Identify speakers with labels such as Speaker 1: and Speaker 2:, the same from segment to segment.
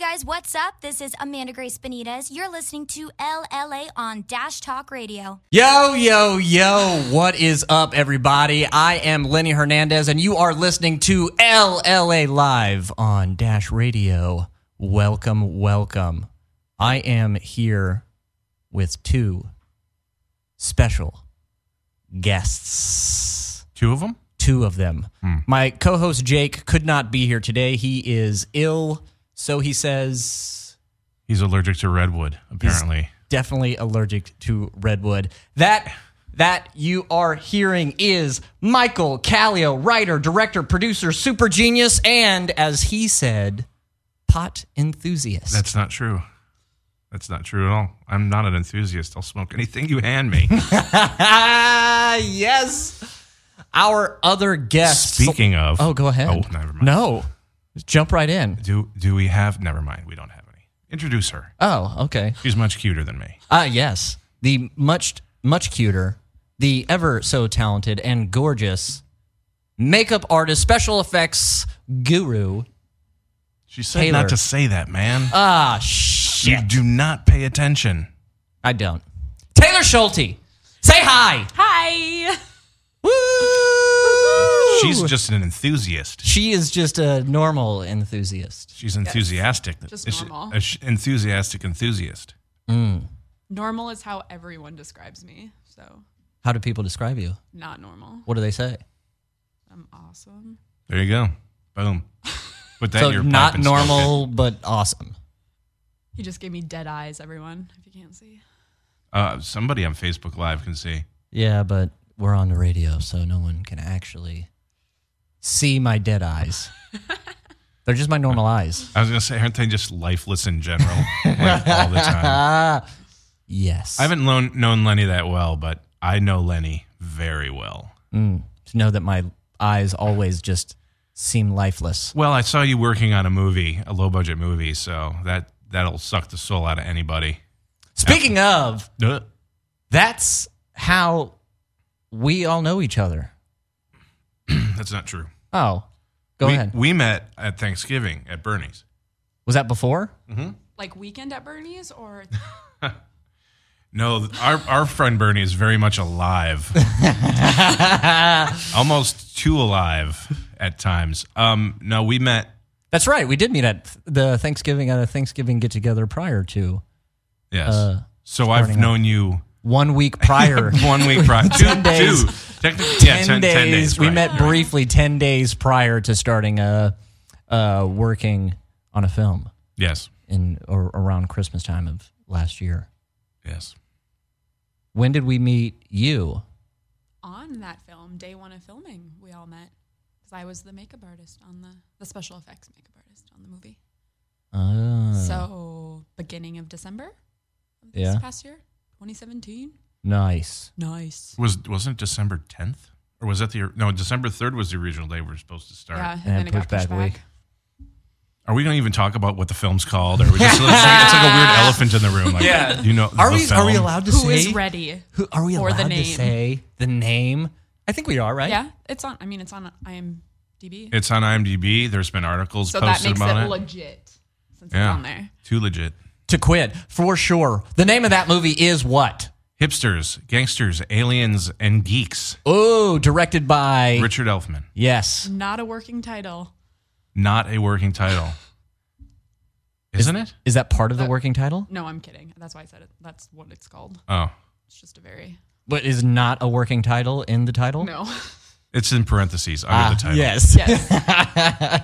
Speaker 1: guys, what's up? This is Amanda Grace Benitez. You're listening to LLA on Dash Talk Radio.
Speaker 2: Yo, yo, yo, what is up, everybody? I am Lenny Hernandez, and you are listening to LLA Live on Dash Radio. Welcome, welcome. I am here with two special guests,
Speaker 3: Two of Hmm. them?
Speaker 2: two of them. My co host Jake could not be here today. He is ill, so he says.
Speaker 3: He's allergic to redwood, apparently.
Speaker 2: definitely allergic to redwood. That that you are hearing is Michael Callio, writer, director, producer, super genius, and as he said, pot enthusiast.
Speaker 3: That's not true. That's not true at all. I'm not an enthusiast. I'll smoke anything you hand me.
Speaker 2: yes. Our other guest.
Speaker 3: Speaking of.
Speaker 2: oh, go ahead.
Speaker 3: Oh, never mind.
Speaker 2: No, Just jump right in.
Speaker 3: Do do we have never mind, we don't have any. Introduce her.
Speaker 2: Oh, okay.
Speaker 3: She's much cuter than me.
Speaker 2: Ah, yes. The much much cuter, the ever so talented and gorgeous makeup artist, special effects guru.
Speaker 3: She said
Speaker 2: Taylor.
Speaker 3: not to say that, man.
Speaker 2: Ah,
Speaker 3: you
Speaker 2: shit.
Speaker 3: do not pay attention.
Speaker 2: I don't. Taylor Schulte. Say hi.
Speaker 4: Hi.
Speaker 2: Woo!
Speaker 3: She's just an enthusiast.
Speaker 2: she is just a normal enthusiast.
Speaker 3: She's enthusiastic.
Speaker 4: Just
Speaker 3: Is she-
Speaker 4: normal.
Speaker 3: a sh- enthusiastic enthusiast.
Speaker 4: Normal is how everyone describes me. So,
Speaker 2: How do people describe you?
Speaker 4: not normal.
Speaker 2: What do they say?
Speaker 4: I'm awesome.
Speaker 3: There you go. Boom. Put that
Speaker 2: so
Speaker 3: in your pipe
Speaker 2: not
Speaker 3: and smoke it.
Speaker 2: normal, but awesome.
Speaker 4: He just gave me dead eyes, everyone, if you can't see.
Speaker 3: Uh, somebody on Facebook Live can see.
Speaker 2: Yeah, but we're on the radio, so no one can actually see my dead eyes. They're just my normal eyes.
Speaker 3: I was gonna say, aren't they just lifeless in general, like all the time?
Speaker 2: Ah, yes.
Speaker 3: I haven't known known Lenny that well, but I know Lenny very well.
Speaker 2: Mm, to know that my eyes always just seem lifeless.
Speaker 3: Well, I saw you working on a movie, a low budget movie, so that that'll suck the soul out of anybody.
Speaker 2: Speaking of,
Speaker 3: Ugh.
Speaker 2: that's how we all know each other.
Speaker 3: That's not true.
Speaker 2: Oh, go
Speaker 3: we,
Speaker 2: ahead.
Speaker 3: We met at Thanksgiving at Bernie's.
Speaker 2: Was that before?
Speaker 4: Like weekend at Bernie's or
Speaker 3: No, our our friend Bernie is very much alive, almost too alive at times. Um, no, we met.
Speaker 2: That's right. We did meet at the Thanksgiving at a Thanksgiving get together prior to
Speaker 3: Yes.
Speaker 2: Uh,
Speaker 3: so I've
Speaker 2: starting
Speaker 3: known you
Speaker 2: one week prior.
Speaker 3: one week prior. two,
Speaker 2: 10 days.
Speaker 3: Two. Technically, yeah,
Speaker 2: 10
Speaker 3: ten-
Speaker 2: days.
Speaker 3: 10 days.
Speaker 2: we
Speaker 3: right.
Speaker 2: met briefly 10 days prior to starting uh, uh, working on a film
Speaker 3: Yes.
Speaker 2: in or around Christmas time of last year.
Speaker 3: Yes.
Speaker 2: When did we meet you?
Speaker 4: on that film, day one of filming, we all met. Because I was the makeup artist on the, the special effects makeup artist on the movie.
Speaker 2: Uh,
Speaker 4: So, beginning of December of this
Speaker 2: Yeah.
Speaker 4: past year, 2017.
Speaker 2: nice.
Speaker 4: Nice.
Speaker 3: Was wasn't it December tenth, or was that the no? December third was the original day we were supposed to start.
Speaker 4: Yeah, and,
Speaker 2: And
Speaker 4: then it got
Speaker 2: pushed
Speaker 4: pushed
Speaker 2: back a week.
Speaker 4: back.
Speaker 3: Are we going to even talk about what the film's called? Or are we just it's like, it's like a weird elephant in the room? Like,
Speaker 2: Yeah.
Speaker 3: You know.
Speaker 2: Are
Speaker 3: the
Speaker 2: we
Speaker 3: film?
Speaker 2: are we allowed to
Speaker 4: Who
Speaker 2: say
Speaker 4: is ready?
Speaker 2: Who are we
Speaker 4: Or
Speaker 2: allowed
Speaker 4: the
Speaker 2: to
Speaker 4: name.
Speaker 2: say the name? I think we are, right?
Speaker 4: Yeah, it's on. I mean, it's on IMDb.
Speaker 3: It's on IMDb. There's been articles
Speaker 4: so that
Speaker 3: posted
Speaker 4: makes it,
Speaker 3: about it.
Speaker 4: legit since
Speaker 3: Yeah.
Speaker 4: it's on there.
Speaker 3: Too legit.
Speaker 2: To quit for sure. The name of that movie is what?
Speaker 3: Hipsters, gangsters, aliens, and geeks.
Speaker 2: Oh, directed by
Speaker 3: Richard Elfman.
Speaker 2: Yes,
Speaker 4: Not a working title.
Speaker 3: Not a working title, isn't it?
Speaker 2: is that part of
Speaker 4: Uh,
Speaker 2: the working title?
Speaker 4: No, I'm kidding. That's why I said it. That's what it's called.
Speaker 3: Oh,
Speaker 4: It's just a very
Speaker 2: But is not a working title in the title?
Speaker 4: no.
Speaker 3: it's in parentheses under
Speaker 2: Ah,
Speaker 3: the title.
Speaker 2: Yes.
Speaker 4: Yes,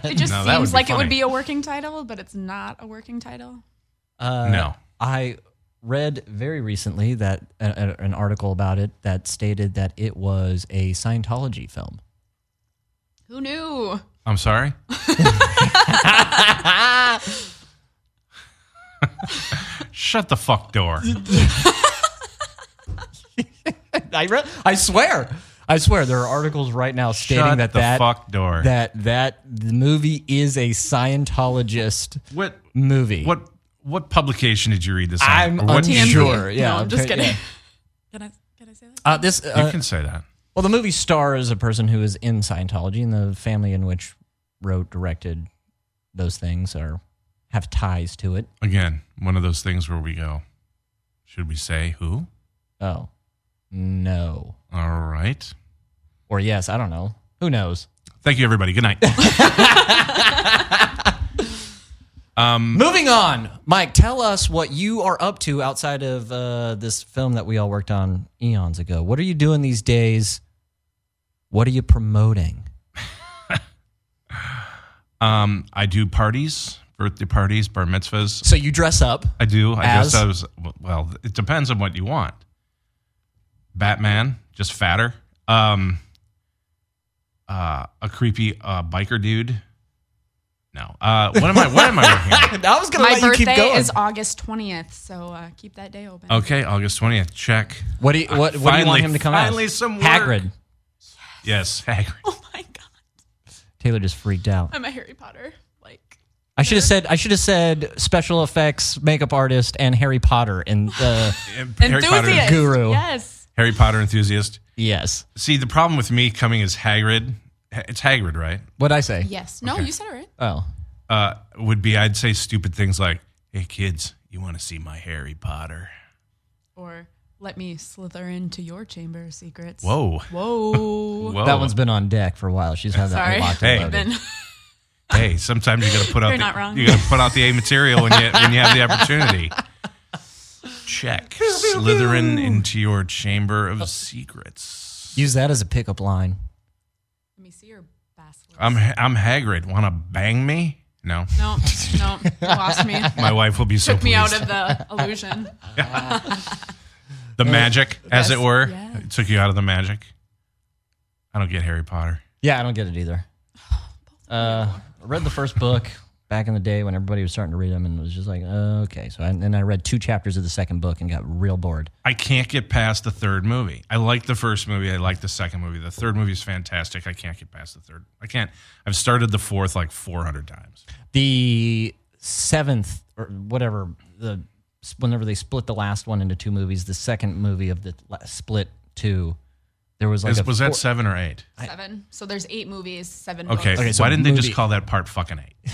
Speaker 4: it just
Speaker 3: No, that would
Speaker 4: seems
Speaker 3: be
Speaker 4: like it
Speaker 3: funny.
Speaker 4: would be a working title, but it's not a working title.
Speaker 2: Uh,
Speaker 3: No.
Speaker 2: I read very recently that a, a- an article about it that stated that it was a Scientology film.
Speaker 4: Who knew?
Speaker 3: I'm sorry. Shut the fuck door.
Speaker 2: I re- I swear. I swear there are articles right now stating
Speaker 3: Shut
Speaker 2: that
Speaker 3: the
Speaker 2: that
Speaker 3: fuck door.
Speaker 2: that that the movie is a Scientologist
Speaker 3: what
Speaker 2: movie.
Speaker 3: what what publication did you read this? on?
Speaker 2: I'm
Speaker 3: Or what
Speaker 4: TMZ.
Speaker 2: unsure. Yeah,
Speaker 4: no, I'm just
Speaker 2: okay,
Speaker 4: kidding.
Speaker 2: yeah.
Speaker 4: Can I can I say that?
Speaker 2: Uh, this
Speaker 3: You
Speaker 2: uh,
Speaker 3: can say that.
Speaker 2: well, the movie stars a person who is in Scientology, and the family in which wrote, directed those things are have ties to it.
Speaker 3: Again, one of those things where we go, should we say who?
Speaker 2: Oh, no.
Speaker 3: All right.
Speaker 2: Or yes, I don't know. Who knows?
Speaker 3: Thank you, everybody. Good night.
Speaker 2: Moving on, Mike, tell us what you are up to outside of uh, this film that we all worked on eons ago. What are you doing these days? What are you promoting?
Speaker 3: um, I do parties, birthday parties, bar mitzvahs.
Speaker 2: So you dress up.
Speaker 3: I do. I
Speaker 2: As?
Speaker 3: guess I was. Well, it depends on what you want. Batman, just fatter. Um, uh, a creepy uh, biker dude. No. Uh, what am I? What am I working on?
Speaker 2: I was going to
Speaker 4: My
Speaker 2: let you keep
Speaker 4: birthday
Speaker 2: going.
Speaker 4: is August 20th, so uh, keep that day open.
Speaker 3: Okay, August twentieth. Check.
Speaker 2: what do you, what, what do you
Speaker 3: Finally-
Speaker 2: want him to come
Speaker 3: finally
Speaker 2: as?
Speaker 3: some work.
Speaker 2: Hagrid.
Speaker 3: Yes, Hagrid.
Speaker 4: Oh my god,
Speaker 2: Taylor just freaked out.
Speaker 4: I'm a Harry Potter. Like,
Speaker 2: I should have said I should have said special effects makeup artist and Harry Potter and uh,
Speaker 3: Harry Potter.
Speaker 4: enthusiast.
Speaker 2: guru.
Speaker 4: Yes.
Speaker 3: Harry Potter enthusiast.
Speaker 2: yes.
Speaker 3: See, the problem with me coming as Hagrid, it's Hagrid, right?
Speaker 2: What would I say?
Speaker 4: Yes. No, you said it right.
Speaker 2: Oh,
Speaker 3: Uh, would be I'd say stupid things like, "Hey kids, you want to see my Harry Potter?"
Speaker 4: Or let me slither into your chamber of secrets.
Speaker 3: Whoa,
Speaker 4: Whoa.
Speaker 3: whoa.
Speaker 2: that one's been on deck for a while. She's had that one
Speaker 4: Sorry.
Speaker 2: locked
Speaker 3: Hey.
Speaker 2: and
Speaker 4: I've
Speaker 2: loaded.
Speaker 4: been-
Speaker 3: hey, sometimes you gotta put out
Speaker 4: You're
Speaker 3: the,
Speaker 4: not wrong.
Speaker 3: you gotta put out the A material when you when you have the opportunity. Check. Slytherin into your chamber of secrets.
Speaker 2: Use that as a pickup line.
Speaker 4: Let me see your basilisk.
Speaker 2: Ah.
Speaker 3: I'm I'm Hagrid. Wanna bang me? No.
Speaker 4: no, no, you lost me.
Speaker 3: My wife will be so
Speaker 4: Took me out
Speaker 3: pleased.
Speaker 4: of the illusion.
Speaker 3: the magic, as it were.
Speaker 4: yes.
Speaker 3: It took you out of the magic. I don't get Harry Potter.
Speaker 2: Yeah, I don't get it either. Uh, I read the first book back in the day when everybody was starting to read them, and was just like, uh, okay. So I, and I read two chapters of the second book and got real bored.
Speaker 3: I can't get past the third movie. I like the first movie. I like the second movie. The third movie is fantastic. I can't get past the third. I can't. I've started the fourth like 400 times.
Speaker 2: The seventh or whatever the whenever they split the last one into two movies, the second movie of the la- split two, there was like
Speaker 3: Is-
Speaker 2: a
Speaker 3: was
Speaker 2: four-
Speaker 3: that seven or eight?
Speaker 4: Seven. So there's eight movies, seven
Speaker 3: Okay.
Speaker 4: books.
Speaker 2: so
Speaker 3: Why didn't they
Speaker 2: movie-
Speaker 3: just call that part fucking eight?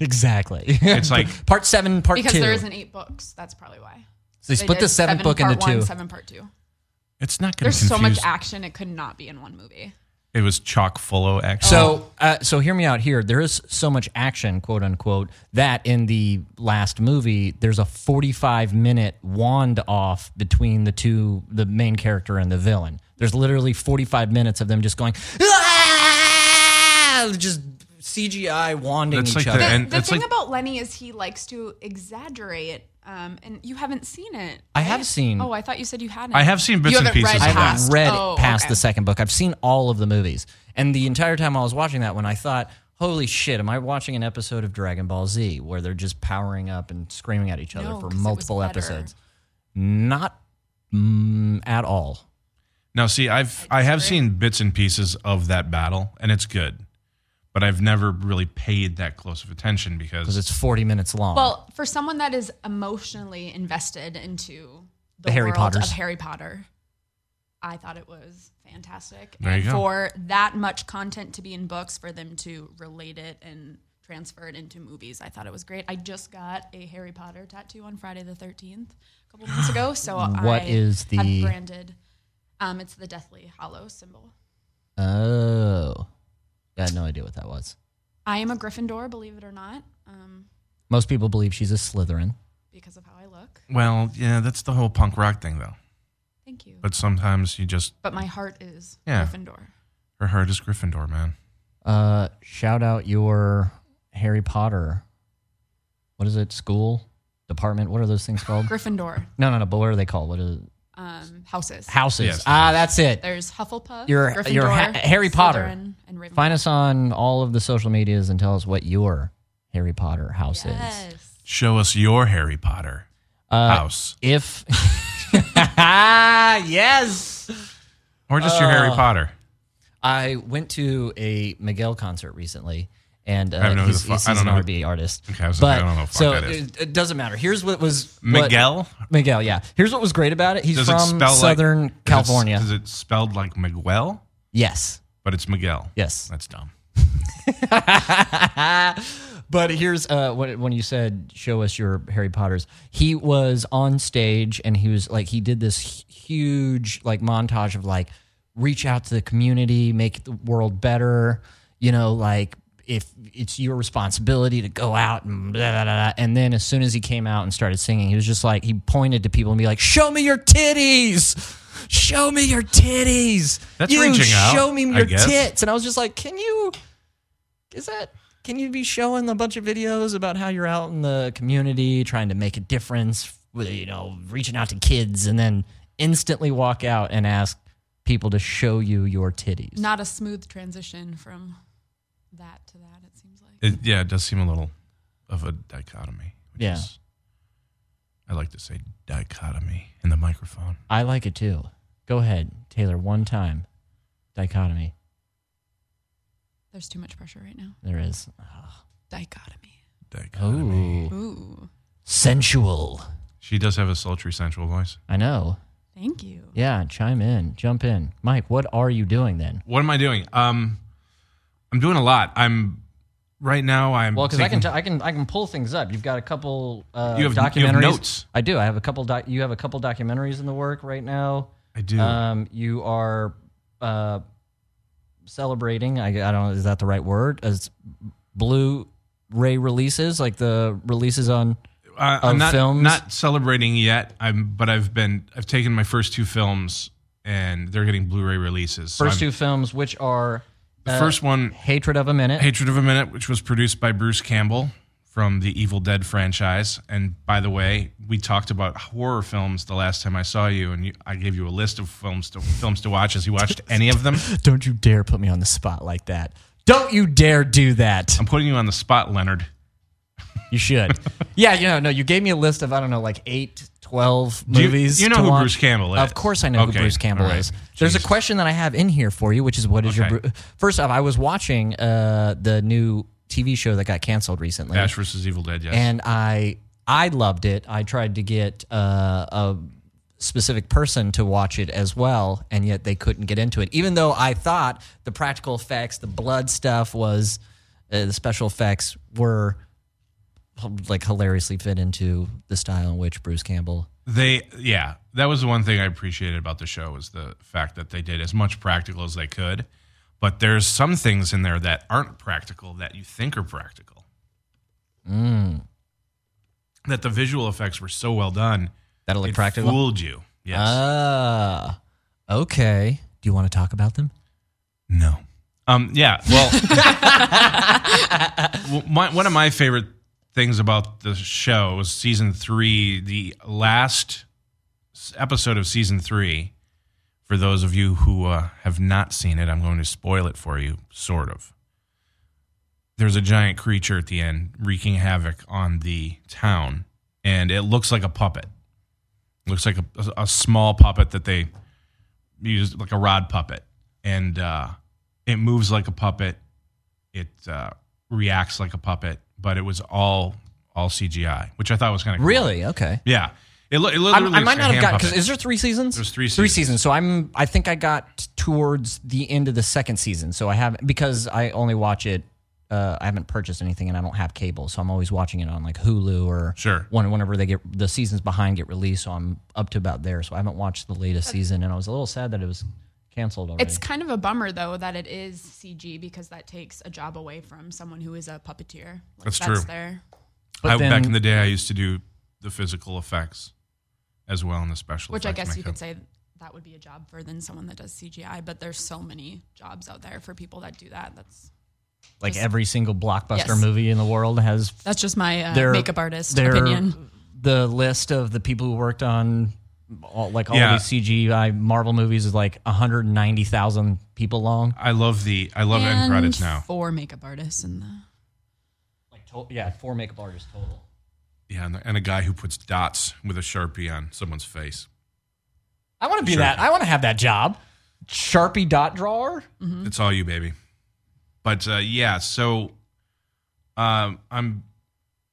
Speaker 2: exactly?
Speaker 3: It's like
Speaker 2: part seven, part
Speaker 4: Because
Speaker 2: two.
Speaker 4: there isn't eight books. That's probably why.
Speaker 2: so they split
Speaker 4: did
Speaker 2: the seventh
Speaker 4: seven
Speaker 2: book
Speaker 4: part
Speaker 2: into
Speaker 4: one,
Speaker 2: two.
Speaker 4: Seven part two.
Speaker 3: it's not going
Speaker 4: There's
Speaker 3: to confuse.
Speaker 4: so much action; it could not be in one movie.
Speaker 3: it was chock full of action.
Speaker 2: So, uh, so hear me out here. There is so much action, quote unquote, that in the last movie, there's a 45 minute wand off between the two, the main character and the villain. There's literally 45 minutes of them just going, "Ah!" just CGI wanding
Speaker 3: That's
Speaker 2: each
Speaker 3: like the
Speaker 2: other.
Speaker 3: end-
Speaker 4: The, the
Speaker 3: it's
Speaker 4: thing
Speaker 3: like-
Speaker 4: about Lenny is he likes to exaggerate, um, and you haven't seen it.
Speaker 2: I have seen.
Speaker 4: Oh, I thought you said you hadn't.
Speaker 3: I have seen bits
Speaker 4: You
Speaker 3: and
Speaker 4: haven't read
Speaker 3: pieces
Speaker 2: I
Speaker 3: of that.
Speaker 2: haven't
Speaker 4: past-
Speaker 2: read
Speaker 4: oh,
Speaker 2: it past
Speaker 4: okay.
Speaker 2: the second book. I've seen all of the movies. And the entire time I was watching that one, I thought, holy shit, am I watching an episode of Dragon Ball Z where they're just powering up and screaming at each other
Speaker 4: No,
Speaker 2: for
Speaker 4: 'cause it was
Speaker 2: multiple
Speaker 4: better.
Speaker 2: episodes? Not mm, at all.
Speaker 3: Now, see, I've I have seen bits and pieces of that battle, and it's good, but I've never really paid that close of attention
Speaker 2: Because
Speaker 3: because
Speaker 2: it's 40 minutes long.
Speaker 4: Well, for someone that is emotionally invested into the,
Speaker 2: The Harry
Speaker 4: world
Speaker 2: Potters.
Speaker 4: of Harry Potter, I thought it was fantastic.
Speaker 3: There
Speaker 4: and
Speaker 3: you go.
Speaker 4: For that much content to be in books, for them to relate it and transfer it into movies, I thought it was great. I just got a Harry Potter tattoo on Friday the thirteenth, a couple months ago. So
Speaker 2: What
Speaker 4: I
Speaker 2: is
Speaker 4: have
Speaker 2: the-
Speaker 4: branded? Um, it's the Deathly Hollow symbol.
Speaker 2: oh. I had no idea what that was.
Speaker 4: I am a Gryffindor, believe it or not, um,
Speaker 2: Most people believe she's a Slytherin.
Speaker 4: because of how I look.
Speaker 3: well, yeah, that's the whole punk rock thing, though.
Speaker 4: Thank you.
Speaker 3: But sometimes you just
Speaker 4: But my heart is
Speaker 3: Yeah.
Speaker 4: Gryffindor.
Speaker 3: her heart is Gryffindor, man.
Speaker 2: Uh, shout out your Harry Potter. What is it? School? Department? What are those things called?
Speaker 4: Gryffindor.
Speaker 2: No, no, no. But what are they called? What is
Speaker 4: um, houses.
Speaker 2: houses?
Speaker 3: Yes,
Speaker 2: ah, that's it.
Speaker 4: There's Hufflepuff,
Speaker 2: Your-
Speaker 4: Gryffindor,
Speaker 2: your Ha- Harry Potter.
Speaker 4: Slytherin, and Ravenclaw.
Speaker 2: Find us on all of the social medias and tell us what your Harry Potter house is.
Speaker 4: Yes.
Speaker 3: Show us your Harry Potter
Speaker 2: Uh,
Speaker 3: house,
Speaker 2: If yes,
Speaker 3: or just
Speaker 2: uh,
Speaker 3: your Harry Potter.
Speaker 2: I went to a Miguel concert recently, and uh,
Speaker 3: I don't know who the
Speaker 2: he's,
Speaker 3: fuck-
Speaker 2: he's
Speaker 3: I don't
Speaker 2: an
Speaker 3: know who-
Speaker 2: R&B artist.
Speaker 3: Okay, I was
Speaker 2: but,
Speaker 3: like, I don't know who the fuck
Speaker 2: so
Speaker 3: that is.
Speaker 2: It, it doesn't matter. Here's what was what-
Speaker 3: Miguel
Speaker 2: Miguel, yeah. Here's what was great about it. He's
Speaker 3: does it
Speaker 2: from
Speaker 3: spell
Speaker 2: Southern
Speaker 3: like, does it-
Speaker 2: California.
Speaker 3: Does it spelled like Miguel,
Speaker 2: yes,
Speaker 3: but it's Miguel?
Speaker 2: yes.
Speaker 3: that's dumb.
Speaker 2: But here's uh, what when you said, "Show us your Harry Potter's." He was on stage and he was like, he did this huge like montage of like, reach out to the community, make the world better. You know, like if it's your responsibility to go out and blah, blah, blah, blah. and then as soon as he came out and started singing, he was just like he pointed to people and be like, "Show me your titties." Show me your titties.
Speaker 3: That's
Speaker 2: you
Speaker 3: reaching out,
Speaker 2: Show me
Speaker 3: I
Speaker 2: your
Speaker 3: guess.
Speaker 2: tits. And I was just like, can you is that can you be showing a bunch of videos about how you're out in the community trying to make a difference you know reaching out to kids and then instantly walk out and ask people to show you your titties
Speaker 4: Not a smooth transition from that to that. It seems like
Speaker 3: It, yeah, it does seem a little of a dichotomy. Which
Speaker 2: Yeah.
Speaker 3: Is, I like to say dichotomy in the microphone.
Speaker 2: i like it too go ahead taylor one time dichotomy
Speaker 4: there's too much pressure right now.
Speaker 2: there is
Speaker 4: Dichotomy.
Speaker 3: Dichotomy.
Speaker 2: oh
Speaker 4: Ooh,
Speaker 2: sensual
Speaker 3: She does have a sultry, sensual voice.
Speaker 2: i know
Speaker 4: thank you.
Speaker 2: yeah chime in jump in mike what are you doing then
Speaker 3: What am I doing? Um, I'm doing a lot. I'm right now. I'm
Speaker 2: Well, because I can,
Speaker 3: taking-
Speaker 2: t- I can, I can pull things up. You've got a couple. Uh,
Speaker 3: You have- you have
Speaker 2: documentaries.
Speaker 3: notes.
Speaker 2: I do. I have a couple. Doc- you have a couple documentaries in the work right now.
Speaker 3: I do.
Speaker 2: Um, you are uh, celebrating. I, I don't. Is that the right word? As Blu-ray releases, like the releases on.
Speaker 3: uh, I'm
Speaker 2: of
Speaker 3: not
Speaker 2: films?
Speaker 3: not celebrating yet. I'm but I've been I've taken my first two films and they're getting Blu-ray releases. So
Speaker 2: 1st
Speaker 3: I'm-
Speaker 2: two uh, films, which are
Speaker 3: The first one,
Speaker 2: Hatred of a Minute.
Speaker 3: Hatred of a Minute, which was produced by Bruce Campbell from the Evil Dead franchise. And by the way, we talked about horror films the last time I saw you, and you, I gave you a list of films to films to watch. As you watched any of them,
Speaker 2: Don't you dare put me on the spot like that. Don't you dare do that.
Speaker 3: I'm putting you on the spot, Leonard.
Speaker 2: You should. yeah, you know, no, you gave me a list of I don't know, like eight, twelve
Speaker 3: you-
Speaker 2: movies.
Speaker 3: you know
Speaker 2: to
Speaker 3: who
Speaker 2: watch.
Speaker 3: Bruce Campbell is?
Speaker 2: Of course, I know
Speaker 3: Okay,
Speaker 2: who Bruce Campbell
Speaker 3: all right.
Speaker 2: is. There's a
Speaker 3: Jeez.
Speaker 2: question that I have in here for you, which is, what is your
Speaker 3: Okay.
Speaker 2: Bru- first off? I was watching uh, the new TV show that got canceled recently,
Speaker 3: Ash versus Evil Dead. Yes,
Speaker 2: and I I loved it. I tried to get uh, a specific person to watch it as well, and yet they couldn't get into it. Even though I thought the practical effects, the blood stuff was, uh, the special effects were h- like hilariously fit into the style in which Bruce Campbell.
Speaker 3: they yeah, that was the one thing I appreciated about the show was the fact that they did as much practical as they could. But there's some things in there that aren't practical that you think are practical. That the visual effects were so well done.
Speaker 2: That'll look
Speaker 3: it
Speaker 2: practical.
Speaker 3: fooled you. Yes.
Speaker 2: Ah, okay. Do you want to talk about them?
Speaker 3: no. Um. Yeah. Well, well, my, one of my favorite things about the show was season three. The last s- episode of season three. For those of you who uh, have not seen it, I'm going to spoil it for you, sort of. There's a giant creature at the end wreaking havoc on the town, and it looks like a puppet. Looks like a, a small puppet that they used like a rod puppet and uh, it moves like a puppet it uh, reacts like a puppet but it was all all cgi which i thought was kind of
Speaker 2: Really? Okay.
Speaker 3: yeah it, lo- it literally
Speaker 2: I, I
Speaker 3: looks
Speaker 2: might
Speaker 3: like
Speaker 2: not have
Speaker 3: a hand
Speaker 2: got because
Speaker 3: puppet.
Speaker 2: is there three seasons?
Speaker 3: There's three
Speaker 2: Three
Speaker 3: seasons.
Speaker 2: seasons. So I'm I think I got towards the end of the second season. So I have because I only watch it. Uh, I haven't purchased anything and I don't have cable, so I'm always watching it on like Hulu or
Speaker 3: Sure.
Speaker 2: one whenever they get the seasons behind get released. So I'm up to about there. So I haven't watched the latest season, and I was a little sad that it was canceled already.
Speaker 4: It's kind of a bummer though that it is CG because that takes a job away from someone who is a puppeteer. Like,
Speaker 3: That's true.
Speaker 4: Their,
Speaker 2: but
Speaker 3: I,
Speaker 2: then-
Speaker 3: back in the day i used to do the physical effects as well and the special
Speaker 4: which I
Speaker 3: effects
Speaker 4: guess you
Speaker 3: makeup.
Speaker 4: could say that would be a job for than someone that does CGI. But there's so many jobs out there for people that do that. That's
Speaker 2: like every single blockbuster
Speaker 4: Yes.
Speaker 2: movie in the world has
Speaker 4: that's just my uh,
Speaker 2: their
Speaker 4: makeup artist
Speaker 2: their-
Speaker 4: opinion.
Speaker 2: The list of the people who worked on all, like all
Speaker 3: Yeah.
Speaker 2: these CGI Marvel movies is like 190,000 people long.
Speaker 3: i love the i love end
Speaker 4: and
Speaker 3: credits now
Speaker 4: Four makeup artists in the
Speaker 2: Like to- yeah, four makeup artists total.
Speaker 3: yeah and, and a guy who puts dots with a sharpie on someone's face
Speaker 2: I want to be that. I want to have that job. Sharpie dot drawer.
Speaker 4: Mm-hmm.
Speaker 3: It's all you, baby. But uh, yeah, so um, I'm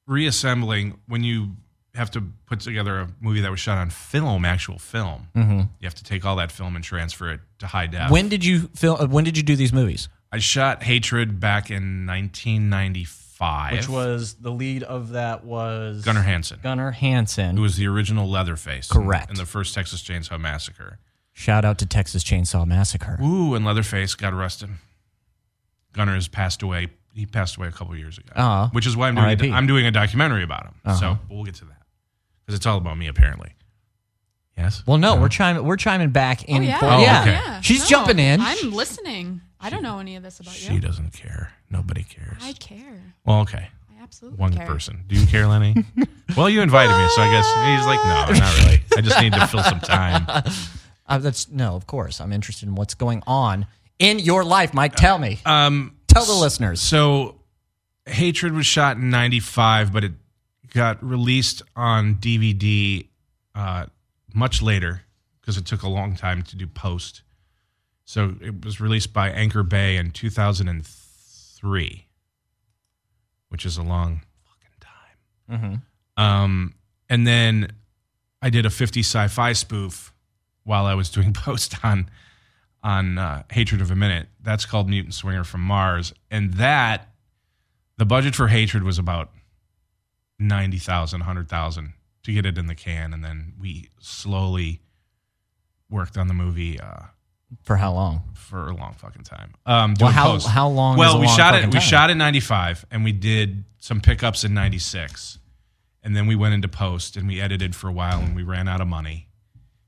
Speaker 3: reassembling when you have to put together a movie that was shot on film, actual film.
Speaker 2: Mm-hmm.
Speaker 3: You have to take all that film and transfer it to high def.
Speaker 2: uh, When did you film? When did you do these movies?
Speaker 3: I shot Hatred back in 1994. five,
Speaker 2: which was the lead of that was
Speaker 3: Gunnar Hansen,
Speaker 2: Gunnar Hansen.
Speaker 3: who was the original Leatherface.
Speaker 2: Correct.
Speaker 3: In the first Texas Chainsaw Massacre.
Speaker 2: Shout out to Texas Chainsaw Massacre.
Speaker 3: Ooh, and Leatherface got arrested. Gunnar has passed away. He passed away a couple years ago,
Speaker 2: Oh.
Speaker 3: which is why I'm doing
Speaker 2: R.I.P..
Speaker 3: i I'm doing a documentary about him. So we'll get to that because it's all about me apparently. Yes.
Speaker 2: Well, no, we're chiming we're chiming back in.
Speaker 4: Oh, yeah.
Speaker 2: for-
Speaker 3: Oh,
Speaker 2: yeah.
Speaker 3: okay.
Speaker 2: She's
Speaker 4: No,
Speaker 2: jumping in.
Speaker 4: I'm listening. I don't know any of this about
Speaker 3: She
Speaker 4: you.
Speaker 3: doesn't care. Nobody cares.
Speaker 4: I care.
Speaker 3: well, okay.
Speaker 4: I absolutely
Speaker 3: One
Speaker 4: care.
Speaker 3: person. Do you care, Lenny? well, you invited me, so I guess he's like, no, not really. I just need to fill some time.
Speaker 2: Uh, that's no, of course. I'm interested in what's going on in your life, Mike. Tell me.
Speaker 3: Um,
Speaker 2: Tell the listeners.
Speaker 3: So, Hatred was shot in '95, but it got released on DVD uh, much later because it took a long time to do post. So it was released by Anchor Bay in 2003, which is a long fucking time. Um, and then I did a 50 sci-fi spoof while I was doing post on on uh, Hatred of a Minute. That's called Mutant Swinger from Mars, and that the budget for Hatred was about 90,000, 100,000 to get it in the can, and then we slowly worked on the movie uh,
Speaker 2: For how long?
Speaker 3: for a long fucking time. Um,
Speaker 2: Well,
Speaker 3: doing
Speaker 2: how-
Speaker 3: post.
Speaker 2: how long is
Speaker 3: Well,
Speaker 2: a
Speaker 3: we
Speaker 2: long
Speaker 3: shot it.
Speaker 2: fucking
Speaker 3: We
Speaker 2: time?
Speaker 3: shot in '95, and we did some pickups in '96, and then we went into post and we edited for a while, and we ran out of money,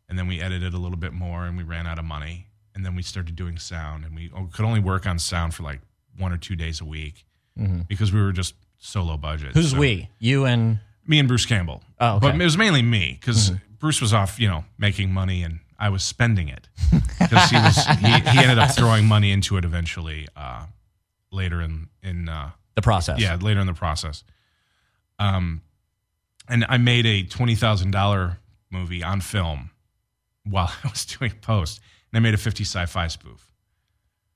Speaker 3: and then we edited a little bit more, and we ran out of money, and then we started doing sound, and we could only work on sound for like one or two days a week because we were just so low budget.
Speaker 2: Mm-hmm. Who's
Speaker 3: So-
Speaker 2: we? You and
Speaker 3: Me and Bruce Campbell.
Speaker 2: Oh, okay. Mm-hmm.
Speaker 3: but it was mainly me because Bruce was off, you know, making money and. I was spending it because he was he, he ended up throwing money into it eventually uh, later in in uh,
Speaker 2: the process.
Speaker 3: yeah later in the process. Um, and I made a twenty thousand dollar movie on film while I was doing post, and I made a fifty sci-fi spoof.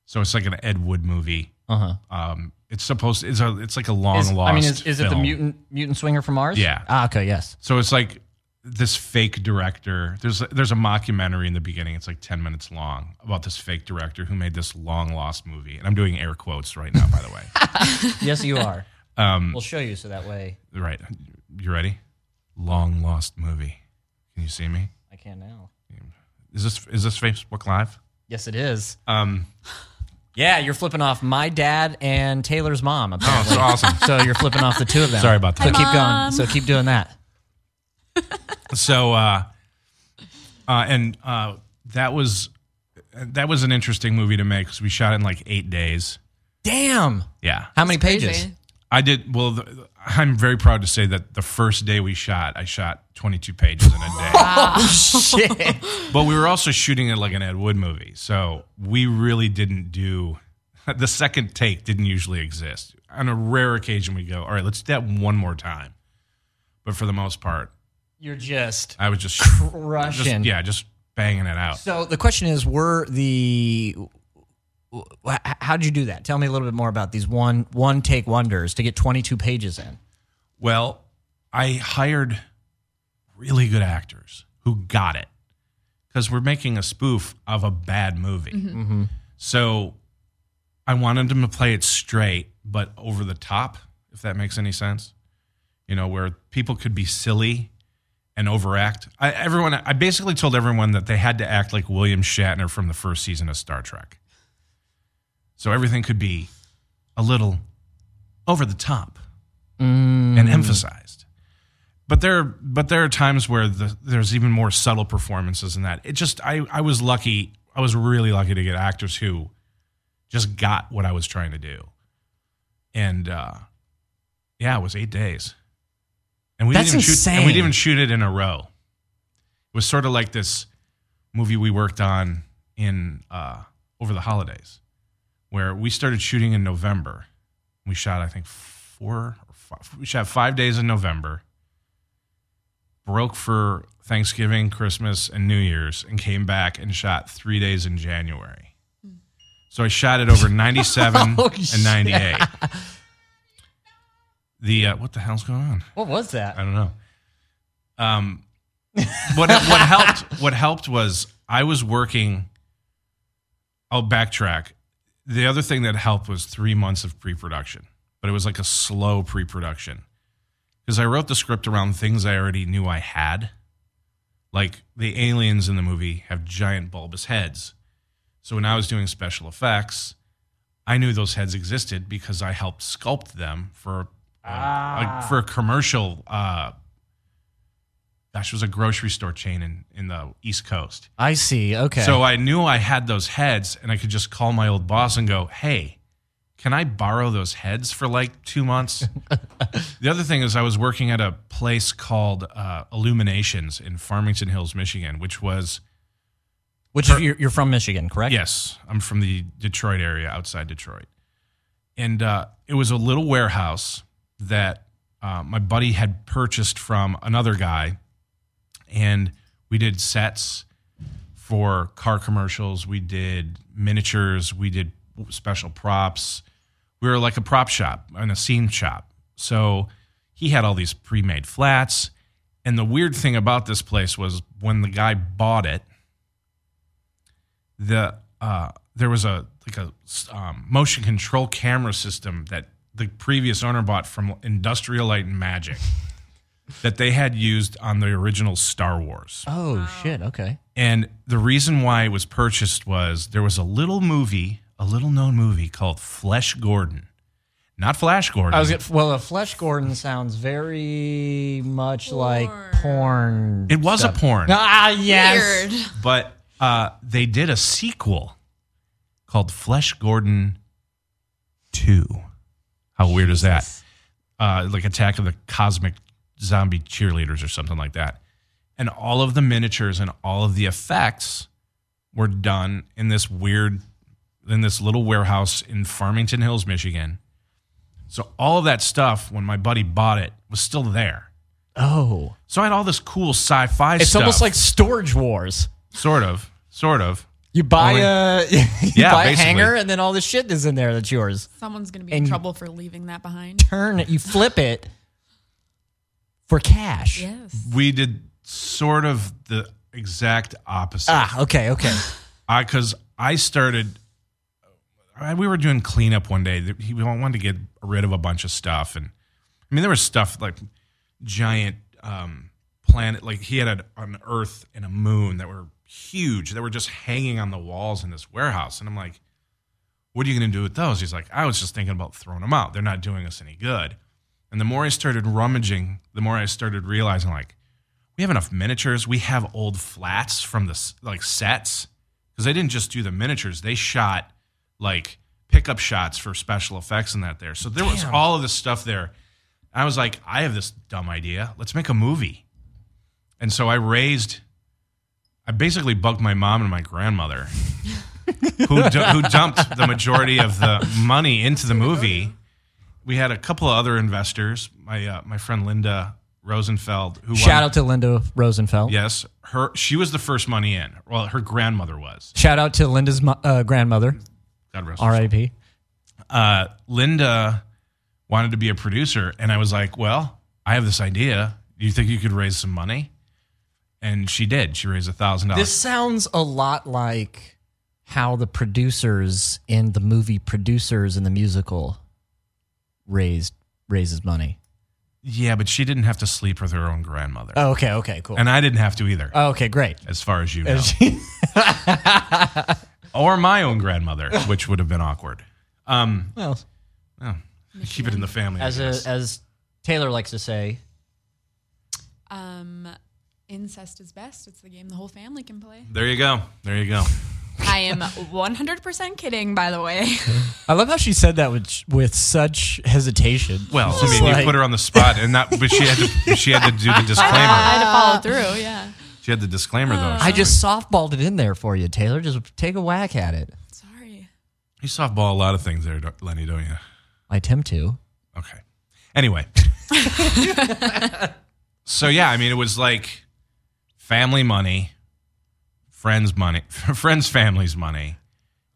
Speaker 3: So it's like an Ed Wood movie.
Speaker 2: Uh huh.
Speaker 3: Um, it's supposed it's a it's like a long
Speaker 2: Is-
Speaker 3: lost.
Speaker 2: I mean, is, is it the
Speaker 3: film.
Speaker 2: mutant mutant swinger from Mars?
Speaker 3: Yeah.
Speaker 2: Ah, okay. Yes.
Speaker 3: So it's like this fake director. There's there's a mockumentary in the beginning. It's like ten minutes long about this fake director who made this long lost movie. And I'm doing air quotes right now, by the way.
Speaker 2: Yes, you are.
Speaker 3: Um,
Speaker 2: we'll show you so that way
Speaker 3: right, you ready? Long lost movie. Can you see me?
Speaker 2: I can now.
Speaker 3: Is this is this Facebook Live?
Speaker 2: Yes, it is.
Speaker 3: Um,
Speaker 2: Yeah, you're flipping off my dad and Taylor's mom.
Speaker 3: oh,
Speaker 2: Apparently.
Speaker 3: so awesome.
Speaker 2: so you're flipping off the two of them.
Speaker 3: Sorry about
Speaker 2: So
Speaker 3: that.
Speaker 2: keep going. So keep doing that.
Speaker 3: so uh, uh, and uh, that was that was an interesting movie to make because we shot it in like eight days.
Speaker 2: Damn.
Speaker 3: Yeah.
Speaker 2: How many pages?
Speaker 4: Crazy.
Speaker 3: I did well. The, I'm very proud to say that the first day we shot, I shot 22 pages in a day.
Speaker 2: Shit.
Speaker 3: but we were also shooting it like an Ed Wood movie, so we really didn't do the second take. Didn't usually exist. On a rare occasion, we go, "All right, let's do that one more time." But for the most part,
Speaker 2: You're just
Speaker 3: I was just, just
Speaker 2: crushing.
Speaker 3: yeah, just banging it out.
Speaker 2: So the question is, were the wh- h- how'd you do that? Tell me a little bit more about these one one take wonders to get 22 pages in.
Speaker 3: Well, I hired really good actors who got it because we're making a spoof of a bad movie. So I wanted them to play it straight, but over the top, if that makes any sense. You know, where people could be silly and overact. I, everyone, I basically told everyone that they had to act like William Shatner from the first season of Star Trek. So everything could be a little over the top
Speaker 2: Mm.
Speaker 3: and emphasized. But there, but there are times where the, there's even more subtle performances in that. It just, I, I was lucky. I was really lucky to get actors who just got what I was trying to do. And uh, yeah, it was eight days, and we
Speaker 2: That's
Speaker 3: didn't even shoot. And we
Speaker 2: insane.
Speaker 3: didn't even shoot it in a row. It was sort of like this movie we worked on in uh, over the holidays, where we started shooting in November. We shot, I think, four or five. We shot five days in November, broke for Thanksgiving, Christmas, and New Year's, and came back and shot three days in January. So I shot it over 97
Speaker 2: Oh,
Speaker 3: and 98. The uh, what the hell's going on?
Speaker 2: What was
Speaker 3: I
Speaker 2: that?
Speaker 3: don't know. Um, what what helped what helped was I was working. I'll backtrack. The other thing that helped was three months of pre-production, but but it was like a slow pre-production because I wrote the script around things I already knew I had. Like the aliens in the movie have giant bulbous heads. So when I was doing special effects, I knew those heads existed because I helped sculpt them for uh, like for a commercial uh gosh, it was a grocery store chain in in the East Coast.
Speaker 2: I see. Okay.
Speaker 3: So I knew I had those heads, and I could just call my old boss and go, "Hey, can I borrow those heads for like two months?" the other thing is, I was working at a place called uh, Illuminations in Farmington Hills, Michigan, which was
Speaker 2: Which is, you're, you're from Michigan, correct?
Speaker 3: yes, I'm from the Detroit area, outside Detroit, and uh, it was a little warehouse that uh, my buddy had purchased from another guy, and we did sets for car commercials. We did miniatures. We did special props. We were like a prop shop and a scene shop. So he had all these pre made flats. And the weird thing about this place was when the guy bought it, the uh, there was a like a um, motion control camera system that the previous owner bought from Industrial Light and Magic that they had used on the original Star Wars.
Speaker 2: Oh shit. Okay.
Speaker 3: And the reason why it was purchased was there was a little movie, a little known movie called Flesh Gordon. Not Flash Gordon.
Speaker 2: I was get, well. A Flesh Gordon sounds very much like porn.
Speaker 3: it was a porn,
Speaker 2: Ah yes.
Speaker 4: Weird.
Speaker 3: but uh, they did a sequel called Flesh Gordon 2. How weird is that? Uh, like Attack of the Cosmic Zombie Cheerleaders or something like that. And all of the miniatures and all of the effects were done in this weird, in this little warehouse in Farmington Hills, Michigan. So all of that stuff, when my buddy bought it, was still there.
Speaker 2: Oh,
Speaker 3: So I had all this cool sci-fi
Speaker 2: it's
Speaker 3: stuff.
Speaker 2: almost like Storage Wars.
Speaker 3: sort of, sort of.
Speaker 2: You buy
Speaker 3: Only-
Speaker 2: a you
Speaker 3: Yeah,
Speaker 2: buy a
Speaker 3: basically.
Speaker 2: hanger, and then all the shit is in there that's yours.
Speaker 4: Someone's gonna be
Speaker 2: And-
Speaker 4: in trouble for leaving that behind.
Speaker 2: Turn it. You flip it for cash.
Speaker 4: Yes.
Speaker 3: we did sort of the exact opposite.
Speaker 2: Ah, okay, okay.
Speaker 3: I because I started. I, we were doing cleanup one day. He wanted to get rid of a bunch of stuff, and I mean there was stuff like giant um, planet. Like he had an, an Earth and a Moon that were huge that were just hanging on the walls in this warehouse, and I'm like, "What are you going to do with those?" He's like, "I was just thinking about throwing them out. They're not doing us any good." And the more I started rummaging, the more I started realizing like we have enough miniatures. We have old flats from the s- like sets because they didn't just do the miniatures; they shot like pickup shots for special effects and that there. So there was all of this stuff there. I was like, I have this dumb idea. Let's make a movie. And so I raised, I basically bugged my mom and my grandmother, who du- who dumped the majority of the money into the movie we had a couple of other investors. My uh, my friend Linda Rosenfeld, who
Speaker 2: Shout
Speaker 3: won-
Speaker 2: out to Linda Rosenfeld.
Speaker 3: yes, her she was the first money in. Well, her grandmother was.
Speaker 2: Shout out to Linda's mo- uh, grandmother,
Speaker 3: God rest. her
Speaker 2: R.I.P.
Speaker 3: uh, Linda wanted to be a producer, and I was like, "Well, I have this idea. Do you think you could raise some money?" And she did. She raised a thousand
Speaker 2: This
Speaker 3: dollars.
Speaker 2: sounds a lot like how the producers in the movie producers in the musical raised raises money.
Speaker 3: Yeah, but she didn't have to sleep with her own grandmother,
Speaker 2: Oh, okay, okay, cool.
Speaker 3: and I didn't have to either,
Speaker 2: Oh, okay, great.
Speaker 3: as far as you know,
Speaker 2: She-
Speaker 3: or my own grandmother, which would have been awkward. Um,
Speaker 2: well,
Speaker 3: oh, keep it in the family. I
Speaker 2: as a,
Speaker 3: guess.
Speaker 2: as Taylor likes to say,
Speaker 4: Um, incest is best. It's the game the whole family can play.
Speaker 3: There you go. There you go.
Speaker 4: I am 100% kidding, by the way.
Speaker 2: I love how she said that with with such hesitation.
Speaker 3: Well, I
Speaker 2: Just
Speaker 3: mean,
Speaker 2: like-
Speaker 3: you put her on the spot, and that, but she had to, she had to do the disclaimer.
Speaker 4: I had to follow through, yeah.
Speaker 3: She had the disclaimer though.
Speaker 2: I just softballed it in there for you, Taylor. Just take a whack at it.
Speaker 4: Sorry.
Speaker 3: you softball a lot of things there, don't- Lenny, don't you?
Speaker 2: I attempt to.
Speaker 3: Okay. Anyway. so yeah, I mean, it was like family money, friends money, friends families money,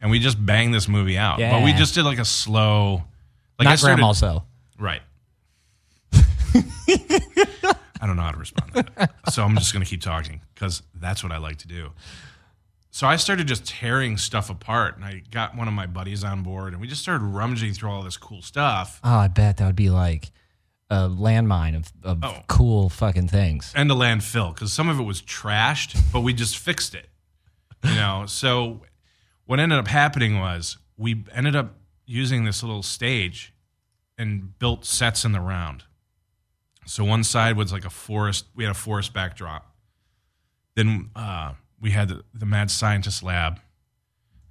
Speaker 3: and we just banged this movie out. But we
Speaker 2: Yeah.
Speaker 3: just did like a slow, like I
Speaker 2: Not
Speaker 3: started-
Speaker 2: grandma's though.
Speaker 3: Right. I don't know how to respond to that. So I'm just going to keep talking because that's what I like to do. So I started just tearing stuff apart, and I got one of my buddies on board, and we just started rummaging through all this cool stuff.
Speaker 2: Oh, I bet that would be like a landmine of, of
Speaker 3: Oh.
Speaker 2: cool fucking things.
Speaker 3: and a landfill because some of it was trashed, but we just fixed it. You know, so what ended up happening was we ended up using this little stage and built sets in the round. So one side was like a forest. We had a forest backdrop. Then uh, we had the, the mad scientist lab.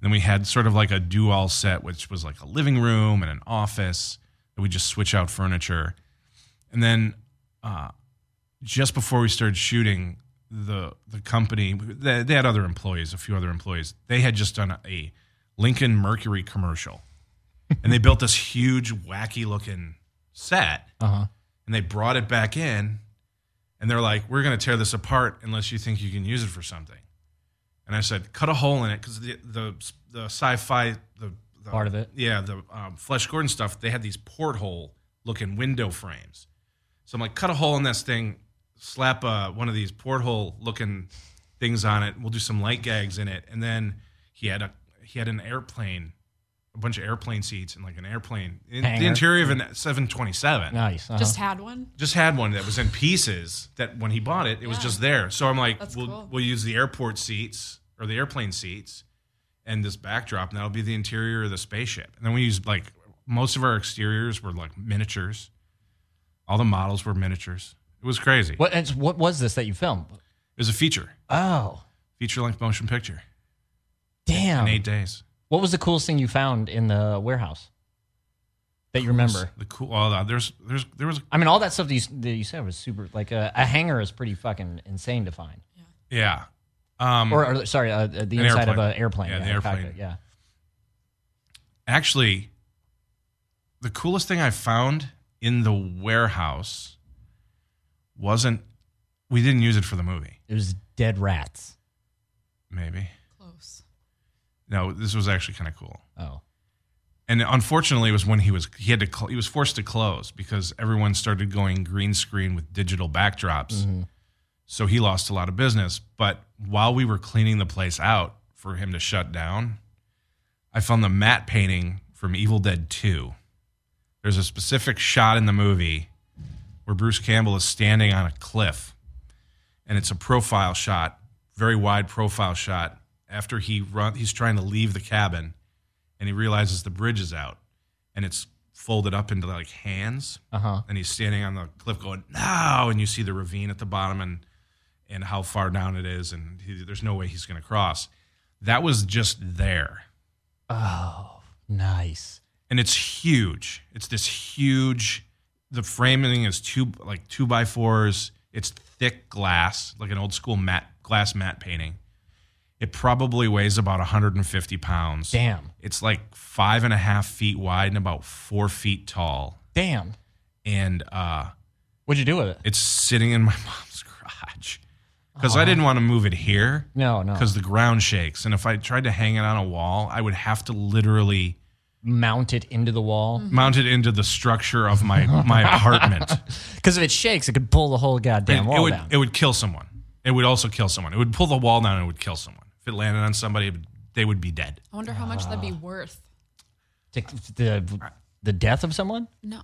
Speaker 3: Then we had sort of like a do-all set, which was like a living room and an office. that We just switch out furniture, and then uh, just before we started shooting the the company they, they had other employees a few other employees they had just done a lincoln mercury commercial and they built this huge wacky looking set
Speaker 2: Uh huh.
Speaker 3: and they brought it back in and they're like we're going to tear this apart unless you think you can use it for something and i said cut a hole in it because the, the the sci-fi the, the
Speaker 2: Part of it.
Speaker 3: yeah the um, flesh gordon stuff they had these porthole looking window frames so i'm like cut a hole in this thing slap uh, one of these porthole looking things on it we'll do some light gags in it and then he had a he had an airplane a bunch of airplane seats and like an airplane in the
Speaker 2: Hangar.
Speaker 3: interior of an 727
Speaker 2: Nice. Uh-huh.
Speaker 4: Just had one.
Speaker 3: just had one that was in pieces that when he bought it, it was
Speaker 4: Yeah.
Speaker 3: just there. So I'm like,
Speaker 4: That's
Speaker 3: we'll,
Speaker 4: cool.
Speaker 3: we'll use the airport seats or the airplane seats and this backdrop, and that'll be the interior of the spaceship. And then we used like most of our exteriors were like miniatures. All the models were miniatures. It was crazy.
Speaker 2: what, and what was this that you filmed?
Speaker 3: It was a feature,
Speaker 2: Oh,
Speaker 3: feature length motion picture in
Speaker 2: damn.
Speaker 3: eight days.
Speaker 2: What was the coolest thing you found in the warehouse that you remember?
Speaker 3: The cool. Oh, there's there's there was
Speaker 2: I mean, all that stuff that you, that you said was super. Like uh, a, a hangar is pretty fucking insane to find.
Speaker 3: yeah. Um,
Speaker 2: Or, or sorry, uh, the inside of an airplane.
Speaker 3: airplane. Yeah, the
Speaker 2: a
Speaker 3: airplane.
Speaker 2: cockpit, Yeah.
Speaker 3: actually the coolest thing i found in the warehouse wasn't we didn't use it for the movie
Speaker 2: It was dead rats.
Speaker 3: maybe
Speaker 4: Close.
Speaker 3: no this was actually kind of cool
Speaker 2: Oh.
Speaker 3: and unfortunately it was when he was he had to cl- he was forced to close because everyone started going green screen with digital backdrops so he lost a lot of business but while we were cleaning the place out for him to shut down i found the matte painting from evil dead 2 there's a specific shot in the movie where bruce campbell is standing on a cliff and it's a profile shot very wide profile shot after he run he's trying to leave the cabin and he realizes the bridge is out and it's folded up into like hands
Speaker 2: Uh huh.
Speaker 3: and he's standing on the cliff going no and you see the ravine at the bottom and and how far down it is and he, there's no way he's going to cross that was just there
Speaker 2: Oh, nice.
Speaker 3: and it's huge it's this huge the framing is two like two by fours it's thick glass like an old school matte glass matte painting it probably weighs about 150 pounds
Speaker 2: Damn.
Speaker 3: it's like five and a half feet wide and about four feet tall.
Speaker 2: Damn.
Speaker 3: And uh,
Speaker 2: What'd you do with it?
Speaker 3: it's sitting in my mom's garage because I didn't want to move it here
Speaker 2: No, no.
Speaker 3: because the ground shakes. And if I tried to hang it on a wall, I would have to literally
Speaker 2: Mount it into the wall.
Speaker 3: mount it into the structure of my, my apartment.
Speaker 2: Because if it shakes, it could pull the whole goddamn
Speaker 3: it,
Speaker 2: wall
Speaker 3: it would,
Speaker 2: down.
Speaker 3: It would kill someone. It would also kill someone. It would pull the wall down and it would kill someone. If it landed on somebody, it would- they would be dead.
Speaker 4: I wonder how much that'd
Speaker 3: Uh-huh.
Speaker 4: be worth.
Speaker 2: To- the, the death of someone?
Speaker 4: No.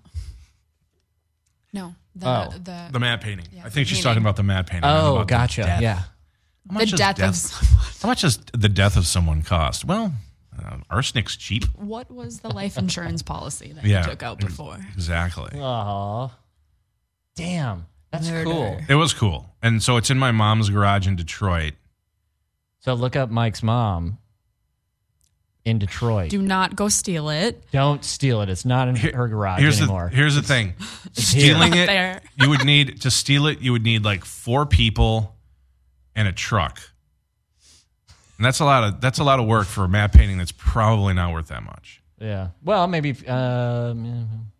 Speaker 4: No. The
Speaker 2: Oh.
Speaker 4: the,
Speaker 3: The matte painting. I
Speaker 4: the
Speaker 3: think she's
Speaker 4: painting.
Speaker 3: talking about the matte painting. not about
Speaker 2: Oh,
Speaker 3: the
Speaker 2: gotcha.
Speaker 3: death.
Speaker 2: Yeah.
Speaker 3: How
Speaker 4: the
Speaker 3: much is
Speaker 4: death, of someone.
Speaker 3: How much does the death of someone cost? Well, uh, arsenic's cheap.
Speaker 4: What was the life insurance policy that
Speaker 3: Yeah.
Speaker 4: you took out before?
Speaker 3: Exactly.
Speaker 2: Aw. Damn. That's
Speaker 4: Murder.
Speaker 2: cool.
Speaker 3: It was cool. And so it's in my mom's garage in Detroit.
Speaker 2: So look up Mike's mom in Detroit.
Speaker 4: Do not go steal it.
Speaker 2: Don't steal it. It's not in her garage
Speaker 3: here's
Speaker 2: anymore.
Speaker 3: The, here's the thing.
Speaker 2: here.
Speaker 3: Stealing
Speaker 4: Not
Speaker 3: it,
Speaker 4: there.
Speaker 3: you would need to steal it, you would need like four people and a truck. And that's a lot of that's a lot of work for a matte painting that's probably not worth that much.
Speaker 2: yeah. Well, maybe if, um,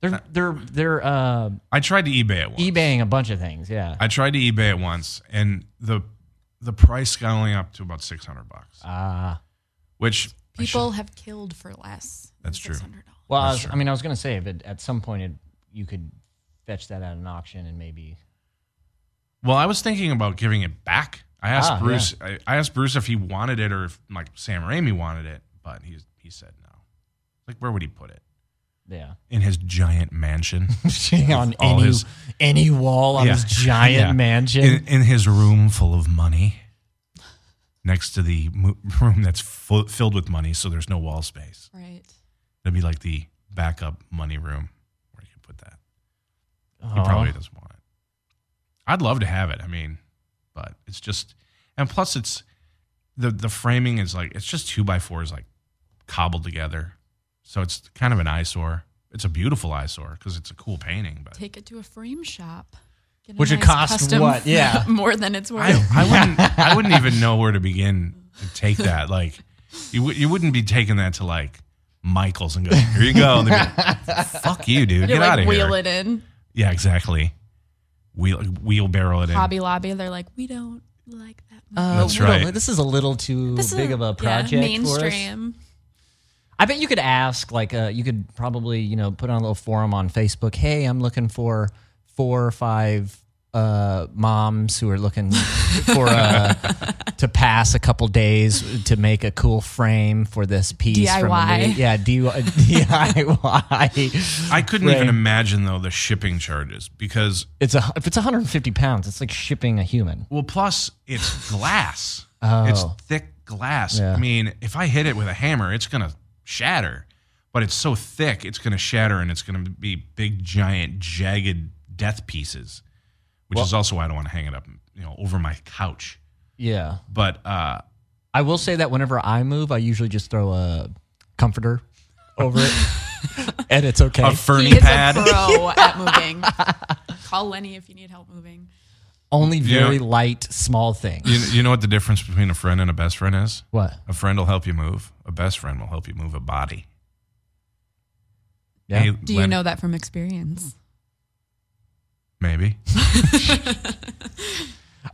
Speaker 2: they're they're they're uh,
Speaker 3: I tried to eBay it once.
Speaker 2: eBaying a bunch of things. Yeah.
Speaker 3: I tried to eBay it once and the the price got only up to about six hundred bucks.
Speaker 2: Ah.
Speaker 3: Which I should-
Speaker 4: People have killed for less. than
Speaker 3: That's true.
Speaker 4: $600.
Speaker 2: Well, I,
Speaker 3: That's
Speaker 2: was, I
Speaker 3: true.
Speaker 2: mean, I was going to say, but at some point, it, you could fetch that at an auction and maybe.
Speaker 3: Well, I was thinking about giving it back I asked
Speaker 2: Ah,
Speaker 3: Bruce. I, I asked Bruce if he wanted it or if like Sam Raimi wanted it, but he he said no. Like where would he put it?
Speaker 2: Yeah.
Speaker 3: In his giant mansion.
Speaker 2: on
Speaker 3: All
Speaker 2: any,
Speaker 3: his-
Speaker 2: any wall on
Speaker 3: Yeah.
Speaker 2: his giant
Speaker 3: Yeah.
Speaker 2: mansion.
Speaker 3: in, in his room full of money next to the mo- room that's fu- filled with money so there's no wall space
Speaker 4: Right.
Speaker 3: that'd be like the backup money room where you could put that he
Speaker 2: Aw.
Speaker 3: probably doesn't want it i'd love to have it i mean but it's just and plus it's the the framing is like it's just two by fours like cobbled together so it's kind of an eyesore it's a beautiful eyesore because it's a cool painting but
Speaker 4: Take it to a frame shop. Get a
Speaker 2: Which would cost
Speaker 4: custom
Speaker 2: what? Yeah.
Speaker 4: more than it's worth.
Speaker 3: I, I wouldn't. I wouldn't even know where to begin to take that. Like, you wou- you wouldn't be taking that to like Michaels and go, here you go. And they'd be like, Fuck you, dude.
Speaker 4: you
Speaker 3: Get
Speaker 4: like
Speaker 3: out of
Speaker 4: wheel
Speaker 3: here.
Speaker 4: it in.
Speaker 3: Yeah, exactly. Wheel wheelbarrow it in.
Speaker 4: Hobby Lobby. They're like, we don't like that. Much.
Speaker 2: Uh,
Speaker 3: That's
Speaker 2: we don't-
Speaker 3: right.
Speaker 2: This is a little too
Speaker 4: This is
Speaker 2: big of a project
Speaker 4: yeah,
Speaker 2: for us.
Speaker 4: mainstream.
Speaker 2: I bet you could ask, like, uh, you could probably, you know, put on a little forum on Facebook. Hey, I'm looking for four or five uh, moms who are looking for uh, to pass a couple days to make a cool frame for this piece. From the
Speaker 4: DIY.
Speaker 2: movie." yeah, DIY.
Speaker 3: I couldn't
Speaker 2: Right.
Speaker 3: even imagine though the shipping charges because
Speaker 2: it's a if it's 150 pounds, it's like shipping a human.
Speaker 3: well, plus it's glass.
Speaker 2: Oh.
Speaker 3: It's thick glass.
Speaker 2: Yeah.
Speaker 3: I mean, if I hit it with a hammer, it's gonna shatter. But it's so thick, it's gonna shatter, and it's gonna be big, giant, jagged death pieces. Which is also why I don't want to hang it up, you know, over my couch.
Speaker 2: Yeah.
Speaker 3: But uh,
Speaker 2: I will say that whenever I move, I usually just throw a comforter over it, and it's okay.
Speaker 3: a
Speaker 4: He
Speaker 3: ferny
Speaker 4: is
Speaker 3: pad.
Speaker 4: a pro at moving. Call Lenny if you need help moving.
Speaker 2: Only
Speaker 3: You know-
Speaker 2: very light, small things.
Speaker 3: you, you know what the difference between a friend and a best friend is?
Speaker 2: What?
Speaker 3: A friend will help you move. A best friend will help you move a body.
Speaker 2: Yeah.
Speaker 3: Hey,
Speaker 4: Do you
Speaker 3: Len-
Speaker 4: know that from experience?
Speaker 3: Maybe.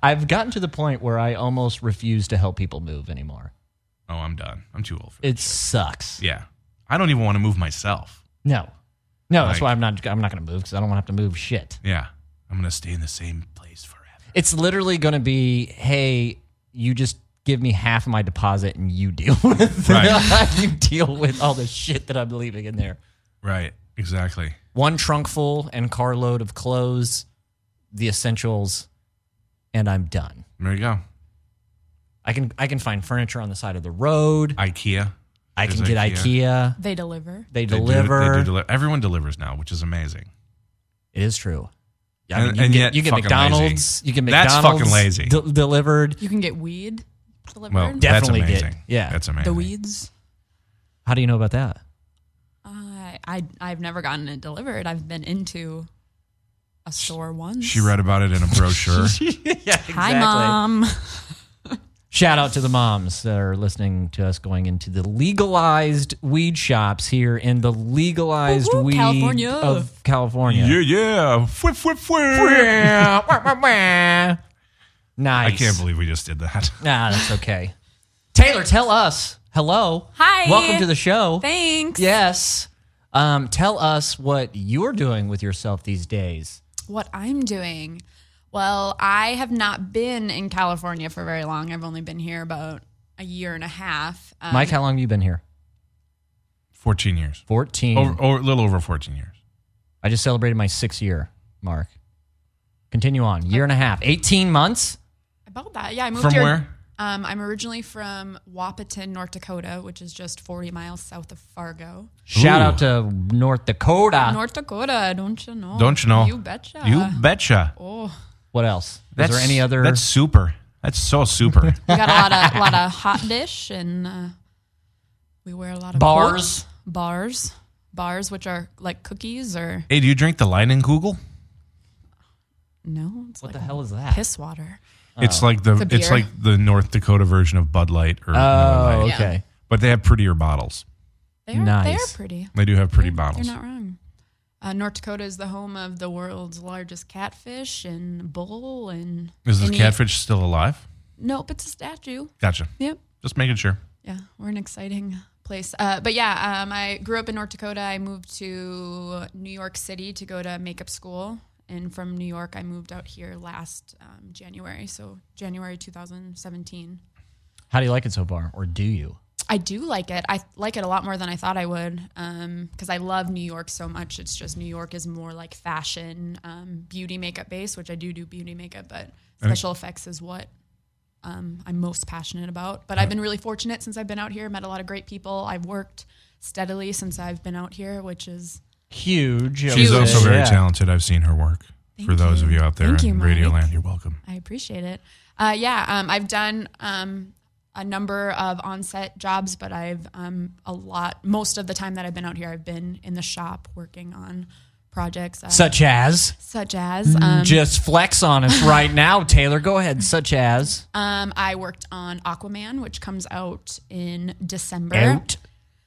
Speaker 2: I've gotten to the point where I almost refuse to help people move anymore.
Speaker 3: Oh, I'm done. I'm too old for
Speaker 2: It sucks.
Speaker 3: Yeah, I don't even want to move myself.
Speaker 2: No, no, that's
Speaker 3: Like-
Speaker 2: why I'm not. I'm not going to move because I don't want to have to move shit.
Speaker 3: Yeah. I'm going to stay in the same place forever.
Speaker 2: It's literally going to be, hey, you just give me half of my deposit and you deal with
Speaker 3: Right.
Speaker 2: you deal with all the shit that I'm leaving in there.
Speaker 3: Right. Exactly.
Speaker 2: One trunk full and carload of clothes, the essentials, and I'm done.
Speaker 3: There you go.
Speaker 2: I can I can find furniture on the side of the road.
Speaker 3: IKEA.
Speaker 2: I can
Speaker 3: There's
Speaker 2: get IKEA.
Speaker 4: They deliver.
Speaker 2: They
Speaker 3: They do-
Speaker 2: deliver.
Speaker 3: they do deli- everyone delivers now, which is amazing.
Speaker 2: It is true. Yeah,
Speaker 3: And-
Speaker 2: I mean, you
Speaker 3: and
Speaker 2: get,
Speaker 3: yet
Speaker 2: you get
Speaker 3: fucking
Speaker 2: McDonald's.
Speaker 3: lazy.
Speaker 2: You get
Speaker 3: That's
Speaker 2: McDonald's.
Speaker 3: fucking lazy.
Speaker 2: de- delivered.
Speaker 4: You can get weed delivered.
Speaker 3: Well,
Speaker 2: Definitely
Speaker 3: that's
Speaker 2: get-
Speaker 3: amazing.
Speaker 2: yeah.
Speaker 3: That's amazing.
Speaker 4: the weeds.
Speaker 2: How do you know about that?
Speaker 4: Uh, I I've never gotten it delivered. I've been into a store once.
Speaker 3: She read about it in a brochure.
Speaker 2: yeah, exactly.
Speaker 4: Hi, mom.
Speaker 2: Shout out to the moms that are listening to us going into the legalized weed shops here in the legalized
Speaker 4: Woo-hoo,
Speaker 2: weed
Speaker 4: California.
Speaker 2: of California.
Speaker 3: yeah. Flip, flip, flip. I
Speaker 2: nice.
Speaker 3: can't believe we just did that.
Speaker 2: Nah, that's okay. Taylor, tell us. Hello.
Speaker 4: Hi.
Speaker 2: Welcome to the show.
Speaker 4: Thanks.
Speaker 2: Yes. Um, tell us what you're doing with yourself these days.
Speaker 4: What I'm doing? Well, I have not been in California for very long. I've only been here about a year and a half. Um,
Speaker 2: Mike, how long have you been here?
Speaker 3: 14 years.
Speaker 2: 14.
Speaker 3: Over, or a little over 14 years.
Speaker 2: I just celebrated my six year mark. Continue on. Year and a half. 18 months?
Speaker 4: about that, yeah, I moved
Speaker 3: From
Speaker 4: here.
Speaker 3: where?
Speaker 4: Um, I'm originally from Wapaton, North Dakota, which is just 40 miles south of Fargo.
Speaker 2: Shout
Speaker 3: Ooh.
Speaker 2: out to North Dakota.
Speaker 4: North Dakota, don't you know?
Speaker 3: Don't you know?
Speaker 4: Oh, You betcha.
Speaker 3: You betcha.
Speaker 4: oh,
Speaker 2: what else? Is there any other?
Speaker 3: That's super. That's so super.
Speaker 4: we got a lot of lot of hot dish, and uh, we wear a lot of
Speaker 2: Bars?
Speaker 4: coats. bars, bars, which are like cookies or
Speaker 3: hey, do you drink the Lightning Kugel?
Speaker 4: no, it's
Speaker 2: what
Speaker 4: like
Speaker 2: the hell is that?
Speaker 4: piss water.
Speaker 3: It's like the
Speaker 4: It's a
Speaker 3: it's
Speaker 4: beer.
Speaker 3: like the North Dakota version of Bud Light or Miller
Speaker 2: Oh,
Speaker 3: Lite.
Speaker 2: okay.
Speaker 3: but they have prettier bottles.
Speaker 4: They are they
Speaker 2: Nice.
Speaker 4: are pretty.
Speaker 3: They do have pretty
Speaker 4: You're-
Speaker 3: bottles.
Speaker 4: You're not wrong. Uh, North Dakota is the home of the world's largest catfish and bull and
Speaker 3: Is this
Speaker 4: any-
Speaker 3: catfish still alive?
Speaker 4: Nope, it's a statue.
Speaker 3: Gotcha.
Speaker 4: Yep.
Speaker 3: Just making sure.
Speaker 4: Yeah, we're an exciting place. Uh, but yeah, um, I grew up in North Dakota. I moved to New York City to go to makeup school And from New York, I moved out here last um, January, so January 2017.
Speaker 2: How do you like it so far, or do you?
Speaker 4: I do like it. I like it a lot more than I thought I would because I love New York so much. It's just New York is more like fashion, um, beauty makeup based, which I do do beauty makeup, but special effects is what um, I'm most passionate about. But I've been really fortunate since I've been out here, met a lot of great people. I've worked steadily since I've been out here, which is
Speaker 2: Huge. I
Speaker 3: She's
Speaker 2: would
Speaker 3: also
Speaker 2: say.
Speaker 3: very
Speaker 2: Yeah.
Speaker 3: talented. I've seen her work. for those of you out there
Speaker 4: Thank you,
Speaker 3: in Radio
Speaker 4: Mike.
Speaker 3: Land, you're welcome.
Speaker 4: I appreciate it. Uh, yeah, um, I've done um, a number of on-set jobs, but I've um, a lot. Most of the time that I've been out here, I've been in the shop working on projects uh,
Speaker 2: Such as.
Speaker 4: such as um,
Speaker 2: Just flex on us right now, Taylor. Go ahead. Such as.
Speaker 4: um, I worked on Aquaman, which comes out in December.
Speaker 2: Out.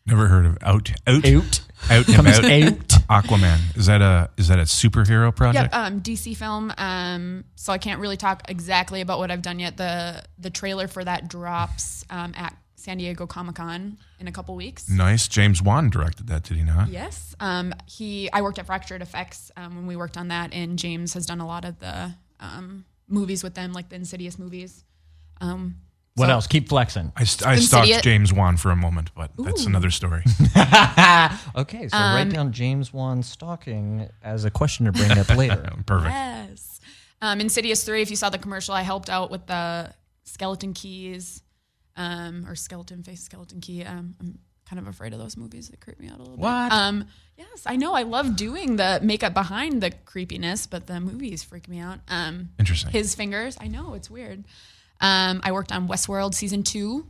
Speaker 3: Never heard of out out
Speaker 2: Out.
Speaker 3: out and
Speaker 2: Comes
Speaker 3: about.
Speaker 2: out.
Speaker 3: Aquaman is that a is that a superhero project?
Speaker 4: Yep, um, DC film. Um, so I can't really talk exactly about what I've done yet. the The trailer for that drops um, at San Diego Comic Con in a couple weeks.
Speaker 3: Nice. James Wan directed that, did he not?
Speaker 4: Yes. Um, he, I worked at Fractured Effects um, when we worked on that, and James has done a lot of the um, movies with them, like the Insidious movies.
Speaker 2: What else? Keep flexing.
Speaker 3: I, st- I stalked
Speaker 4: Insidious-
Speaker 3: James Wan for a moment, but that's another story.
Speaker 2: Okay, so
Speaker 4: Um,
Speaker 2: write down James Wan stalking as a question to bring up later.
Speaker 3: Perfect.
Speaker 4: Yes. Um, Insidious 3, if you saw the commercial, I helped out with the skeleton keys um, or skeleton face, skeleton key. Um, I'm kind of afraid of those movies. They creep me out a little
Speaker 3: What?
Speaker 4: bit. Um, yes, I know. I love doing the makeup behind the creepiness, but the movies freak me out. Um,
Speaker 3: Interesting.
Speaker 4: his fingers. I know it's weird. Um, I worked on Westworld season two.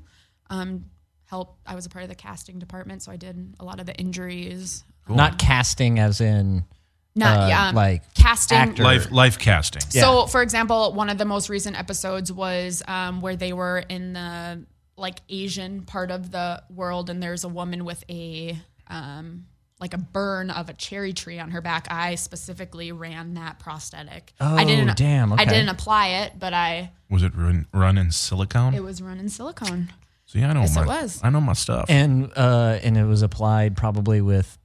Speaker 4: Um, help. I was a part of the casting department, so I did a lot of the injuries.
Speaker 2: Not casting as in
Speaker 4: Not
Speaker 2: Uh,
Speaker 4: yeah, um,
Speaker 2: like
Speaker 4: casting.
Speaker 2: actor.
Speaker 3: life life casting.
Speaker 4: So, for example, one of the most recent episodes was um, where they were in the like Asian part of the world, and there's a woman with a um, like a burn of a cherry tree on her back. I specifically ran that prosthetic. I
Speaker 2: Oh,
Speaker 4: didn't.
Speaker 2: damn,
Speaker 4: I
Speaker 2: okay.
Speaker 4: didn't apply it, but I
Speaker 3: Was it run, run in silicone?
Speaker 4: it was run in silicone.
Speaker 3: See, I know
Speaker 4: Yes,
Speaker 3: my
Speaker 4: it was.
Speaker 3: I know my stuff.
Speaker 2: and uh, and it was applied probably with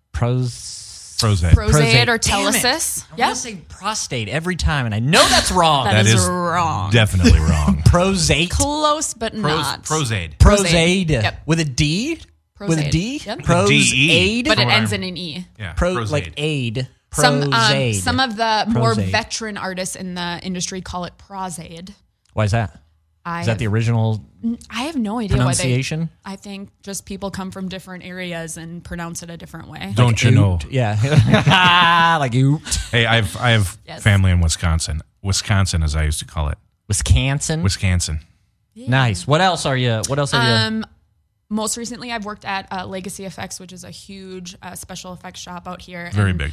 Speaker 2: pros.
Speaker 3: Prozac.
Speaker 4: Prosate or
Speaker 2: Damn it.
Speaker 4: telesis.
Speaker 2: I
Speaker 4: Yes.
Speaker 2: want to say prostate every time, and I know that's wrong.
Speaker 4: That
Speaker 3: that
Speaker 4: is
Speaker 3: is,
Speaker 4: wrong.
Speaker 3: Definitely wrong.
Speaker 2: prosate,
Speaker 4: Close, but
Speaker 3: Pros,
Speaker 4: not.
Speaker 3: prosade.
Speaker 2: prosade
Speaker 4: Yep.
Speaker 2: with a D, with a
Speaker 4: Prosade.
Speaker 2: D,
Speaker 4: Yep.
Speaker 2: prosade,
Speaker 4: But it
Speaker 3: From what
Speaker 4: ends
Speaker 3: I'm-
Speaker 4: in an E.
Speaker 3: Yeah.
Speaker 2: pro
Speaker 3: prosade.
Speaker 2: like aid,
Speaker 4: Some, um,
Speaker 2: prosade.
Speaker 4: some of the more
Speaker 2: Prosade.
Speaker 4: veteran artists in the industry call it prosade.
Speaker 2: Why is that?
Speaker 4: I
Speaker 2: Is that the original
Speaker 4: I have no idea why they.
Speaker 2: pronunciation?
Speaker 4: I think just people come from different areas and pronounce it a different way.
Speaker 3: Don't you know?
Speaker 2: Oot. Yeah, like oot.
Speaker 3: Hey, I've I have
Speaker 4: Yes.
Speaker 3: family in Wisconsin. Wisconsin, as I used to call it,
Speaker 2: Wisconsin.
Speaker 3: Wisconsin.
Speaker 2: Nice. What else are you? What else are you?
Speaker 4: Um, most recently, I've worked at uh, Legacy Effects, which is a huge uh, special effects shop out here.
Speaker 3: Very
Speaker 4: and
Speaker 3: big.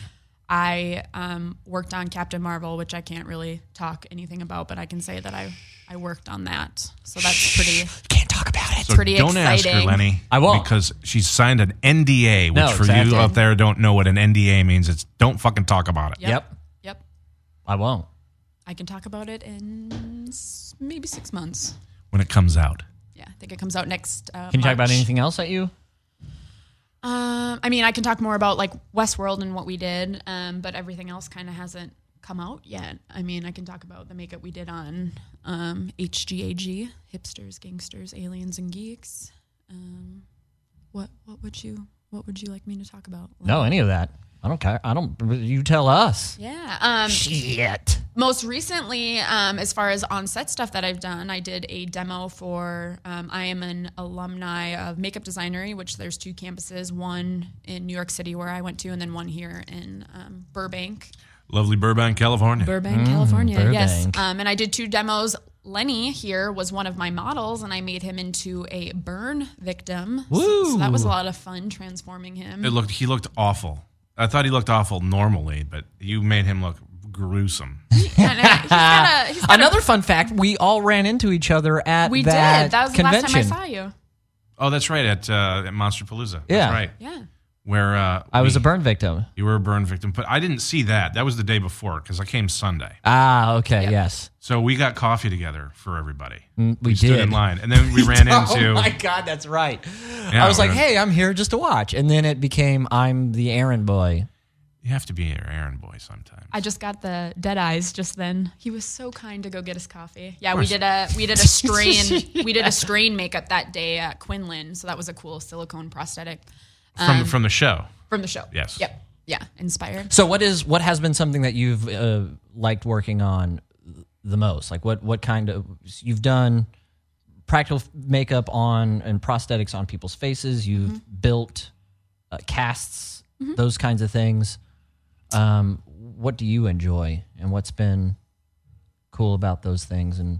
Speaker 4: I um, worked on Captain Marvel, which I can't really talk anything about, but I can say that I I worked on that, so that's pretty.
Speaker 2: Can't talk about it.
Speaker 3: So
Speaker 4: pretty
Speaker 3: don't ask her,
Speaker 4: exciting.
Speaker 3: Lenny.
Speaker 2: I won't.
Speaker 3: because she's signed an NDA, which
Speaker 2: No,
Speaker 3: for
Speaker 2: exactly.
Speaker 3: you out there don't know what an NDA means. It's don't fucking talk about it.
Speaker 4: Yep.
Speaker 2: Yep.
Speaker 4: Yep.
Speaker 2: I won't.
Speaker 4: I can talk about it in s- maybe six months.
Speaker 3: when it comes out.
Speaker 4: Yeah, I think it comes out next. Uh,
Speaker 2: Can you talk about
Speaker 4: March.
Speaker 2: anything else at you?
Speaker 4: Um, I mean, I can talk more about like Westworld and what we did, um, but everything else kind of hasn't come out yet. I mean, I can talk about the makeup we did on um, HGAG, hipsters, gangsters, aliens, and geeks. Um, what what would you what would you like me to talk about?
Speaker 2: No, any of that. I don't care. I don't. You tell us.
Speaker 4: Yeah. Um,
Speaker 2: Shit.
Speaker 4: most recently, um, as far as on set stuff that I've done, I did a demo for. Um, I am an alumni of Makeup Designery, which there's two campuses, one in New York City where I went to, and then one here in um, Burbank,
Speaker 3: Lovely Burbank, California.
Speaker 4: Burbank, California. Yes.
Speaker 2: Mm, Burbank.
Speaker 4: Um, and I did two demos. Lenny here was one of my models, and I made him into a burn victim. So- So, that was a lot of fun transforming him.
Speaker 3: it looked he looked awful. I thought he looked awful normally, but you made him look gruesome.
Speaker 4: And I- he's got a- he's got a-
Speaker 2: Another fun fact: we all ran into each other at
Speaker 4: we
Speaker 2: that
Speaker 4: did. That was the
Speaker 2: convention.
Speaker 4: last time I saw you.
Speaker 3: oh, that's right at uh, at Monster Palooza.
Speaker 2: Yeah.
Speaker 3: that's right.
Speaker 4: Yeah.
Speaker 3: Where uh,
Speaker 2: I was
Speaker 3: we-
Speaker 2: a burn victim.
Speaker 3: you were a burn victim, but I didn't see that. That was the day before because I came Sunday.
Speaker 2: Ah, okay, yes,
Speaker 3: So we got coffee together for everybody.
Speaker 2: Mm, we,
Speaker 3: Stood
Speaker 2: did.
Speaker 3: in line, and then we ran into.
Speaker 2: Oh my god, that's right.
Speaker 3: Yeah,
Speaker 2: I was like,
Speaker 3: we-
Speaker 2: "Hey, I'm here just to watch," and then it became, "I'm the errand boy."
Speaker 3: You have to be your errand boy sometimes.
Speaker 4: I just got the dead eyes just then. He was so kind to go get us coffee. Yeah, we did a we did a strain we did a strain makeup that day at Quinlan, so that was a cool silicone prosthetic
Speaker 3: from from the show.
Speaker 4: from the show.
Speaker 3: Yes.
Speaker 4: Yep. Yeah. Inspired.
Speaker 2: So what is what has been something that you've uh, liked working on the most? Like what what kind of you've done practical f- makeup on and prosthetics on people's faces. You've built uh, casts, those kinds of things. Um, what do you enjoy, and what's been cool about those things? And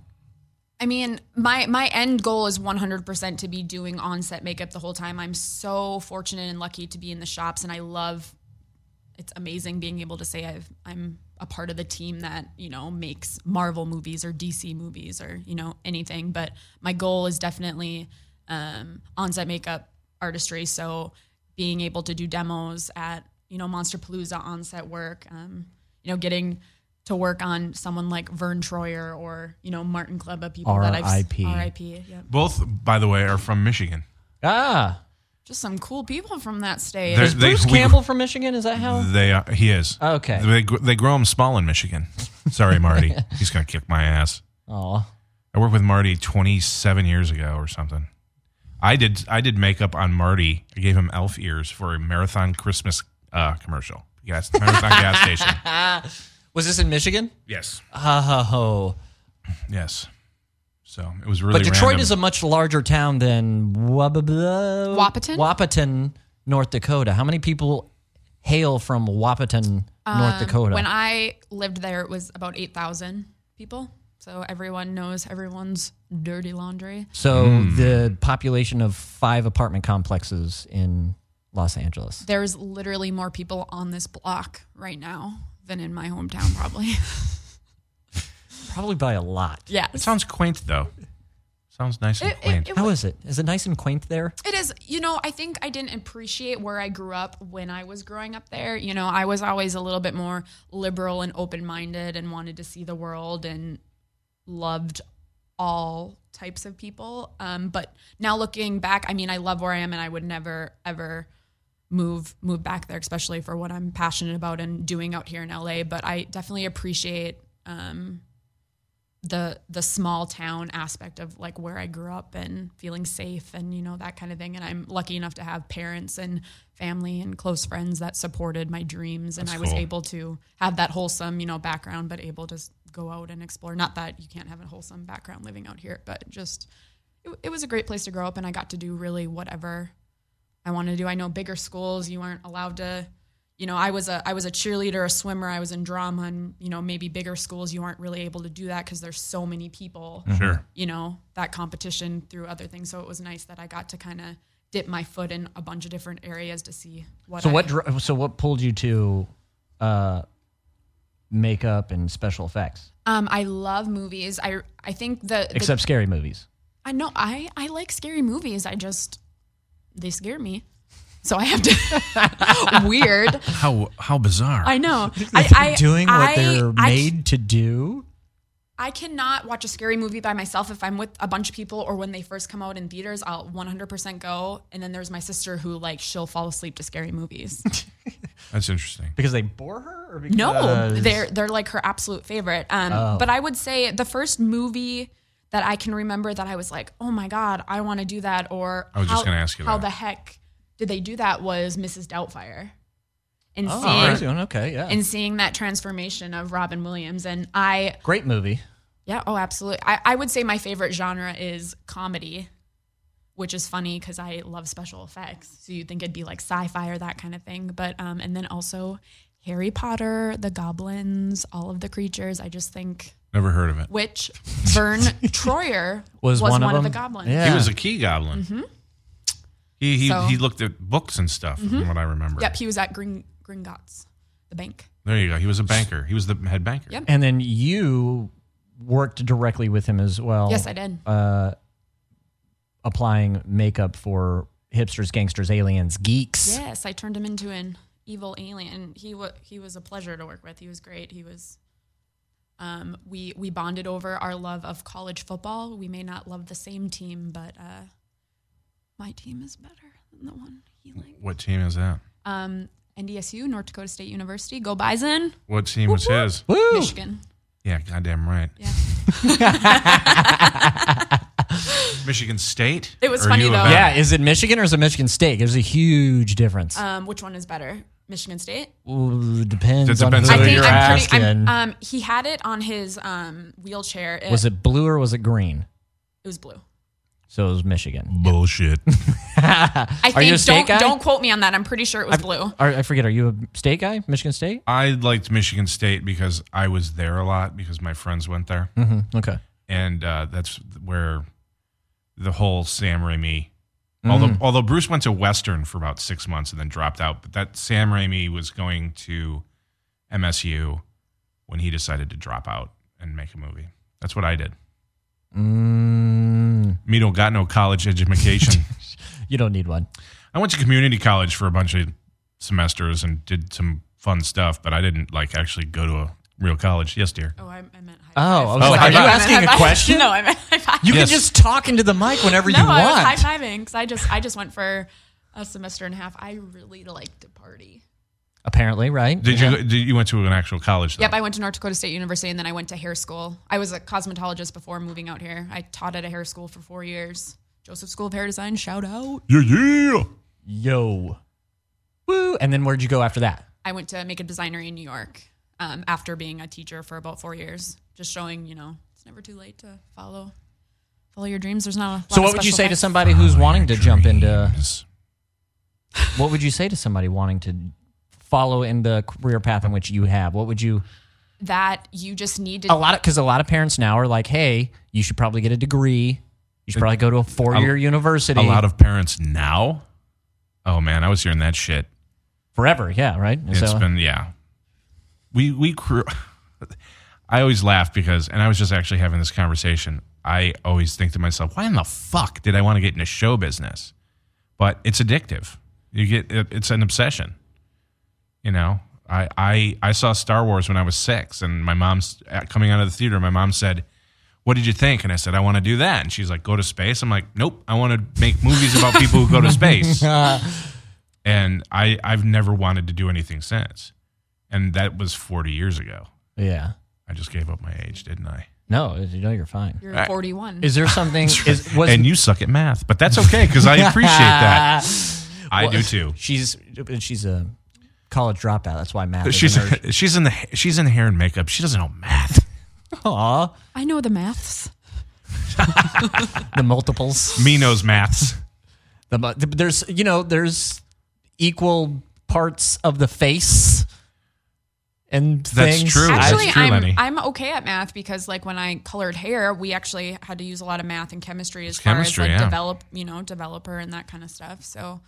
Speaker 4: I mean, my my end goal is 100% to be doing on-set makeup the whole time. I'm so fortunate and lucky to be in the shops and I love it's amazing being able to say I've I'm a part of the team that, you know, makes Marvel movies or DC movies or, you know, anything, but my goal is definitely um on-set makeup artistry, so being able to do demos at, you know, Monster Palooza on-set work, um, you know, getting to work on someone like Vern Troyer or, you know, Martin Kleba people that I've
Speaker 2: R.I.P..
Speaker 4: R.I.P. Yep.
Speaker 3: Both, by the way, are from Michigan.
Speaker 2: ah,
Speaker 4: Just some cool people from that stage.
Speaker 3: There's- They-
Speaker 2: Bruce
Speaker 3: we-
Speaker 2: Campbell from Michigan is that how?
Speaker 3: They are, he is
Speaker 2: Okay.
Speaker 3: They gr- they grow them small in Michigan. Sorry, Marty. He's gonna kick my ass.
Speaker 2: Oh,
Speaker 3: I worked with Marty 27 years ago or something. I did I did makeup on Marty. I gave him elf ears for a marathon Christmas uh, commercial. Yes, marathon gas station.
Speaker 2: Ah, was this in Michigan?
Speaker 3: Yes,
Speaker 2: Oh.
Speaker 3: yes. So it was really.
Speaker 2: But Detroit
Speaker 3: random.
Speaker 2: is a much larger town than Wababla-
Speaker 4: Wapiton?
Speaker 2: Wapiton, North Dakota. How many people hail from Wapiton, North Dakota?
Speaker 4: Um, When I lived there, it was about 8,000 people. So everyone knows everyone's dirty laundry.
Speaker 2: so
Speaker 3: Hmm.
Speaker 2: the population of five apartment complexes in Los Angeles.
Speaker 4: There's literally more people on this block right now than in my hometown, probably.
Speaker 2: Probably by a lot.
Speaker 4: yeah.
Speaker 3: It sounds quaint though. Sounds nice and
Speaker 4: It- it-
Speaker 3: quaint.
Speaker 4: it
Speaker 2: How is it? Is it nice and quaint there?
Speaker 4: It is, you know, I think I didn't appreciate where I grew up when I was growing up there. You know, I was always a little bit more liberal and open minded and wanted to see the world and loved all types of people. Um, but now looking back, I mean, I love where I am and I would never, ever move move back there especially for what i'm passionate about and doing out here in la but i definitely appreciate um, the the small town aspect of like where I grew up and feeling safe and you know that kind of thing. And I'm lucky enough to have parents and family and close friends that supported my dreams, and I was
Speaker 3: cool.
Speaker 4: able to have that wholesome you know background, but able to s- go out and explore. Not that you can't have a wholesome background living out here, but just it, it was a great place to grow up, and I got to do really whatever I wanted to do. I know bigger schools you aren't allowed to. You know, I was a I was a cheerleader, a swimmer. I was in drama, and you know maybe bigger schools you aren't really able to do that because there's so many people.
Speaker 2: Mm-hmm.
Speaker 3: sure.
Speaker 4: You know that competition through other things. So it was nice that I got to kind of dip my foot in a bunch of different areas to see what.
Speaker 2: So
Speaker 4: I-
Speaker 2: what? dr- So what pulled you to uh, makeup and special effects,
Speaker 4: Um, I love movies. I I think the, the
Speaker 2: except scary movies?
Speaker 4: I know I I like scary movies. I just they scare me, so I have to weird.
Speaker 3: How how bizarre.
Speaker 4: I know. I, I I- I
Speaker 2: to do.
Speaker 4: I cannot watch a scary movie by myself if I'm with a bunch of people or when they first come out in theaters, I'll 100% go. And then there's my sister who like she'll fall asleep to scary movies.
Speaker 3: That's interesting.
Speaker 2: Because they bore her, or because
Speaker 4: no, they're they're like her absolute favorite. Um,
Speaker 2: Oh.
Speaker 4: but I would say the first movie that I can remember that I was like, "Oh my god, I want to do that," or
Speaker 3: I was just gonna ask you
Speaker 4: how
Speaker 3: that.
Speaker 4: the heck did they do that?" Was Mrs. Doubtfire and
Speaker 2: Oh,
Speaker 4: seeing
Speaker 2: crazy one. Okay, yeah.
Speaker 4: and seeing that transformation of Robin Williams and I
Speaker 2: Great movie.
Speaker 4: Yeah. Oh, absolutely. I, I would say my favorite genre is comedy, which is funny because I love special effects. So you'd think it'd be like sci-fi or that kind of thing. But um, and then also Harry Potter, the goblins, all of the creatures. I just think
Speaker 3: Never heard of it.
Speaker 4: which Vern Troyer
Speaker 2: Was one of
Speaker 4: of, the
Speaker 2: them?
Speaker 4: goblins.
Speaker 2: Yeah.
Speaker 3: He was a key goblin. He he,
Speaker 4: So-
Speaker 3: he looked at books and stuff, from what I remember.
Speaker 4: Yep. He was at Gring Gringotts, the bank.
Speaker 3: There you go. He was a banker. He was the head banker.
Speaker 4: Yep.
Speaker 2: And then you worked directly with him as well.
Speaker 4: Yes, I did.
Speaker 2: Applying makeup for hipsters, gangsters, aliens, geeks.
Speaker 4: Yes, I turned him into an evil alien. He was he was a pleasure to work with. He was great. He was. Um, we we bonded over our love of college football. We may not love the same team, but uh, my team is better than the one he liked.
Speaker 3: What team is that?
Speaker 4: Um, NDSU, North Dakota State University. Go Bison,
Speaker 3: What team was his?
Speaker 2: Woo!
Speaker 4: Michigan.
Speaker 3: Yeah, goddamn right.
Speaker 4: Yeah.
Speaker 3: Michigan State.
Speaker 4: It was
Speaker 3: Or
Speaker 4: funny,
Speaker 3: U of
Speaker 4: though.
Speaker 3: M?
Speaker 2: Yeah, is it Michigan or is it Michigan State? There's a huge difference.
Speaker 4: Um, which one is better? Michigan State.
Speaker 2: Ooh, depends.
Speaker 3: It
Speaker 2: on
Speaker 3: depends
Speaker 2: who
Speaker 3: on who
Speaker 2: you're
Speaker 3: you're
Speaker 4: I'm
Speaker 2: asking.
Speaker 4: I'm- um, he had it on his um, wheelchair. It
Speaker 2: was
Speaker 4: was,
Speaker 2: it blue or was it green?
Speaker 4: it was blue.
Speaker 2: So it was Michigan.
Speaker 3: Bullshit.
Speaker 4: I
Speaker 2: Are
Speaker 4: think
Speaker 2: you a state
Speaker 4: don't
Speaker 2: guy?
Speaker 4: don't quote me on that. I'm pretty sure it was blue.
Speaker 2: Are, I forget. Are you a state guy? Michigan State?
Speaker 3: I liked Michigan State because I was there a lot because my friends went there,
Speaker 2: Mm-hmm. Okay.
Speaker 3: and uh, that's where the whole Sam Raimi. Although although Bruce went to Western for about six months and then dropped out, but that Sam Raimi was going to MSU when he decided to drop out and make a movie. That's what I did.
Speaker 2: Mm,
Speaker 3: Me don't got no college education.
Speaker 2: you don't need one.
Speaker 3: I went to community college for a bunch of semesters and did some fun stuff, but I didn't like actually go to a real college. Yes, dear.
Speaker 4: Oh, I, I meant high
Speaker 2: Oh, I was
Speaker 3: Oh,
Speaker 2: like,
Speaker 3: high
Speaker 2: are you
Speaker 3: five.
Speaker 2: asking a question?
Speaker 4: No, I meant high five.
Speaker 2: You
Speaker 3: Yes.
Speaker 2: can just talk into the mic whenever
Speaker 4: no,
Speaker 2: you
Speaker 4: I
Speaker 2: want.
Speaker 4: was high fiving because I just I just went for a semester and a half. I really liked to party.
Speaker 2: Apparently, right?
Speaker 3: Did you? Did, you went to an actual college? Though?
Speaker 4: Yep, I went to North Dakota State University and then I went to hair school. I was a cosmetologist before moving out here. I taught at a hair school for four years. Joseph School of Hair Design, shout out.
Speaker 3: Yeah, yeah.
Speaker 2: Yo. Woo. And then where'd you go after that?
Speaker 4: I went to make a designer in New York um, after being a teacher for about four years, just showing you know it's never too late to follow follow your dreams. There's not. A lot
Speaker 2: So,
Speaker 4: of
Speaker 2: what would you
Speaker 4: special
Speaker 2: say to
Speaker 4: effects.
Speaker 2: somebody who's wanting to jump into?
Speaker 3: Yes.
Speaker 2: What would you say to somebody wanting to follow in the career path in which you have? What would you?
Speaker 4: that you just need to
Speaker 2: A lot of because a lot of parents now are like, "Hey, you should probably get a degree. You should probably go to a four-year university."
Speaker 3: A lot of parents now. Oh man, I was hearing that shit.
Speaker 2: forever, yeah, right.
Speaker 3: It's been yeah. We we crew. I always laugh because, and I was just actually having this conversation. I always think to myself, why in the fuck did I want to get into show business? But it's addictive. You get it, it's an obsession. You know, I I I saw Star Wars when I was six, and my mom's coming out of the theater. My mom said. What did you think? And I said, I want to do that. And she's like, go to space. I'm like, nope, I want to make movies about people who go to space and I I've never wanted to do anything since, and that was 40 years ago.
Speaker 2: yeah.
Speaker 3: I just gave up my age, didn't I?
Speaker 2: No, you know you're fine.
Speaker 4: you're 41.
Speaker 2: Is there something? is, was
Speaker 3: and you suck at math, but that's okay because I appreciate that. I do too.
Speaker 2: Uh, She's uh, she's a college dropout. That's why math.
Speaker 3: She's
Speaker 2: She's
Speaker 3: she's in the she's in hair and makeup. She doesn't know math.
Speaker 2: aw
Speaker 4: I know the maths.
Speaker 2: the multiples.
Speaker 3: Me knows maths.
Speaker 2: The mu- th- there's you know there's equal parts of the face and
Speaker 3: That's
Speaker 2: things.
Speaker 3: true. Oh, That's
Speaker 4: Actually,
Speaker 3: true,
Speaker 4: I'm
Speaker 3: Lenny.
Speaker 4: I'm okay at math because like when I colored hair, we actually had to use a lot of math and chemistry as
Speaker 3: It's
Speaker 4: far
Speaker 3: chemistry,
Speaker 4: as like
Speaker 3: yeah.
Speaker 4: develop, you know, developer and that kind of stuff. So,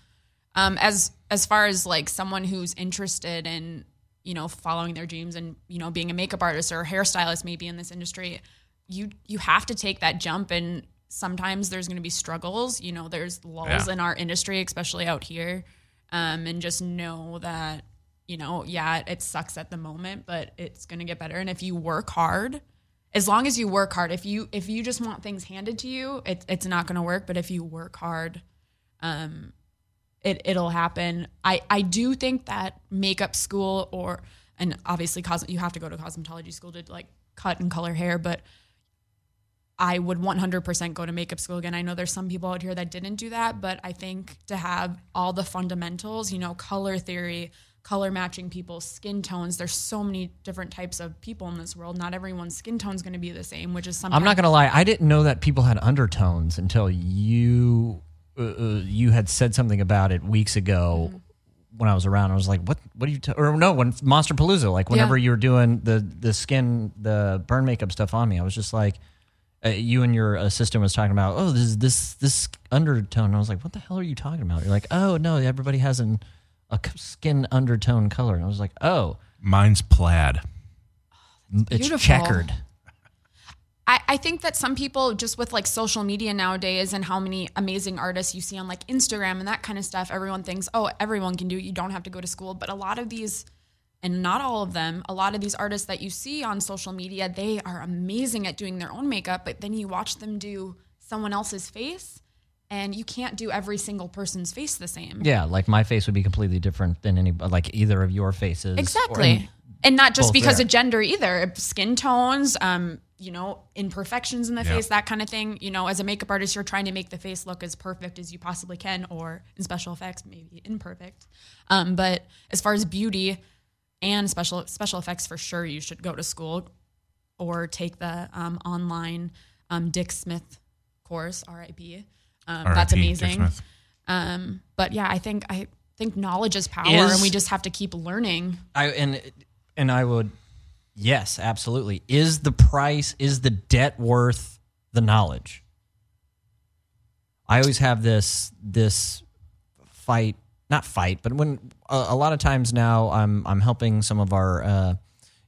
Speaker 4: um, as as far as like someone who's interested in you know following their dreams and you know being a makeup artist or a hairstylist maybe in this industry, you you have to take that jump and sometimes there's going to be struggles. You know, there's lulls
Speaker 3: Yeah.
Speaker 4: in our industry, especially out here, um, and just know that you know, yeah, it, it sucks at the moment, but it's going to get better. And if you work hard, as long as you work hard, if you if you just want things handed to you, it, it's not going to work. But if you work hard, um, it it'll happen. I I do think that makeup school or and obviously cos you have to go to cosmetology school to like cut and color hair, but I would 100% go to makeup school again. I know there's some people out here that didn't do that, but I think to have all the fundamentals, you know, color theory, color matching people, skin tones, there's so many different types of people in this world. Not everyone's skin tone's going to be the same, which is something
Speaker 2: I'm not gonna lie. I didn't know that people had undertones until you uh, uh, you had said something about it weeks ago. When I was around, I was like, "What? What are you?" T-? Or no, when Monster Palooza, like whenever you were doing the the skin, the burn makeup stuff on me, I was just like, uh, "You and your assistant was talking about, oh, this is this this undertone." And I was like, "What the hell are you talking about?" You're like, "Oh no, everybody has an a c- skin undertone color," and I was like, "Oh,
Speaker 3: Mine's plaid.
Speaker 2: it's
Speaker 4: Beautiful.
Speaker 2: checkered."
Speaker 4: I, I think that some people just with like social media nowadays and how many amazing artists you see on like Instagram and that kind of stuff, everyone thinks, oh, everyone can do it. You don't have to go to school. But a lot of these, and not all of them, a lot of these artists that you see on social media, they are amazing at doing their own makeup. But then you watch them do someone else's face and you can't do every single person's face the same.
Speaker 2: Yeah, like my face would be completely different than any, like either of your faces. or-
Speaker 4: Exactly. And not just
Speaker 2: both
Speaker 4: because
Speaker 2: there.
Speaker 4: of gender either. Skin tones, um, you know, imperfections in the
Speaker 3: Yeah.
Speaker 4: face, that kind of thing. You know, as a makeup artist, you're trying to make the face look as perfect as you possibly can, or in special effects, maybe imperfect. Um, but as far as beauty and special special effects, for sure, you should go to school or take the um, online um, Dick Smith course, RIP. Um, that's
Speaker 3: R.I.P. Dick
Speaker 4: amazing.
Speaker 3: Smith.
Speaker 4: Um, but yeah, I think I think knowledge is power,
Speaker 2: Is-
Speaker 4: and we just have to keep learning.
Speaker 2: I and and I would yes, absolutely. Is the price is the debt worth the knowledge? I always have this this fight, not fight, but when a, a lot of times now I'm I'm helping some of our uh,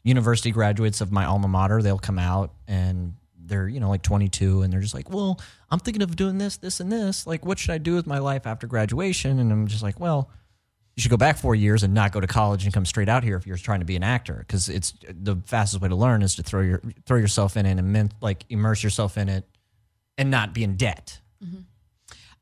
Speaker 2: university graduates of my alma mater. They'll come out and they're you know like 22 and they're just like, well, I'm thinking of doing this, this, and this. Like, what should I do with my life after graduation? And I'm just like, well, you should go back four years and not go to college and come straight out here if you're trying to be an actor because it's the fastest way to learn is to throw your throw yourself in it and men- like immerse yourself in it and not be in debt.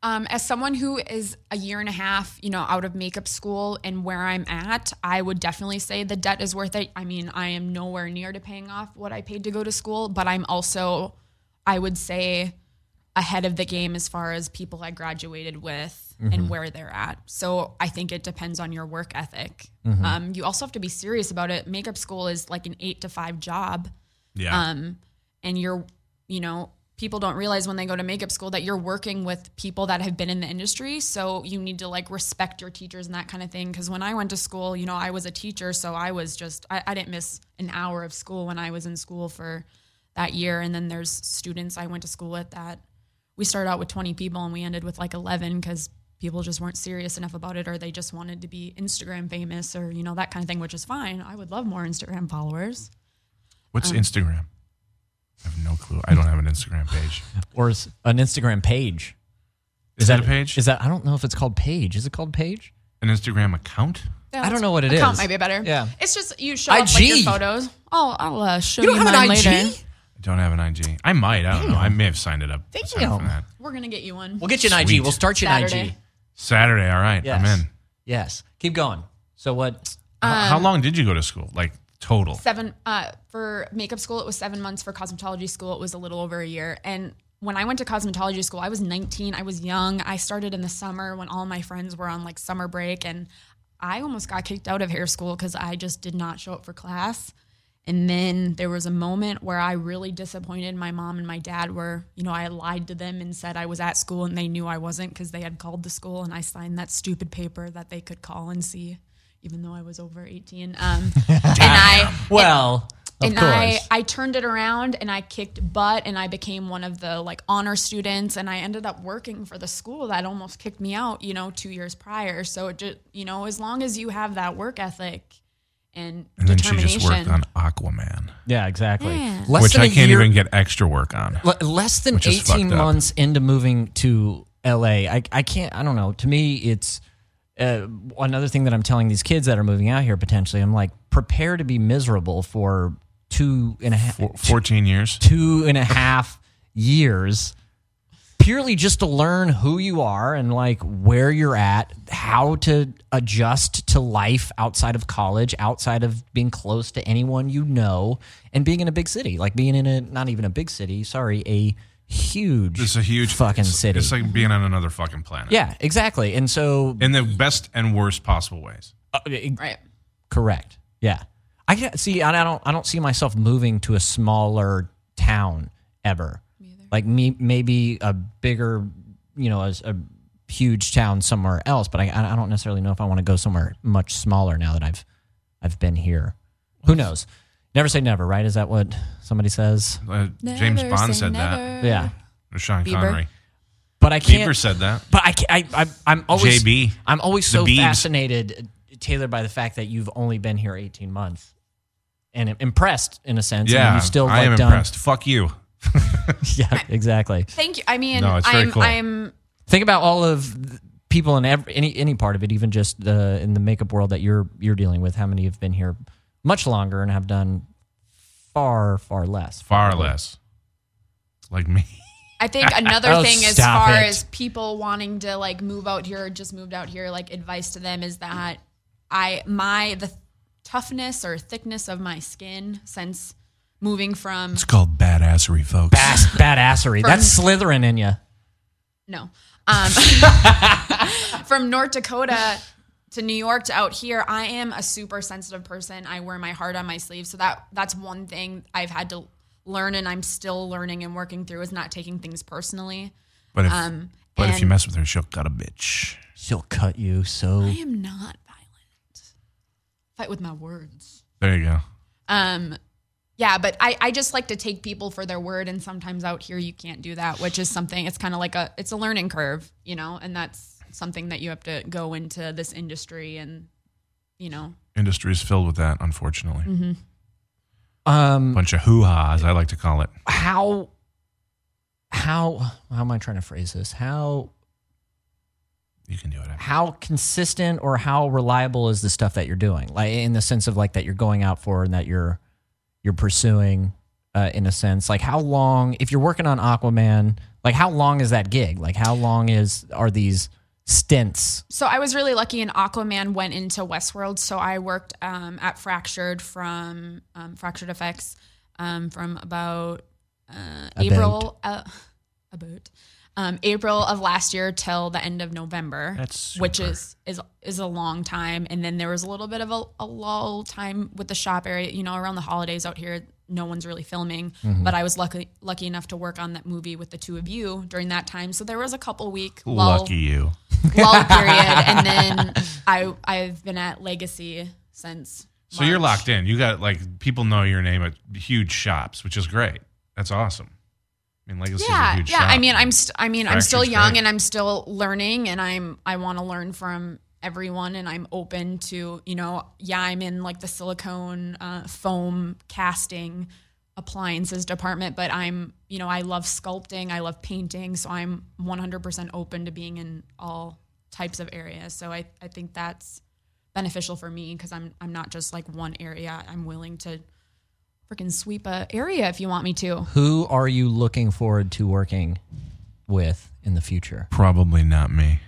Speaker 4: Um, as someone who is a year and a half, you know, out of makeup school and where I'm at, I would definitely say the debt is worth it. I mean, I am nowhere near to paying off what I paid to go to school, but I'm also, I would say, ahead of the game as far as people I graduated with and where they're at. So I think it depends on your work ethic. Um, you also have to be serious about it. Makeup school is like an eight to five job.
Speaker 3: Yeah.
Speaker 4: um, and you're you know people don't realize when they go to makeup school that you're working with people that have been in the industry so you need to like respect your teachers and that kind of thing because when i went to school you know i was a teacher so i was just I, I didn't miss an hour of school when i was in school for that year and then there's students i went to school with that we started out with 20 people and we ended with like 11 because people just weren't serious enough about it or they just wanted to be instagram famous or you know that kind of thing which is fine i would love more instagram followers um,
Speaker 3: What's Instagram? I have no clue. I don't have an Instagram page.
Speaker 2: Or is an Instagram page.
Speaker 3: Is, that, a page?
Speaker 2: Is that I don't know if it's called page. Is it called page?
Speaker 3: an Instagram account?
Speaker 2: I don't know what it
Speaker 4: account
Speaker 2: is.
Speaker 4: might be better.
Speaker 2: Yeah.
Speaker 4: It's just you show off
Speaker 2: IG.
Speaker 4: like, your photos. I'll I'll uh, show
Speaker 2: You
Speaker 4: you,
Speaker 2: don't have an
Speaker 4: mine
Speaker 2: IG?
Speaker 4: later.
Speaker 3: I don't have an IG. I might. I don't know. I may have signed it up. aside
Speaker 2: you.
Speaker 3: from that.
Speaker 4: We're gonna get you one.
Speaker 2: We'll get you an IG.
Speaker 3: Sweet.
Speaker 2: We'll start you an IG.
Speaker 4: Saturday.
Speaker 3: Saturday. All right.
Speaker 2: Yes.
Speaker 3: I'm in.
Speaker 2: Yes. Keep going. So what?
Speaker 3: How-
Speaker 4: Um,
Speaker 3: how long did you go to school? Like total?
Speaker 4: seven uh, for makeup school. It was seven months for cosmetology school. It was a little over a year. And when I went to cosmetology school, I was 19. I was young. I started in the summer when all my friends were on like summer break, and I almost got kicked out of hair school because I just did not show up for class. And then there was a moment where I really disappointed my mom and my dad were, you know, I lied to them and said I was at school and they knew I wasn't because they had called the school and I signed that stupid paper that they could call and see, even though I was over 18. Um, and I,
Speaker 2: Well, of
Speaker 4: and
Speaker 2: course.
Speaker 4: I, I turned it around and I kicked butt and I became one of the like honor students and I ended up working for the school that almost kicked me out, you know, two years prior. So it just, you know, as long as you have that work ethic and,
Speaker 3: And then she
Speaker 4: determination.
Speaker 3: just worked on Aquaman,
Speaker 2: yeah, exactly.
Speaker 4: Yeah.
Speaker 2: Less
Speaker 3: which
Speaker 2: than
Speaker 3: I
Speaker 2: a
Speaker 3: can't
Speaker 2: year-
Speaker 3: even get extra work on.
Speaker 2: Le- less than
Speaker 3: Which is fucked
Speaker 2: 18
Speaker 3: up.
Speaker 2: months into moving to LA. I, I can't, I don't know. To me, it's uh, another thing that I'm telling these kids that are moving out here potentially. I'm like, prepare to be miserable for two and a half,
Speaker 3: Four- 14 years.
Speaker 2: two and a half years purely just to learn who you are and like where you're at, how to adjust to life outside of college, outside of being close to anyone you know, and being in a big city, like being in a not even a big city, sorry, a huge,
Speaker 3: It's a huge
Speaker 2: fucking
Speaker 3: it's-
Speaker 2: city.
Speaker 3: It's like being on another fucking planet.
Speaker 2: yeah, exactly. And so,
Speaker 3: In the best and worst possible ways.
Speaker 2: uh, it-
Speaker 4: Right.
Speaker 2: correct, yeah. I can't see. I don't. I don't see myself moving to a smaller town ever. like me maybe a bigger you know a, a huge town somewhere else but I, I don't necessarily know if i want to go somewhere much smaller now that i've i've been here who knows never say never right is that what somebody says
Speaker 3: Uh, James Bond said that.
Speaker 2: yeah
Speaker 3: Or Sean
Speaker 4: Bieber.
Speaker 3: Connery.
Speaker 2: but i can't
Speaker 3: Bieber said that.
Speaker 2: but i can't, I, I i'm always
Speaker 3: JB.
Speaker 2: i'm always so
Speaker 3: Biebs.
Speaker 2: fascinated taylor by the fact that you've only been here 18 months and I'm impressed in a sense and
Speaker 3: Yeah.
Speaker 2: you still
Speaker 3: I
Speaker 2: like
Speaker 3: am
Speaker 2: done
Speaker 3: impressed. Fuck you.
Speaker 2: yeah exactly
Speaker 4: Thank you. I mean,
Speaker 3: No, it's very
Speaker 4: I'm,
Speaker 3: cool.
Speaker 4: I'm,
Speaker 2: Think about all of the people in every, any any part of it, even just the in the makeup world that you're you're dealing with. How many have been here much longer and have done far far less?
Speaker 3: Far less. Like me.
Speaker 4: I think another
Speaker 2: Oh,
Speaker 4: thing as
Speaker 2: stop
Speaker 4: far
Speaker 2: it.
Speaker 4: as people wanting to like move out here or just moved out here, like advice to them is that I my the toughness or thickness of my skin since moving from
Speaker 3: It's called badassery, folks.
Speaker 2: Bass, badassery. That's slithering in you.
Speaker 4: No. Um, from North Dakota to New York to out here, I am a super sensitive person. I wear my heart on my sleeve. So that that's one thing I've had to learn and I'm still learning and working through is not taking things personally.
Speaker 3: but if,
Speaker 4: Um,
Speaker 3: but if
Speaker 4: and-
Speaker 3: you mess with her, she'll cut a bitch.
Speaker 2: She'll cut you so.
Speaker 4: I am not violent. Fight with my words.
Speaker 3: There you go.
Speaker 4: Um, yeah, but I, I just like to take people for their word, and sometimes out here you can't do that, which is something. It's kind of like a it's a learning curve, you know, and that's something that you have to go into this industry and you know
Speaker 3: Industry is filled with that, unfortunately.
Speaker 2: Um,
Speaker 3: Bunch of hoo ha's, I like to call it.
Speaker 2: how, how, how am I trying to phrase this? How,
Speaker 3: You can do it.
Speaker 2: how consistent or how reliable is the stuff that you're doing? Like in the sense of like that you're going out for and that you're, you're pursuing, uh, in a sense, like how long, if you're working on Aquaman, like how long is that gig? Like how long is, are these stints?
Speaker 4: So I was really lucky, and Aquaman went into Westworld. So I worked um, at Fractured from um, Fractured Effects um, from about uh, April uh, about um, April of last year till the end of November,
Speaker 3: That's
Speaker 4: which
Speaker 3: super.
Speaker 4: is is is a long time. And then there was a little bit of a, a lull time with the shop area, you know, around the holidays out here. No one's really filming,
Speaker 3: Mm-hmm.
Speaker 4: but I was lucky lucky enough to work on that movie with the two of you during that time. So there was a couple week lull
Speaker 3: Lucky you.
Speaker 4: lull period, and then I I've been at Legacy since.
Speaker 3: So you're
Speaker 4: March.
Speaker 3: locked in. You got like people know your name at huge shops, which is great. That's awesome. I mean, Legacy's a
Speaker 4: Yeah,
Speaker 3: huge
Speaker 4: yeah.
Speaker 3: shop.
Speaker 4: I mean, I'm st- I mean, I'm still
Speaker 3: Fracture's
Speaker 4: young
Speaker 3: great.
Speaker 4: and I'm still learning, and I'm I want to learn from everyone, and I'm open to you know, yeah, I'm in like the silicone uh, foam casting appliances department, but I'm you know, I love sculpting, I love painting, so I'm 100% open to being in all types of areas. So I I think that's beneficial for me because I'm I'm not just like one area. I'm willing to freaking sweep a area if you want me to.
Speaker 2: Who are you looking forward to working with in the future?
Speaker 3: probably not me.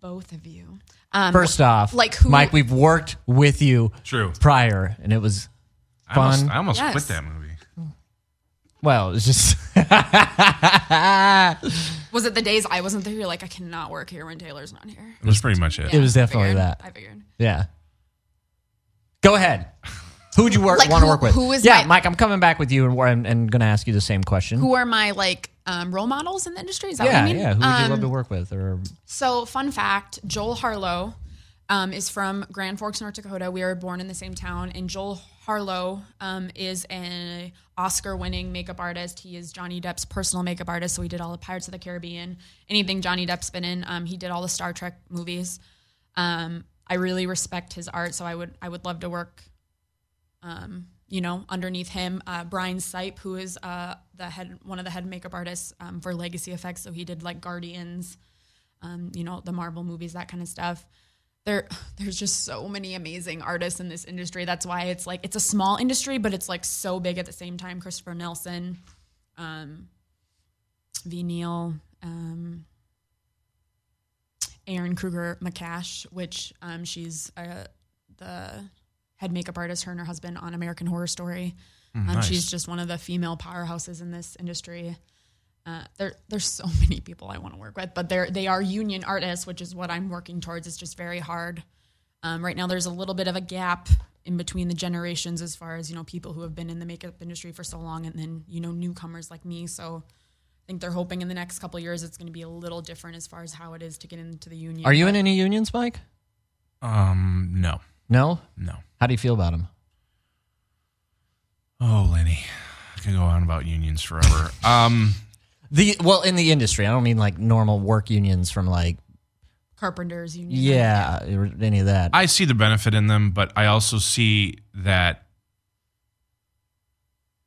Speaker 4: both of you. Um,
Speaker 2: First off,
Speaker 4: like who-
Speaker 2: Mike, we've worked with you
Speaker 3: True.
Speaker 2: prior, and it was
Speaker 3: I almost,
Speaker 2: Fun.
Speaker 3: I almost
Speaker 4: Yes.
Speaker 3: quit that movie.
Speaker 2: well, it's just
Speaker 4: was it the days I wasn't there? You're like, I cannot work here when Taylor's not here.
Speaker 3: That's pretty much it.
Speaker 2: It was
Speaker 4: I
Speaker 2: definitely
Speaker 4: figured.
Speaker 2: that.
Speaker 4: I figured.
Speaker 2: yeah. Go ahead. Who would you work,
Speaker 4: Like,
Speaker 2: want to
Speaker 4: who-
Speaker 2: work with?
Speaker 4: who is
Speaker 2: yeah,
Speaker 4: my-
Speaker 2: Mike? I'm coming back with you, and we're- and, and going to ask you the same question.
Speaker 4: Who are my like um, role models in the industry? Is that
Speaker 2: yeah,
Speaker 4: what you mean?
Speaker 2: yeah. Who would you
Speaker 4: Um,
Speaker 2: love to work with? Or
Speaker 4: So, fun fact Joel Harlow um, is from Grand Forks, North Dakota. We were born in the same town. And Joel Harlow um, is an Oscar winning makeup artist. He is Johnny Depp's personal makeup artist. So, he did all the Pirates of the Caribbean, anything Johnny Depp's been in. Um, he did all the Star Trek movies. Um, I really respect his art. So, I would, I would love to work. Um, you know, underneath him, uh, Brian Sipe, who is uh, the head, one of the head makeup artists um, for Legacy Effects. So he did like Guardians, um, you know, the Marvel movies, that kind of stuff. There, there's just so many amazing artists in this industry. That's why it's like it's a small industry, but it's like so big at the same time. Christopher Nelson, um, V. Neal, um, Aaron Kruger McCash, which um, she's uh, the head makeup artist, her and her husband on American Horror Story. Um,
Speaker 3: Hmm,
Speaker 2: Mm,
Speaker 3: nice.
Speaker 4: She's just one of the female powerhouses in this industry. Uh, there, there's so many people I want to work with, but they're they are union artists, which is what I'm working towards. It's just very hard. Um, right now, there's a little bit of a gap in between the generations as far as you know people who have been in the makeup industry for so long, and then you know newcomers like me. So I think they're hoping in the next couple of years it's going to be a little different as far as how it is to get into the union.
Speaker 2: are you in
Speaker 4: but-
Speaker 2: any unions, Mike?
Speaker 3: Um, no,
Speaker 2: No.
Speaker 3: no.
Speaker 2: How do you feel about them?
Speaker 3: Oh, Lenny, I could go on about unions forever. um,
Speaker 2: The well in the industry. I don't mean like normal work unions from like
Speaker 4: carpenters union?
Speaker 2: yeah, or any of that.
Speaker 3: I see the benefit in them, but I also see that.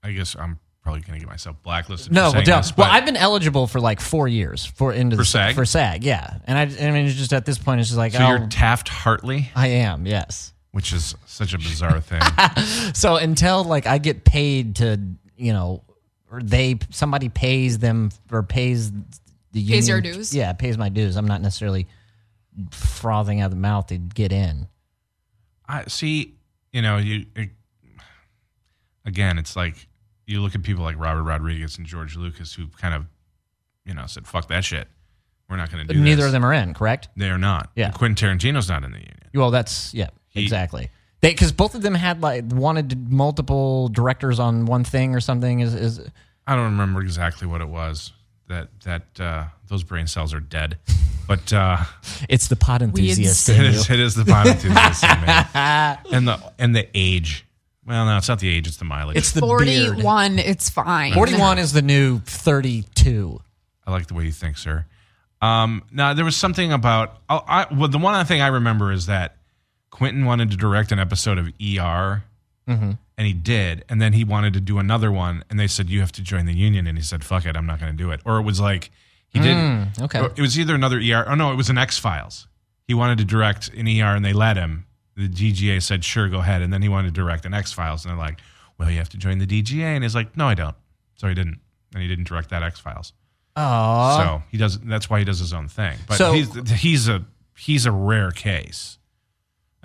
Speaker 3: I guess I'm probably going to get myself blacklisted.
Speaker 2: No,
Speaker 3: for
Speaker 2: well,
Speaker 3: saying
Speaker 2: don't.
Speaker 3: this,
Speaker 2: well,
Speaker 3: but-
Speaker 2: I've been eligible for like four years for into
Speaker 3: For
Speaker 2: the,
Speaker 3: SAG?
Speaker 2: for SAG, yeah. And I, I mean, it's just at this point, it's just like,
Speaker 3: so
Speaker 2: oh,
Speaker 3: you're Taft Hartley,
Speaker 2: I am, yes.
Speaker 3: which is such a bizarre thing.
Speaker 2: So until like I get paid to, you know, or they somebody pays them or pays the union,
Speaker 4: Pays your dues?
Speaker 2: Yeah, pays my dues. I'm not necessarily frothing out of the mouth to get in.
Speaker 3: I see. You know, you it, again. It's like you look at people like Robert Rodriguez and George Lucas, who kind of, you know, said "fuck that shit." We're not going to
Speaker 2: But
Speaker 3: do.
Speaker 2: neither
Speaker 3: this."
Speaker 2: of them are in, correct?
Speaker 3: They are not.
Speaker 2: Yeah.
Speaker 3: And Quentin Tarantino's not in the union.
Speaker 2: Well, that's yeah,
Speaker 3: He-
Speaker 2: exactly. They because both of them had like wanted multiple directors on one thing or something. Is is
Speaker 3: I don't remember exactly what it was. That that uh, those brain cells are dead. But uh,
Speaker 2: it's the pot enthusiast?
Speaker 3: it
Speaker 2: in you.
Speaker 3: is it is the bottom enthusiast in me. and the and the age. Well, no, it's not the age. It's the mileage.
Speaker 2: It's the beard.
Speaker 4: 41, it's fine.
Speaker 2: 41 is the new 32.
Speaker 3: I like the way you think, sir. Um, now there was something about. I, I well, the one thing I remember is that Quentin wanted to direct an episode of ER,
Speaker 2: Mm-hmm.
Speaker 3: and he did, and then he wanted to do another one, and they said you have to join the union, and he said, "Fuck it, I'm not going to do it." Or it was like he didn't.
Speaker 2: okay.
Speaker 3: Or It was either another ER. Oh no, it was an X Files. He wanted to direct an ER, and they let him. The DGA said, "Sure, go ahead," and then he wanted to direct an X Files, and they're like, "Well, you have to join the DGA," and he's like, "No, I don't." So he didn't, and he didn't direct that X Files.
Speaker 2: Oh,
Speaker 3: So he does. That's why he does his own thing. But
Speaker 2: So-
Speaker 3: he's he's a he's a rare case.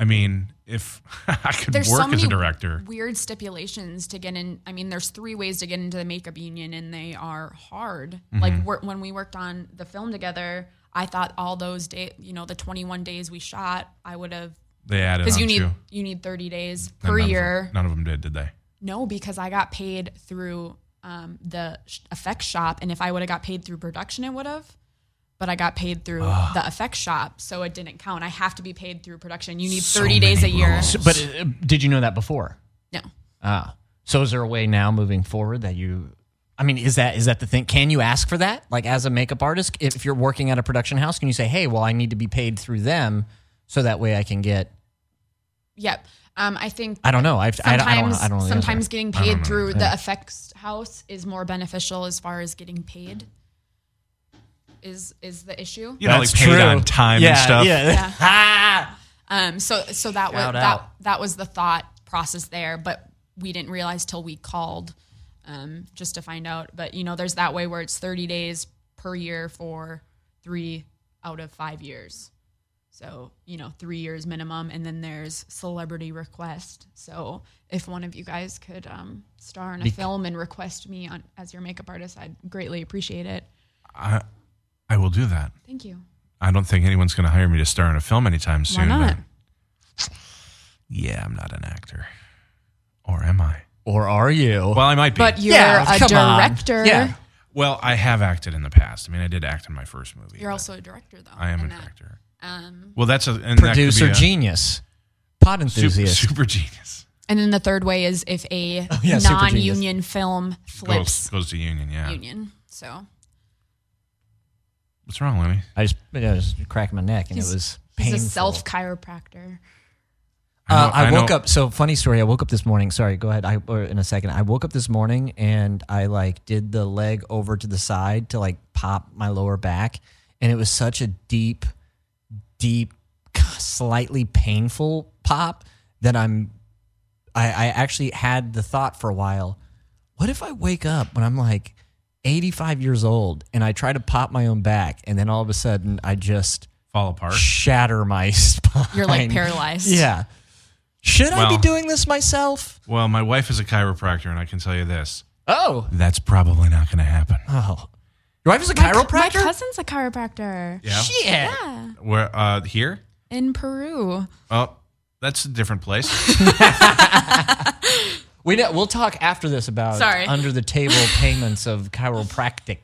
Speaker 3: I mean, if I could
Speaker 4: There's
Speaker 3: work
Speaker 4: so
Speaker 3: as
Speaker 4: many
Speaker 3: a director,
Speaker 4: weird stipulations to get in. I mean, there's three ways to get into the makeup union, and they are hard.
Speaker 3: Mm-hmm.
Speaker 4: Like we when we worked on the film together, I thought all those day, you know, the 21 days we shot, I would have
Speaker 3: they added
Speaker 4: because
Speaker 3: on
Speaker 4: you need
Speaker 3: two.
Speaker 4: you need 30 days
Speaker 3: And
Speaker 4: per
Speaker 3: none of them-
Speaker 4: year.
Speaker 3: none of them did, did they?
Speaker 4: No, because I got paid through um, the sh- effects shop, and if I would have got paid through production, it would have. But I got paid through the effects shop, so it didn't count. I have to be paid through production. You need
Speaker 3: So
Speaker 4: 30 days a
Speaker 3: many
Speaker 4: year.
Speaker 3: rules.
Speaker 2: but uh, did you know that before?
Speaker 4: No,
Speaker 2: Ah. So is there a way now moving forward that you I mean, is that is that the thing? Can you ask for that? Like as a makeup artist, if if you're working at a production house, can you say, "Hey, well, I need to be paid through them so that way I can get
Speaker 4: yep. Um, I think
Speaker 2: I don't know. I've, I, I don't
Speaker 4: sometimes
Speaker 2: I don't know. the answer.
Speaker 4: sometimes getting paid through the effects house is more beneficial as far as getting paid. Is is the issue?
Speaker 3: You know, like paid on time
Speaker 2: yeah,
Speaker 3: and stuff.
Speaker 2: Yeah.
Speaker 4: Um, so so that was
Speaker 2: Shout
Speaker 4: that,
Speaker 2: out.
Speaker 4: that was the thought process there, but we didn't realize till we called um, just to find out. But you know, there's that way where it's 30 days per year for three out of five years. So you know, three years minimum, and then there's celebrity request. So if one of you guys could um, star in a film and request me on, as your makeup artist, I'd greatly appreciate it.
Speaker 3: I I will do that.
Speaker 4: Thank you.
Speaker 3: I don't think anyone's going to hire me to star in a film anytime
Speaker 4: Why
Speaker 3: soon.
Speaker 4: not?
Speaker 3: but- Yeah, I'm not an actor, or am I?
Speaker 2: Or are you?
Speaker 3: Well, I might be.
Speaker 4: But you're
Speaker 2: Yeah,
Speaker 4: a
Speaker 2: come on.
Speaker 4: director.
Speaker 2: Yeah.
Speaker 3: well, I have acted in the past. I mean, I did act in my first movie.
Speaker 4: You're
Speaker 3: but
Speaker 4: also a director, though.
Speaker 3: I am
Speaker 4: in
Speaker 3: an
Speaker 4: that.
Speaker 3: actor.
Speaker 4: Um,
Speaker 3: Well, that's a and that could be
Speaker 2: producer
Speaker 3: a
Speaker 2: genius, pod
Speaker 3: super,
Speaker 2: enthusiast.
Speaker 3: super genius.
Speaker 4: And then the third way is if a
Speaker 2: Oh, yeah, super
Speaker 4: non-union film
Speaker 3: goes,
Speaker 4: flips
Speaker 3: goes to union. Yeah.
Speaker 4: union. So
Speaker 3: What's wrong, Louie?
Speaker 2: I just you know, I was cracking my neck and it was
Speaker 4: he's
Speaker 2: painful.
Speaker 4: a self chiropractor.
Speaker 2: Uh,
Speaker 3: know-
Speaker 2: I,
Speaker 3: I
Speaker 2: woke
Speaker 3: know-
Speaker 2: up. So funny story. I woke up this morning. Sorry, go ahead. I or in a second. I woke up this morning and I like did the leg over to the side to like pop my lower back, and it was such a deep, deep, slightly painful pop that I'm. I, I actually had the thought for a while. What if I wake up when I'm like 85 years old and I try to pop my own back, and then all of a sudden I just
Speaker 3: Fall apart.
Speaker 2: shatter my spine.
Speaker 4: You're like paralyzed.
Speaker 2: Yeah. Should I
Speaker 3: Well-
Speaker 2: be doing this myself?
Speaker 3: Well, my wife is a chiropractor, and I can tell you this:
Speaker 2: Oh.
Speaker 3: that's probably not going to happen.
Speaker 2: Oh. Your wife is a
Speaker 4: My co- My
Speaker 2: chiropractor?
Speaker 4: cousin's a chiropractor
Speaker 3: Yeah.
Speaker 2: Shit.
Speaker 3: Where uh, here?
Speaker 4: in Peru.
Speaker 3: Oh, that's a different place.
Speaker 2: We know, we'll talk after this about
Speaker 4: Sorry.
Speaker 2: under the table payments of chiropractic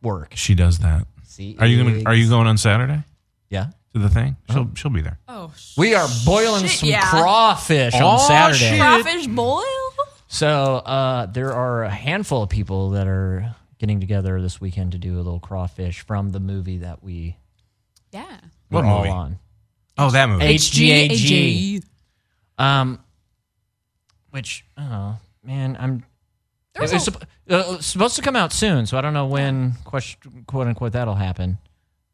Speaker 2: work.
Speaker 3: she does that.
Speaker 2: See,
Speaker 3: Are you going? Are you going on Saturday
Speaker 2: Yeah.
Speaker 3: to the thing? She'll she'll be there.
Speaker 4: Oh,
Speaker 2: We are boiling
Speaker 4: Shit,
Speaker 2: some
Speaker 4: yeah.
Speaker 2: crawfish
Speaker 3: Aw,
Speaker 2: on Saturday.
Speaker 3: Oh, shit.
Speaker 4: crawfish boil.
Speaker 2: So uh, there are a handful of people that are getting together this weekend to do a little crawfish from the movie that we
Speaker 4: Yeah.
Speaker 2: were
Speaker 3: What
Speaker 2: all
Speaker 3: movie?
Speaker 2: on.
Speaker 3: Oh, that movie.
Speaker 2: HGAG. Um, which oh man, I'm. It
Speaker 4: was
Speaker 2: was supp- uh, it's supposed to come out soon, so I don't know when question, quote unquote that'll happen.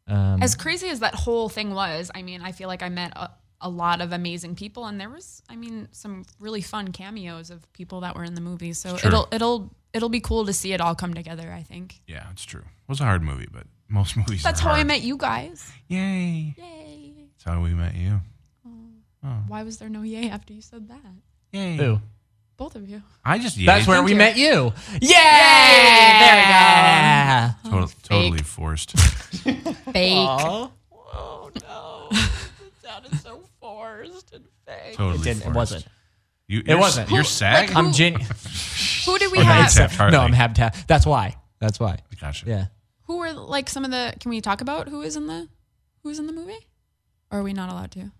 Speaker 2: Um,
Speaker 4: As crazy as that whole thing was, I mean, I feel like I met a, a lot of amazing people, and there was, I mean, some really fun cameos of people that were in the movie. So
Speaker 3: Sure.
Speaker 4: it'll it'll it'll be cool to see it all come together. I think
Speaker 3: Yeah, it's true. It was a hard movie, but most movies.
Speaker 4: that's
Speaker 3: are
Speaker 4: how I
Speaker 3: hard.
Speaker 4: met you guys.
Speaker 3: Yay!
Speaker 4: Yay!
Speaker 3: That's how we met you.
Speaker 4: Why was there no yay after you said that?
Speaker 3: Yay!
Speaker 2: Who?
Speaker 4: Both of you.
Speaker 3: I just yeah.
Speaker 2: That's where we
Speaker 4: you.
Speaker 2: met you. Yay! There we go.
Speaker 3: Total, totally forced.
Speaker 4: Fake.
Speaker 2: Oh,
Speaker 4: sounded so forced and fake.
Speaker 3: Totally
Speaker 2: it didn't. It
Speaker 3: forced.
Speaker 2: wasn't.
Speaker 3: You, you're-
Speaker 2: wasn't.
Speaker 3: You're
Speaker 2: Who-
Speaker 3: SAG.
Speaker 2: I'm gen.
Speaker 4: Who did we
Speaker 3: Oh, no,
Speaker 4: have?
Speaker 3: it's Taft Hartley.
Speaker 2: no, I'm habitat. That's why. That's why.
Speaker 3: Gotcha.
Speaker 2: Yeah.
Speaker 4: Who were like some of the? Can we talk about who is in the who's in the movie? Or are we not allowed to?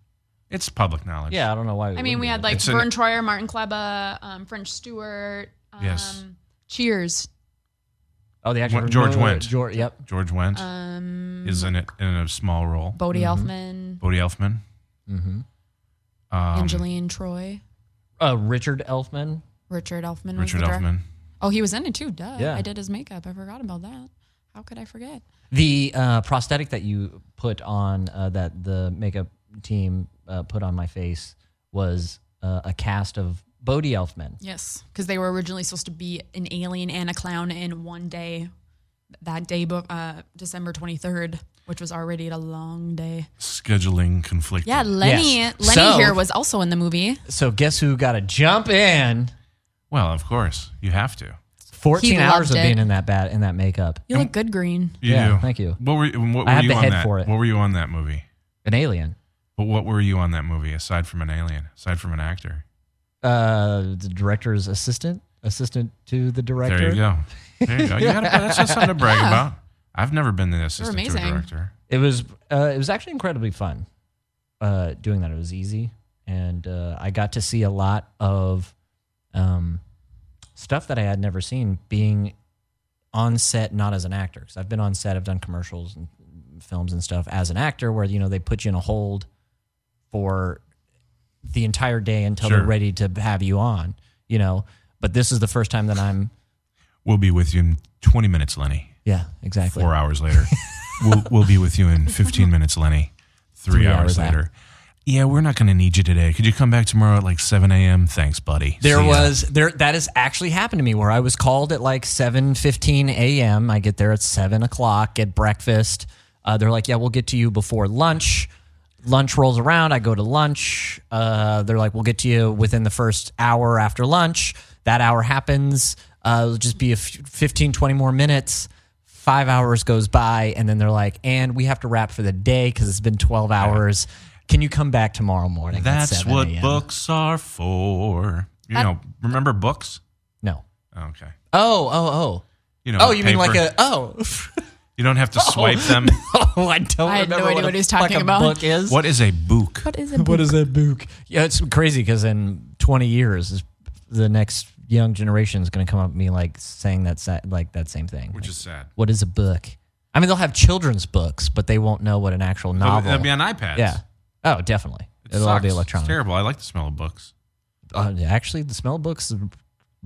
Speaker 3: It's public knowledge.
Speaker 2: Yeah, I don't know why.
Speaker 4: I mean, we had like
Speaker 3: It's an-
Speaker 4: Vern Troyer, Martin Kleba, um, French Stewart. Um,
Speaker 3: Yes.
Speaker 4: Cheers.
Speaker 2: oh the actual
Speaker 3: Wh- George Wendt.
Speaker 2: George, yep.
Speaker 3: George Wendt
Speaker 4: Um,
Speaker 3: is in it in a small role.
Speaker 4: Bodie
Speaker 3: Mm-hmm.
Speaker 4: Elfman,
Speaker 3: Bodie Elfman.
Speaker 2: Mm-hmm.
Speaker 3: Um,
Speaker 4: Angeline Troy,
Speaker 2: Uh, Richard Elfman.
Speaker 4: Richard Elfman. was
Speaker 3: Richard
Speaker 4: Mm, the direct-
Speaker 3: Elfman.
Speaker 4: Oh, he was in it too. Duh.
Speaker 2: Yeah.
Speaker 4: I did his makeup. I forgot about that. How could I forget?
Speaker 2: The uh, prosthetic that you put on uh, that the makeup team uh, put on my face was uh, a cast of Bodie Elfman.
Speaker 4: Yes, because they were originally supposed to be an alien and a clown in one day. That day, bo- uh, December twenty third, which was already a long day.
Speaker 3: Scheduling conflict.
Speaker 4: Yeah, Lenny.
Speaker 2: Yes.
Speaker 4: Lenny
Speaker 2: So-
Speaker 4: here was also in the movie.
Speaker 2: So guess who got to jump in?
Speaker 3: Well, of course you have to.
Speaker 2: Fourteen
Speaker 4: He
Speaker 2: hours of
Speaker 4: loved it.
Speaker 2: being in that bat in that makeup.
Speaker 4: You look good, Green.
Speaker 3: You
Speaker 2: Yeah,
Speaker 3: do.
Speaker 2: thank you.
Speaker 3: What were what were
Speaker 2: I have
Speaker 3: you
Speaker 2: the
Speaker 3: on
Speaker 2: head
Speaker 3: that?
Speaker 2: for it.
Speaker 3: What were you on that movie?
Speaker 2: An alien.
Speaker 3: But what were you on that movie aside from an alien? Aside from an actor?
Speaker 2: Uh, the director's assistant, assistant to the director.
Speaker 3: There you go. There you go. You gotta, that's just something to brag about. I've never been the assistant to a
Speaker 4: amazing.
Speaker 3: director.
Speaker 2: It was uh, it was actually incredibly fun uh, doing that. It was easy, and uh, I got to see a lot of um, stuff that I had never seen. Being on set, not as an actor, because I've been on set, I've done commercials and films and stuff as an actor, where you know they put you in a hold for the entire day until
Speaker 3: Sure.
Speaker 2: they're ready to have you on. You know, but this is the first time that I'm.
Speaker 3: We'll be with you in 20 minutes, Lenny.
Speaker 2: Yeah, exactly.
Speaker 3: Four hours later. we'll, we'll be with you in 15 minutes, Lenny. Three,
Speaker 2: Three
Speaker 3: hours,
Speaker 2: hours
Speaker 3: later. Yeah, we're not going to need you today. Could you come back tomorrow at like 7 a.m.? Thanks, buddy.
Speaker 2: There
Speaker 3: See ya.
Speaker 2: was there that has actually happened to me where I was called at like seven fifteen a.m. I get there at seven o'clock, get breakfast. Uh, they're like, yeah, we'll get to you before lunch. Lunch rolls around. I go to lunch. Uh, they're like, we'll get to you within the first hour after lunch. That hour happens. Uh, it'll just be a f- 15, 20 more minutes. Five hours goes by, and then they're like, and we have to wrap for the day because it's been 12 hours. Can you come back tomorrow morning? at
Speaker 3: That's
Speaker 2: 7
Speaker 3: what
Speaker 2: a.m.?
Speaker 3: books are for. You know, remember books?
Speaker 2: No.
Speaker 3: Okay.
Speaker 2: Oh, oh, oh.
Speaker 3: You know,
Speaker 2: Oh, you mean like
Speaker 3: paper.
Speaker 2: a oh?
Speaker 3: You don't have to swipe them.
Speaker 2: oh, I don't
Speaker 4: I had
Speaker 2: remember
Speaker 4: no idea
Speaker 2: what,
Speaker 4: what
Speaker 2: a
Speaker 4: he was talking
Speaker 2: fucking
Speaker 4: about.
Speaker 2: Book is
Speaker 3: What is a book?
Speaker 4: What is it?
Speaker 2: What is that book? Yeah, it's crazy because in twenty years, is- the next young generation is going to come up to me like saying that sa- like that same thing.
Speaker 3: Which
Speaker 2: Like,
Speaker 3: is sad.
Speaker 2: what is a book? I mean, they'll have children's books, but they won't know what an actual
Speaker 3: That'll,
Speaker 2: novel.
Speaker 3: that'll be on iPads.
Speaker 2: yeah. Oh, definitely.
Speaker 3: It
Speaker 2: It'll all
Speaker 3: sucks.
Speaker 2: be
Speaker 3: It's
Speaker 2: electronic.
Speaker 3: terrible. I like the smell of books.
Speaker 2: Uh, actually, the smell of books is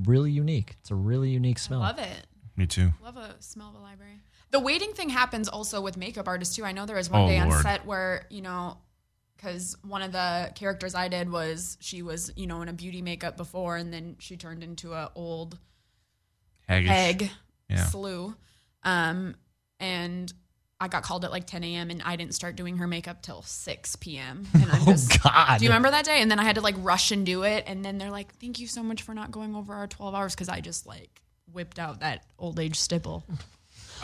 Speaker 2: really unique. It's a really unique smell.
Speaker 4: Love it.
Speaker 3: Me too.
Speaker 4: Love a smell of a library. The waiting thing happens also with makeup artists too. I know there was one
Speaker 3: Oh,
Speaker 4: day
Speaker 3: Lord.
Speaker 4: on set where you know, because one of the characters I did was she was you know in a beauty makeup before, and then she turned into a old
Speaker 3: Haggish.
Speaker 4: egg
Speaker 3: Yeah.
Speaker 4: slew. Um, and I got called at like 10 a.m. and I didn't start doing her makeup till 6 p.m. And I'm
Speaker 2: Oh
Speaker 4: just,
Speaker 2: God!
Speaker 4: do you remember that day? And then I had to like rush and do it. And then they're like, thank you so much for not going over our 12 hours because I just like whipped out that old age stipple.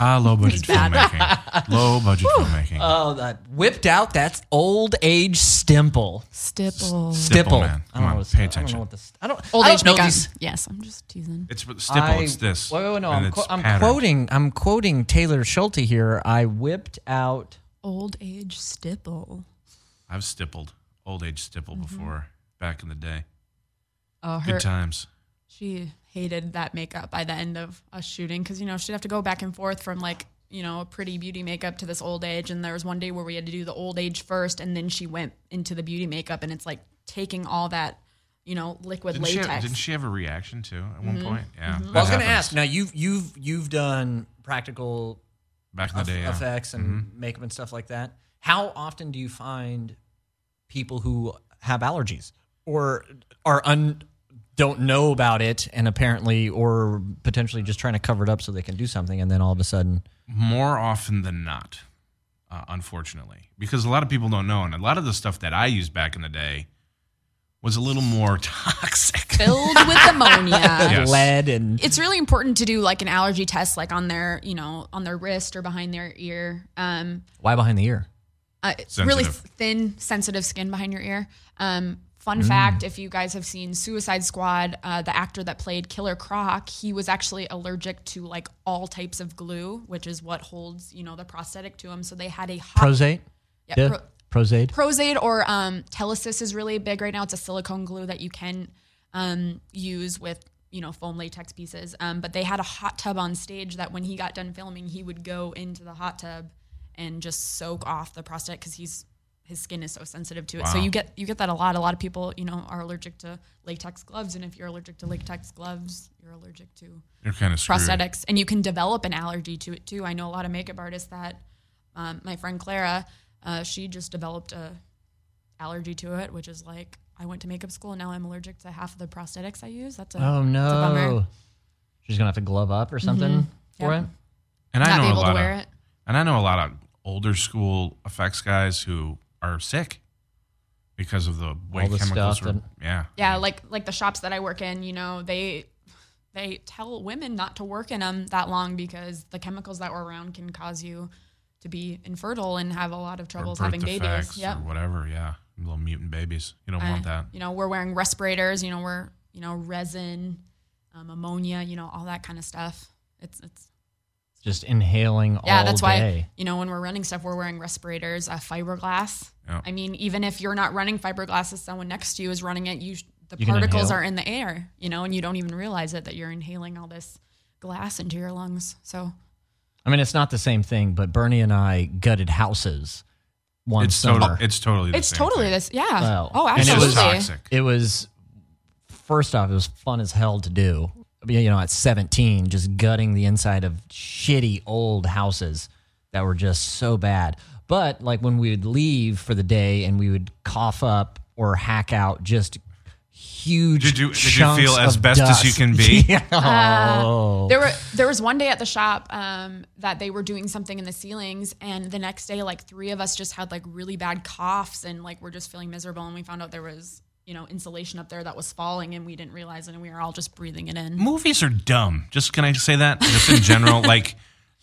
Speaker 3: Ah, low budget
Speaker 4: bad.
Speaker 3: filmmaking. low budget filmmaking.
Speaker 2: Oh, that whipped out. That's old age stimple.
Speaker 4: Stipple.
Speaker 2: Stipple.
Speaker 3: man.
Speaker 2: I don't
Speaker 3: Come
Speaker 2: know
Speaker 3: on,
Speaker 2: what's-
Speaker 3: pay
Speaker 2: I don't know
Speaker 3: attention.
Speaker 2: what this. I don't.
Speaker 4: Old
Speaker 2: I don't
Speaker 4: age
Speaker 2: know
Speaker 4: makeup.
Speaker 2: these-
Speaker 4: Yes, I'm just teasing.
Speaker 3: it's with- stipple.
Speaker 2: I-
Speaker 3: it's this.
Speaker 2: Wait, wait, wait, no, I'm,
Speaker 3: and it's
Speaker 2: qu- I'm
Speaker 3: patterned.
Speaker 2: quoting. I'm quoting Taylor Schulte here. I whipped out.
Speaker 4: Old age stipple.
Speaker 3: I've stippled old age stipple
Speaker 2: Mm-hmm.
Speaker 3: before back in the day.
Speaker 4: Oh, her,
Speaker 3: Good times.
Speaker 4: she hated that makeup by the end of us shooting because you know she'd have to go back and forth from like you know a pretty beauty makeup to this old age and there was one day where we had to do the old age first and then she went into the beauty makeup and it's like taking all that you know liquid
Speaker 3: Didn't she,
Speaker 4: latex
Speaker 3: have, didn't she have a reaction too at one
Speaker 2: Mm-hmm.
Speaker 3: point? Yeah. that
Speaker 2: I was going to
Speaker 3: happens.
Speaker 2: ask. Now you've you've you've done practical
Speaker 3: Back in the
Speaker 2: eff-
Speaker 3: day, yeah.
Speaker 2: Mm-hmm. effects and makeup and stuff like that. How often do you find people who have allergies or are un don't know about it and apparently or potentially just trying to cover it up so they can do something and then all of a sudden
Speaker 3: more often than not, uh, unfortunately, because a lot of people don't know, and a lot of the stuff that I used back in the day was a little more toxic.
Speaker 4: filled with ammonia.
Speaker 3: Yes.
Speaker 2: lead and
Speaker 4: It's really important to do like an allergy test, like on their, you know, on their wrist or behind their ear. Um,
Speaker 2: why behind the ear?
Speaker 4: uh, it's really
Speaker 3: Sensitive.
Speaker 4: thin, sensitive skin behind your ear. Um, fun fact if you guys have seen Suicide Squad, uh, the actor that played Killer Croc, he was actually allergic to like all types of glue, which is what holds, you know, the prosthetic to him. So they had a hot
Speaker 2: Prosate?
Speaker 4: Yeah, pro-
Speaker 2: Prosate?
Speaker 4: Prozaid or um, Telesis is really big right now. It's a silicone glue that you can um, use with you know foam latex pieces. Um, but they had a hot tub on stage that when he got done filming, he would go into the hot tub and just soak off the prosthetic because he's his skin is so sensitive to it. So you get you get that a lot. A lot of people you know are allergic to latex gloves, and if you're allergic to latex gloves, you're allergic to
Speaker 3: You're kind of screwed.
Speaker 4: prosthetics and you can develop an allergy to it too i know a lot of makeup artists that um, my friend clara uh, she just developed a allergy to it which is like i went to makeup school and now i'm allergic to half of the prosthetics i use that's a
Speaker 3: Um,
Speaker 2: Oh
Speaker 4: that's a bummer. Mm-hmm.
Speaker 2: no. She's gonna have to glove up or something for
Speaker 4: Yep.
Speaker 2: it.
Speaker 3: And I
Speaker 4: not
Speaker 3: know
Speaker 4: be
Speaker 3: a
Speaker 4: able
Speaker 3: lot
Speaker 4: to wear
Speaker 3: of,
Speaker 4: it
Speaker 3: and I know a lot of older school effects guys who are sick because of the way
Speaker 2: All the
Speaker 3: chemicals
Speaker 2: stuff
Speaker 3: were.
Speaker 2: and-
Speaker 3: yeah.
Speaker 4: yeah like like the shops that i work in you know they they tell women not to work in them that long because the chemicals that were around can cause you to be infertile and have a lot of
Speaker 3: Or
Speaker 4: troubles
Speaker 3: birth
Speaker 4: having babies
Speaker 3: defects
Speaker 4: yep
Speaker 3: or whatever. Yeah. Little mutant babies. You don't
Speaker 4: I-
Speaker 3: want that.
Speaker 4: You know, we're wearing respirators. You know, we're you know resin, um, ammonia. You know, all that kind of stuff. It's it's
Speaker 2: Just inhaling
Speaker 4: yeah.
Speaker 2: all
Speaker 4: that's
Speaker 2: day.
Speaker 4: why you know when we're running stuff, we're wearing respirators, uh, fiberglass.
Speaker 3: Yeah.
Speaker 4: I mean, even if you're not running fiberglass, if someone next to you is running it, you sh- the
Speaker 2: You can
Speaker 4: particles
Speaker 2: inhale.
Speaker 4: are in the air. You know, and you don't even realize it that you're inhaling all this glass into your lungs. So
Speaker 2: I mean, it's not the same thing, but Bernie and I gutted houses one
Speaker 3: It's
Speaker 2: summer.
Speaker 3: total. It's totally. The
Speaker 4: it's
Speaker 3: same
Speaker 4: totally
Speaker 3: thing.
Speaker 4: this. Yeah.
Speaker 2: Well,
Speaker 4: oh,
Speaker 2: and
Speaker 3: It's
Speaker 4: absolutely.
Speaker 3: just toxic.
Speaker 2: it was first off, it was fun as hell to do. I mean, You know, at 17, just gutting the inside of shitty old houses that were just so bad. But like when we would leave for the day and we would cough up or hack out just huge.
Speaker 3: Did you- did you
Speaker 2: chunks
Speaker 3: feel as
Speaker 2: of
Speaker 3: best as
Speaker 2: dust.
Speaker 3: you can be?
Speaker 2: Yeah. Oh.
Speaker 4: Uh, There were there was one day at the shop um, that they were doing something in the ceilings, and the next day, like three of us just had like really bad coughs, and like we're just feeling miserable. And we found out there was you know insulation up there that was falling, and we didn't realize it, and we were all just breathing it in.
Speaker 3: movies are dumb. Just can I say that? Just in general, like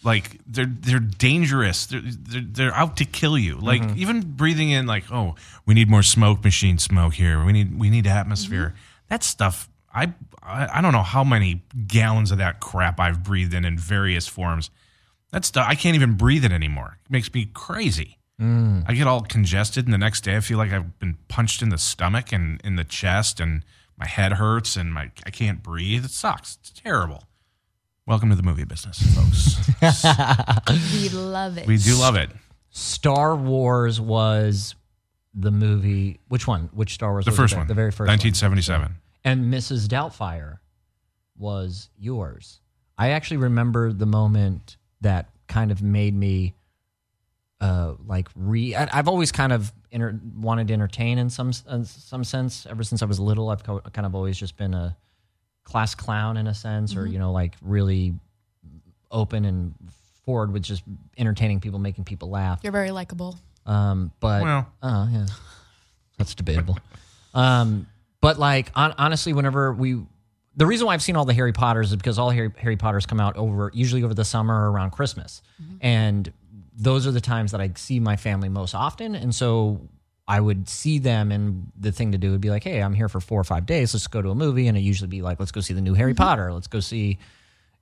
Speaker 3: like they're they're dangerous. They're they're, they're out to kill you. Like even breathing in like oh we need more smoke machine smoke here. We need we need atmosphere. That stuff. I, I I don't know how many gallons of that crap I've breathed in in various forms. That stuff I can't even breathe it anymore. It makes me crazy. I get all congested, and the next day I feel like I've been punched in the stomach and in the chest, and my head hurts, and my I can't breathe. It sucks. It's terrible. Welcome to the movie business, folks.
Speaker 4: We love it.
Speaker 3: we do love it.
Speaker 2: Star Wars was the movie. Which one? Which Star Wars?
Speaker 3: The
Speaker 2: was
Speaker 3: first
Speaker 2: it?
Speaker 3: one,
Speaker 2: The very first one.
Speaker 3: 1977.
Speaker 2: and Mrs. Doubtfire was yours. I actually remember the moment that kind of made me uh like re I, I've always kind of enter, wanted to entertain in some s- in some sense ever since I was little I've co- kind of always just been a class clown in a sense or you know like really open and forward with just entertaining people making people laugh
Speaker 4: You're very likable.
Speaker 2: um, but
Speaker 3: Well.
Speaker 2: oh yeah, that's debatable. um, but like on, honestly, whenever we, the reason why I've seen all the Harry Potters is because all Harry, Harry Potters come out over usually over the summer or around Christmas, and those are the times that I see my family most often, and so. I would see them, and the thing to do would be like, "Hey, I'm here for four or five days. Let's go to a movie." And it usually be like, "Let's go see the new Harry Potter. Let's go see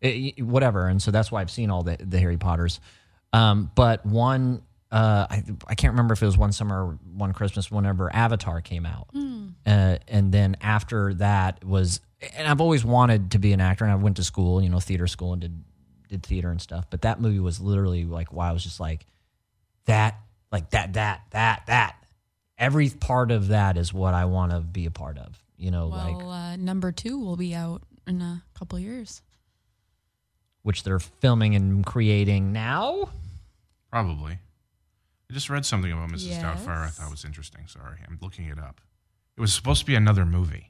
Speaker 2: it, it- whatever. And so that's why I've seen all the, the Harry Potters. Um, but one, uh, I, I can't remember if it was one summer, or one Christmas, whenever Avatar came out.
Speaker 4: Hmm.
Speaker 2: Uh, and then after that was, and I've always wanted to be an actor. And I went to school, you know, theater school and did, did theater and stuff. But that movie was literally like, why I was just like, that, like that, that, that, that. Every part of that is what I want to be a part of, you know,
Speaker 4: Well,
Speaker 2: like
Speaker 4: uh, number two will be out in a couple years.
Speaker 2: which they're filming and creating now.
Speaker 3: Probably. I just read something about Mrs. Doubtfire I
Speaker 4: Yes.
Speaker 3: thought was interesting. Sorry, I'm looking it up. It was supposed to be another movie.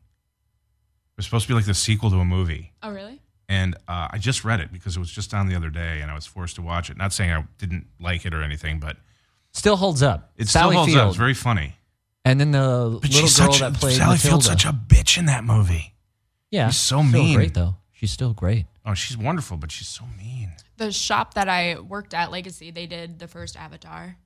Speaker 3: It was supposed to be like the sequel to a movie.
Speaker 4: Oh, really?
Speaker 3: And uh, I just read it because it was just on the other day and I was forced to watch it. Not saying I didn't like it or anything, but
Speaker 2: Still holds up.
Speaker 3: it
Speaker 2: Sally
Speaker 3: still holds
Speaker 2: Field.
Speaker 3: up. It's very funny.
Speaker 2: and then the little girl that played
Speaker 3: Sally
Speaker 2: Matilda.
Speaker 3: Field's such a bitch in that movie.
Speaker 2: yeah,
Speaker 3: she's so
Speaker 2: still
Speaker 3: mean.
Speaker 2: Great though. She's still great.
Speaker 3: Oh, she's wonderful, but she's so mean.
Speaker 4: The shop that I worked at, Legacy, they did the first Avatar.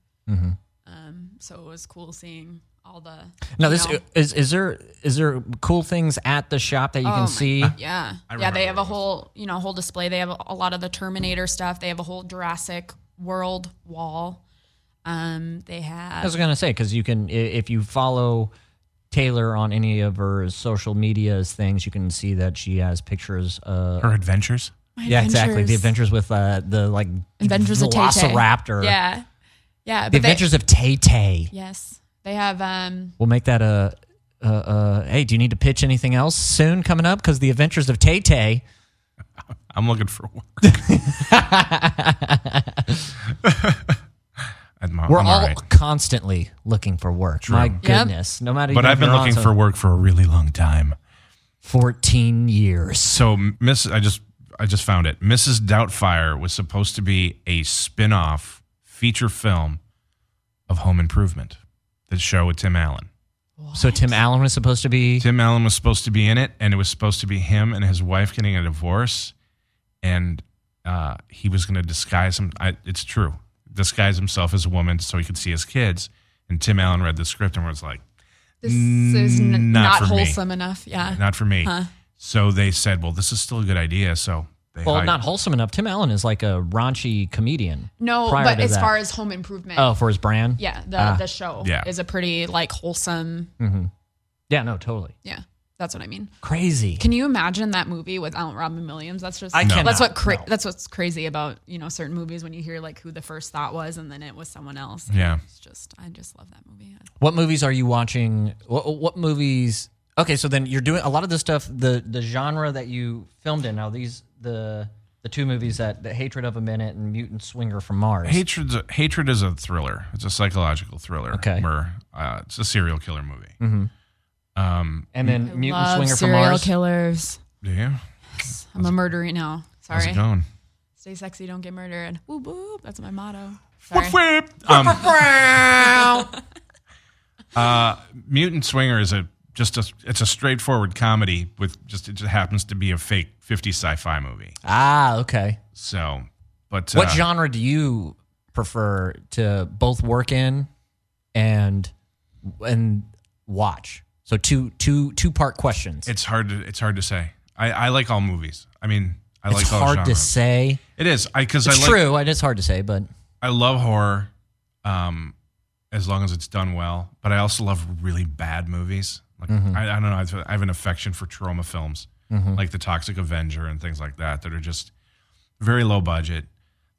Speaker 4: Um, so it was cool seeing all the.
Speaker 2: Now
Speaker 4: you
Speaker 2: this
Speaker 4: know.
Speaker 2: is is there is there cool things at the shop that you
Speaker 4: Oh my
Speaker 2: can see?
Speaker 4: Yeah,
Speaker 3: I
Speaker 4: yeah. They
Speaker 3: remember
Speaker 4: have a
Speaker 3: those.
Speaker 4: whole, you know, whole display. They have a, a lot of the Terminator stuff. They have a whole Jurassic World wall. Um, they
Speaker 2: I was
Speaker 4: have.
Speaker 2: gonna say because you can i- if you follow Taylor on any of her social medias things, you can see that she has pictures. Uh,
Speaker 3: Her adventures.
Speaker 2: yeah, exactly. The adventures with uh, the like
Speaker 4: Adventures of Tay-Tay.
Speaker 2: Velociraptor.
Speaker 4: Yeah, yeah.
Speaker 2: The
Speaker 4: but they-
Speaker 2: Adventures of Tay Tay.
Speaker 4: yes, they have. Um,
Speaker 2: We'll make that a. Uh, uh, hey, do you need to pitch anything else soon coming up? Because the Adventures of Tay Tay.
Speaker 3: I'm looking for work. I'm, I'm
Speaker 2: We're all
Speaker 3: all right.
Speaker 2: constantly looking for work. My goodness, no matter.
Speaker 3: But
Speaker 2: if
Speaker 3: I've been
Speaker 2: you're
Speaker 3: looking
Speaker 2: on
Speaker 3: for
Speaker 2: to
Speaker 3: work for a really long time.
Speaker 2: fourteen years.
Speaker 3: So Miss I just I just found it. Mrs. Doubtfire was supposed to be a spin-off feature film of Home Improvement. The show with Tim Allen.
Speaker 2: So Tim Allen was supposed to be.
Speaker 3: Tim Allen was supposed to be in it and it was supposed to be him and his wife getting a divorce and uh, he was going to disguise him I, it's true. Disguise himself as a woman so he could see his kids and Tim Allen read the script and was like
Speaker 4: this
Speaker 2: Mm,
Speaker 4: is n-
Speaker 3: Not
Speaker 4: not,
Speaker 3: for me.
Speaker 4: wholesome enough. Yeah,
Speaker 3: not for me. So they said, "Well, this is still a good idea." So they
Speaker 2: Well,
Speaker 3: hired-
Speaker 2: not wholesome enough. Tim Allen is like a raunchy comedian.
Speaker 4: no.
Speaker 2: prior
Speaker 4: But
Speaker 2: to
Speaker 4: as
Speaker 2: that.
Speaker 4: far as Home Improvement,
Speaker 2: Oh, Ah. for his brand.
Speaker 4: yeah, the the show
Speaker 3: yeah.
Speaker 4: is a pretty like wholesome.
Speaker 2: Hmm. Yeah. No. Totally.
Speaker 4: Yeah, that's what I mean.
Speaker 2: Crazy.
Speaker 4: Can you imagine that movie without Robin Williams? That's just
Speaker 2: I No.
Speaker 4: that's what
Speaker 2: cannot,
Speaker 4: cra-
Speaker 2: no.
Speaker 4: that's what's crazy about you know certain movies when you hear like who the first thought was and then it was someone else.
Speaker 3: Yeah.
Speaker 4: it's just I just love that movie.
Speaker 2: What movies are you watching? What, what movies? Okay, so then you're doing a lot of this stuff. The the genre that you filmed in now these the the two movies that the Hatred of a Minute and Mutant Swinger from Mars.
Speaker 3: Hatred's a, hatred is a thriller. It's a psychological thriller.
Speaker 2: Okay. Mm-hmm.
Speaker 3: where uh, it's a serial killer movie.
Speaker 2: and then Mutant Swinger from Mars.
Speaker 4: killers.
Speaker 3: Yeah,
Speaker 4: I'm a murderer now.
Speaker 3: how's
Speaker 4: Sorry.
Speaker 3: it going?
Speaker 4: Stay sexy, don't get murdered. Whoop whoop. That's my motto. Sorry.
Speaker 3: Um, uh, Mutant Swinger is a just a it's a straightforward comedy with just it just happens to be a fake 50 sci-fi movie.
Speaker 2: Ah, okay.
Speaker 3: So, but
Speaker 2: What
Speaker 3: uh,
Speaker 2: genre do you prefer to both work in and and watch? So two two two part questions.
Speaker 3: It's hard to it's hard to say. I, I like all movies. I mean, I
Speaker 2: It's
Speaker 3: like all
Speaker 2: hard to
Speaker 3: genres.
Speaker 2: say.
Speaker 3: It is. I because I
Speaker 2: It's
Speaker 3: like
Speaker 2: true, and it's hard to say, but
Speaker 3: I love horror, um, as long as it's done well. But I also love really bad movies. Like
Speaker 2: Mm-hmm.
Speaker 3: I, I don't know, I have- I have an affection for trauma films, like The Toxic Avenger and things like that, that are just very low budget.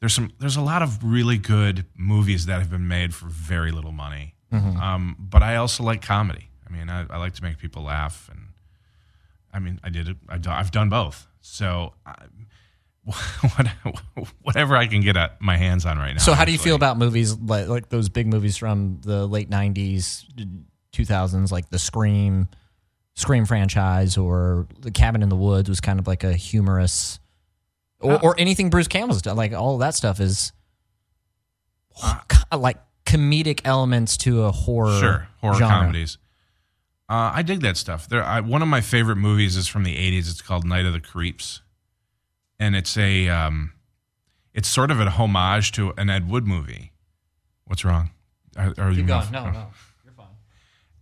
Speaker 3: There's some. There's a lot of really good movies that have been made for very little money.
Speaker 2: Mm-hmm.
Speaker 3: Um, but I also like comedy. I mean, I, I like to make people laugh, and I mean, I did. I, I've done both. So. I, whatever I can get uh, my hands on right now.
Speaker 2: So, how do you
Speaker 3: actually.
Speaker 2: feel about movies like, like those big movies from the late '90s, 2000s, like the Scream, Scream franchise, or The Cabin in the Woods was kind of like a humorous, or,
Speaker 3: Uh,
Speaker 2: or anything Bruce Campbell's done. Like all that stuff is
Speaker 3: Uh,
Speaker 2: like comedic elements to a horror.
Speaker 3: sure horror
Speaker 2: genre.
Speaker 3: comedies. Uh, I dig that stuff. There, I, one of my favorite movies is from the '80s. It's called Night of the Creeps, and it's a um, it's sort of a homage to an Ed Wood movie. What's wrong? Are, are you
Speaker 2: Keep going.
Speaker 3: moving?
Speaker 2: No,
Speaker 3: Oh.
Speaker 2: no.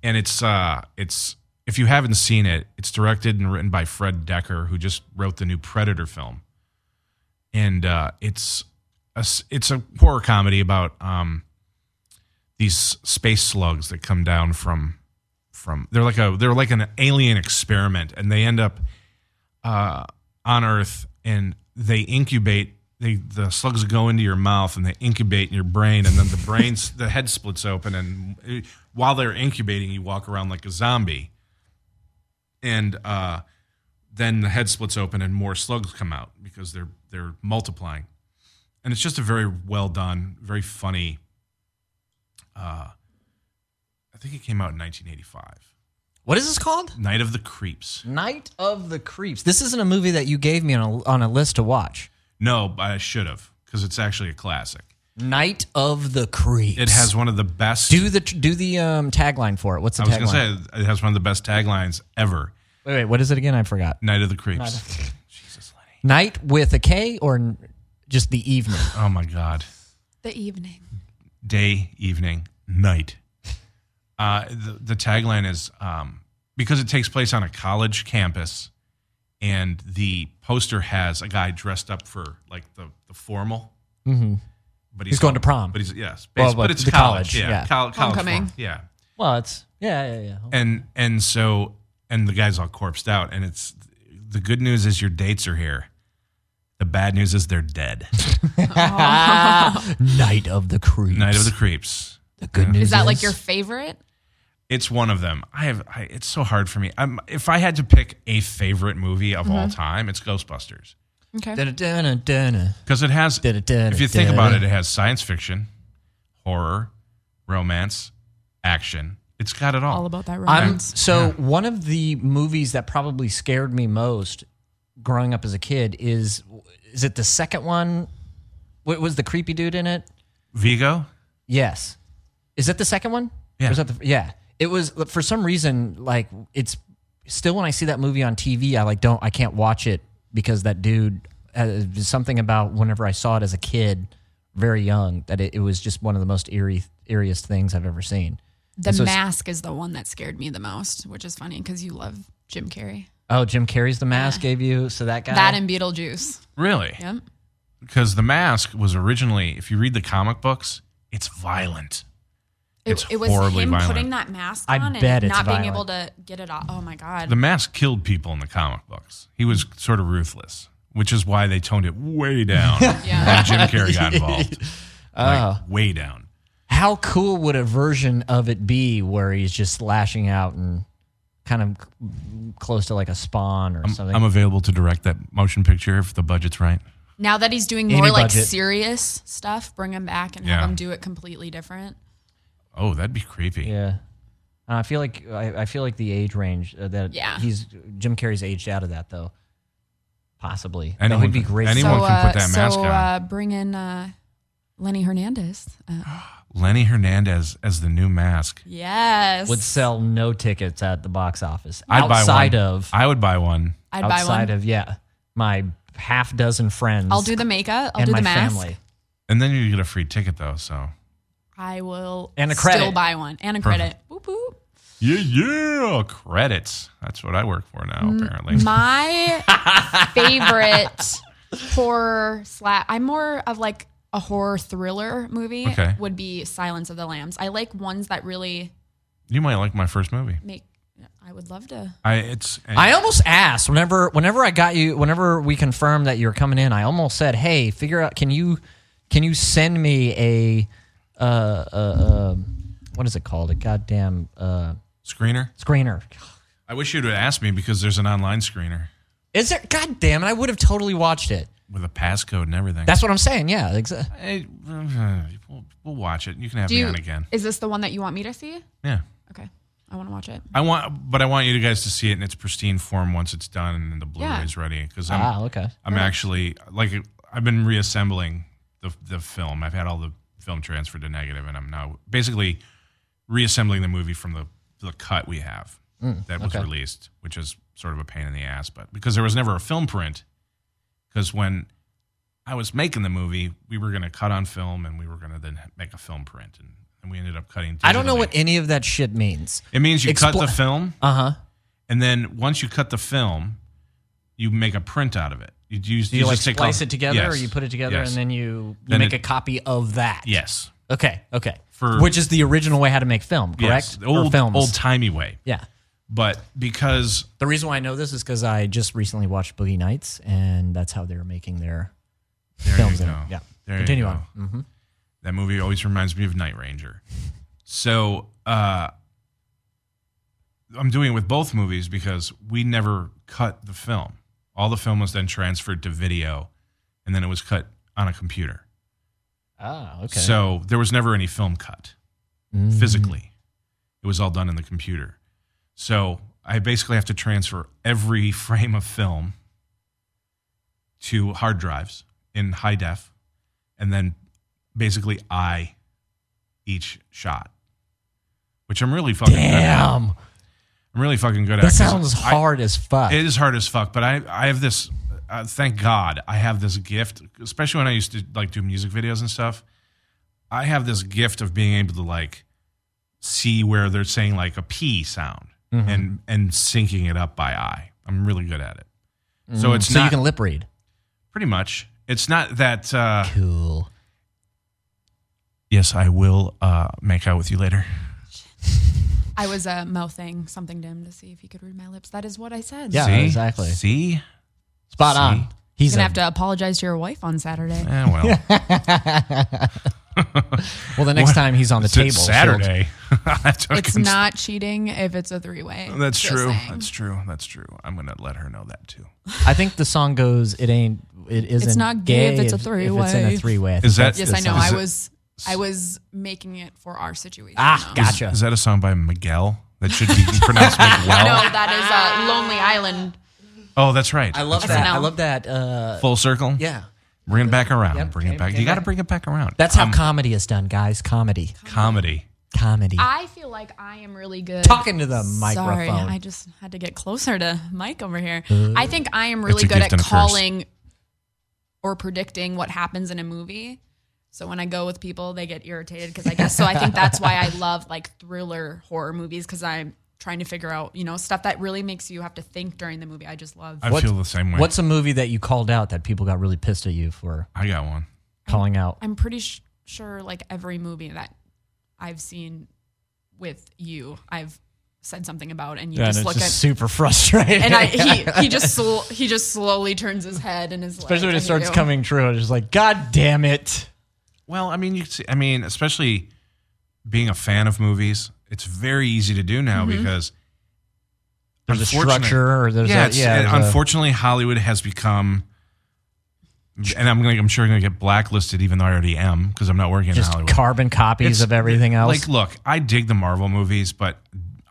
Speaker 3: and it's uh it's if you haven't seen it it's directed and written by fred decker who just wrote the new predator film and uh it's a s- it's a horror comedy about um these space slugs that come down from from they're like a they're like an alien experiment and they end up uh on earth and they incubate they the slugs go into your mouth and they incubate in your brain and then the brains the head splits open and eh, while they're incubating you walk around like a zombie and uh then the head splits open and more slugs come out because they're they're multiplying and it's just a very well done very funny Uh, I think it came out in 1985.
Speaker 2: What is this called?
Speaker 3: Night of the Creeps.
Speaker 2: Night of the Creeps. This isn't a movie that you gave me on a, on a list to watch.
Speaker 3: No, but I should have because it's actually a classic.
Speaker 2: Night of the Creeps.
Speaker 3: It has one of the best.
Speaker 2: do the do the um, tagline for it. What's the
Speaker 3: I was
Speaker 2: tagline?
Speaker 3: gonna say it has one of the best taglines ever.
Speaker 2: Wait, wait, what is it again? I forgot.
Speaker 3: Night of the Creeps. Jesus, Lenny.
Speaker 2: Night with a K or n- just the evening?
Speaker 3: Oh my God.
Speaker 4: The evening.
Speaker 3: Day, evening, night. Uh, the, the tagline is um, because it takes place on a college campus, and the poster has a guy dressed up for like the, the formal. Mm-hmm. But he's,
Speaker 2: He's going to prom.
Speaker 3: But he's yes,
Speaker 2: Well,
Speaker 3: bas-
Speaker 2: but
Speaker 3: but, it's
Speaker 2: the
Speaker 3: college.
Speaker 2: college,
Speaker 3: Yeah,
Speaker 2: yeah.
Speaker 3: Col- college
Speaker 4: Homecoming.
Speaker 3: form, Yeah,
Speaker 2: well, it's yeah, yeah, yeah.
Speaker 3: and and so and the guy's all corpsed out and it's the good news is your dates are here the bad news is they're dead
Speaker 2: Ah. Night of the Creeps.
Speaker 3: night of the creeps
Speaker 2: The good news
Speaker 4: Is that like your favorite?
Speaker 3: it's one of them i have I, it's so hard for me I'm, if i had to pick a favorite movie of all time it's ghostbusters
Speaker 4: Okay.
Speaker 2: Da-da-da-da-da.
Speaker 3: because it has
Speaker 2: Da-da-da-da-da.
Speaker 3: if you think about it it has science fiction horror romance action it's got it all,
Speaker 4: All about that
Speaker 2: I'm
Speaker 4: romance.
Speaker 2: so one of the movies that probably scared me most growing up as a kid is is it the second one? What was the creepy dude in it?
Speaker 3: vigo
Speaker 2: Yes. Is that the second one?
Speaker 3: Yeah.
Speaker 2: Or is that the, yeah. It was for some reason like it's still when I see that movie on TV, I like don't I can't watch it because that dude uh, something about whenever I saw it as a kid, very young, that it, it was just one of the most eerie eeriest things I've ever seen.
Speaker 4: the
Speaker 2: so it's-
Speaker 4: mask is the one that scared me the most, which is funny because you love Jim Carrey.
Speaker 2: Oh, Jim Carrey's The Mask gave you so that guy.
Speaker 4: That and Beetlejuice.
Speaker 3: really
Speaker 4: Yep.
Speaker 3: because the mask was originally if you read the comic books it's violent It's
Speaker 4: It, it was
Speaker 3: horribly
Speaker 4: him
Speaker 3: violent.
Speaker 4: putting that mask
Speaker 2: I
Speaker 4: on and
Speaker 2: bet it's
Speaker 4: not being able to get it off. Oh my god.
Speaker 3: The mask killed people in the comic books. He was sort of ruthless, which is why they toned it way down when Jim Carrey got involved.
Speaker 2: Ah.
Speaker 3: Like, way down.
Speaker 2: How cool would a version of it be where he's just lashing out and kind of c- close to like a spawn or something?
Speaker 3: I'm available to direct that motion picture if the budget's right.
Speaker 4: now that he's doing
Speaker 2: Any
Speaker 4: more like
Speaker 2: budget.
Speaker 4: serious stuff, bring him back and
Speaker 3: Yeah.
Speaker 4: have him do it completely different.
Speaker 3: Oh, that'd be creepy.
Speaker 2: Yeah. And I feel like I, I feel like the age range uh, that
Speaker 4: Yeah.
Speaker 2: he's Jim Carrey's aged out of that though. Possibly.
Speaker 3: Anyone
Speaker 2: that would be
Speaker 3: could-
Speaker 2: great.
Speaker 3: anyone- can put that mask
Speaker 4: so,
Speaker 3: on.
Speaker 4: Uh, bring in uh, Lenny Hernandez. Uh,
Speaker 3: Lenny Hernandez as the new mask.
Speaker 4: yes.
Speaker 2: would sell no tickets at the box office.
Speaker 3: I'd buy
Speaker 2: outside
Speaker 3: one.
Speaker 2: of
Speaker 3: I would buy one.
Speaker 4: I'd buy
Speaker 2: outside
Speaker 4: one.
Speaker 2: of yeah. My half dozen friends
Speaker 4: I'll do the makeup. I'll
Speaker 2: and
Speaker 4: do
Speaker 2: my
Speaker 4: the mask.
Speaker 2: family.
Speaker 3: And then you get a free ticket, though. So,
Speaker 4: I will
Speaker 2: And a
Speaker 4: still
Speaker 2: credit.
Speaker 4: buy one. And a credit.
Speaker 3: Perfect.
Speaker 4: Boop, boop.
Speaker 3: yeah, yeah. Credits. That's what I work for now, apparently.
Speaker 4: Mm. My favorite horror slash. I'm more of like a horror thriller movie.
Speaker 3: Okay.
Speaker 4: Would be Silence of the Lambs. I like ones that really
Speaker 3: you might like my first movie.
Speaker 4: make. I would love to.
Speaker 3: I, it's,
Speaker 2: I almost asked whenever whenever I got you whenever we confirmed that you were coming in. I almost said, "Hey, figure out can you can you send me a uh, uh, uh what is it called? A goddamn uh,
Speaker 3: screener.
Speaker 2: screener?
Speaker 3: I wish you'd have asked me because there's an online screener
Speaker 2: Is there? God damn it! I would have totally watched it.
Speaker 3: with a passcode and everything.
Speaker 2: That's what I'm saying. Yeah, exa-
Speaker 3: Hey, we'll, we'll watch it. You can have me
Speaker 4: you,
Speaker 3: on again.
Speaker 4: Is this the one that you want me to see?
Speaker 3: Yeah.
Speaker 4: Okay. I want to watch it.
Speaker 3: I want, but I want you guys to see it in its pristine form once it's done and the
Speaker 4: Yeah.
Speaker 3: Blu-ray's ready. Because I'm,
Speaker 2: ah, okay.
Speaker 3: I'm actually like I've been reassembling the the film. I've had all the film transferred to negative, and I'm now basically reassembling the movie from the the cut we have that was
Speaker 2: Mm, okay.
Speaker 3: released, which is sort of a pain in the ass. But because there was never a film print, because when I was making the movie, we were going to cut on film, and we were going to then make a film print, and, and we ended up cutting.
Speaker 2: I don't know what
Speaker 3: digitally.
Speaker 2: any of that shit means.
Speaker 3: it means. You cut
Speaker 2: Expl-
Speaker 3: the film.
Speaker 2: Uh huh.
Speaker 3: And then once you cut the film, you make a print out of it. You use
Speaker 2: Do you, like splice it together, or you put it together, and then you, you
Speaker 3: Then
Speaker 2: make
Speaker 3: it-
Speaker 2: a copy of that?
Speaker 3: yes,
Speaker 2: Okay. Okay.
Speaker 3: For-
Speaker 2: Which is the original way how to make film,
Speaker 3: yes,
Speaker 2: correct?
Speaker 3: The
Speaker 2: Or
Speaker 3: old
Speaker 2: films.
Speaker 3: old timey way.
Speaker 2: yeah.
Speaker 3: But because
Speaker 2: The reason why I know this is because I just recently watched Boogie Nights, and that's how they were making their
Speaker 3: there
Speaker 2: films.
Speaker 3: you
Speaker 2: in
Speaker 3: go.
Speaker 2: it. Yeah.
Speaker 3: There you
Speaker 2: Continue
Speaker 3: go.
Speaker 2: on. hmm
Speaker 3: That movie always reminds me of Night Ranger. So uh, I'm doing it with both movies because we never cut the film. All the film was then transferred to video, and then it was cut on a computer.
Speaker 2: Ah, okay. Mm.
Speaker 3: So there was never any film cut. physically.
Speaker 2: Mm-hmm.
Speaker 3: It was all done in the computer. So I basically have to transfer every frame of film to hard drives in high def, and then basically I each shot, which I'm really fucking good at.
Speaker 2: Damn,
Speaker 3: I'm really fucking good at.
Speaker 2: that
Speaker 3: 'cause
Speaker 2: sounds
Speaker 3: I-
Speaker 2: hard as fuck.
Speaker 3: it is hard as fuck, but I I have this. Uh, thank God I have this gift, especially when I used to like do music videos and stuff. I have this gift of being able to like see where they're saying like a p sound
Speaker 2: Mm-hmm.
Speaker 3: and and syncing it up by eye. I'm really good at it. So it's
Speaker 2: Mm-hmm. so
Speaker 3: not
Speaker 2: you can lip read.
Speaker 3: pretty much. It's not that. Uh,
Speaker 2: Cool.
Speaker 3: yes, I will uh, make out with you later.
Speaker 4: I was uh, mouthing something to him to see if he could read my lips. That is what I said.
Speaker 2: Yeah,
Speaker 4: You're
Speaker 3: See?
Speaker 2: exactly.
Speaker 3: See?
Speaker 2: Spot
Speaker 3: See?
Speaker 2: on. He's a-
Speaker 4: gonna have to apologize to your wife on Saturday.
Speaker 3: Eh, well,
Speaker 2: Well, the next time he's on the
Speaker 3: it's
Speaker 2: table,
Speaker 3: Saturday. That's what I
Speaker 4: It's
Speaker 3: can-
Speaker 4: not cheating if it's a three way.
Speaker 3: That's true. That's true. That's true. I'm gonna let her know that too.
Speaker 2: she'll- I think the song goes, "It ain't, it isn't."
Speaker 4: not gay if it's a
Speaker 2: If it's in a
Speaker 4: three-way.
Speaker 2: three way,
Speaker 3: Is that-
Speaker 4: Yes, I know. I was I was making it for our situation.
Speaker 2: Ah,
Speaker 4: though.
Speaker 2: gotcha.
Speaker 3: Is that a song by Miguel that should be pronounced Miguel?
Speaker 5: Oh.
Speaker 4: No, that is uh, Lonely Island.
Speaker 3: Oh, that's right.
Speaker 2: I love
Speaker 3: That's
Speaker 2: that.
Speaker 4: No.
Speaker 2: I love that. Uh,
Speaker 3: right. Full circle.
Speaker 2: yeah,
Speaker 3: Bring it back around. bring
Speaker 2: came-
Speaker 3: it back.
Speaker 2: came
Speaker 3: You got to
Speaker 2: back.
Speaker 3: bring it back around.
Speaker 2: that's how comedy is done, guys. Comedy,
Speaker 3: comedy.
Speaker 2: comedy.
Speaker 4: I feel like I am really good.
Speaker 2: Talking to the
Speaker 4: Sorry,
Speaker 2: microphone.
Speaker 4: I just had to get closer to Mike over here. I think I am really
Speaker 3: Uh, a
Speaker 4: good
Speaker 3: gift
Speaker 4: at
Speaker 3: and a curse.
Speaker 4: calling or predicting what happens in a movie. So when I go with people, they get irritated because I guess so. I think that's why I love like thriller horror movies because I'm trying to figure out you know stuff that really makes you have to think during the movie. I just love.
Speaker 3: I
Speaker 2: What-
Speaker 3: feel the same way.
Speaker 2: What's a movie that you called out that people got really pissed at you for
Speaker 3: I got one.
Speaker 2: calling out?
Speaker 4: I'm pretty sh- sure like every movie that I've seen with you, I've said something about, and you
Speaker 2: and
Speaker 4: just
Speaker 2: it's
Speaker 4: look
Speaker 2: just
Speaker 4: at
Speaker 2: super frustrating.
Speaker 4: and I, he he just sl- he just slowly turns his head and his
Speaker 2: Especially when it
Speaker 4: legs,
Speaker 2: starts
Speaker 4: and you-
Speaker 2: coming true, it's just like, God damn it!
Speaker 3: Well, I mean, you could see, I mean, especially being a fan of movies, it's very easy to do now
Speaker 2: Mm-hmm.
Speaker 3: because
Speaker 2: There's a
Speaker 3: Unfortunate-
Speaker 2: structure, or there's
Speaker 3: yeah,
Speaker 2: a,
Speaker 3: it's,
Speaker 2: yeah. there's a-
Speaker 3: unfortunately, Hollywood has become, and I'm going. to I'm sure I'm going to get blacklisted, even though I already am, because I'm not working in
Speaker 2: just
Speaker 3: Hollywood.
Speaker 2: carbon copies
Speaker 3: It's-
Speaker 2: of everything else.
Speaker 3: Like, look, I dig the Marvel movies, but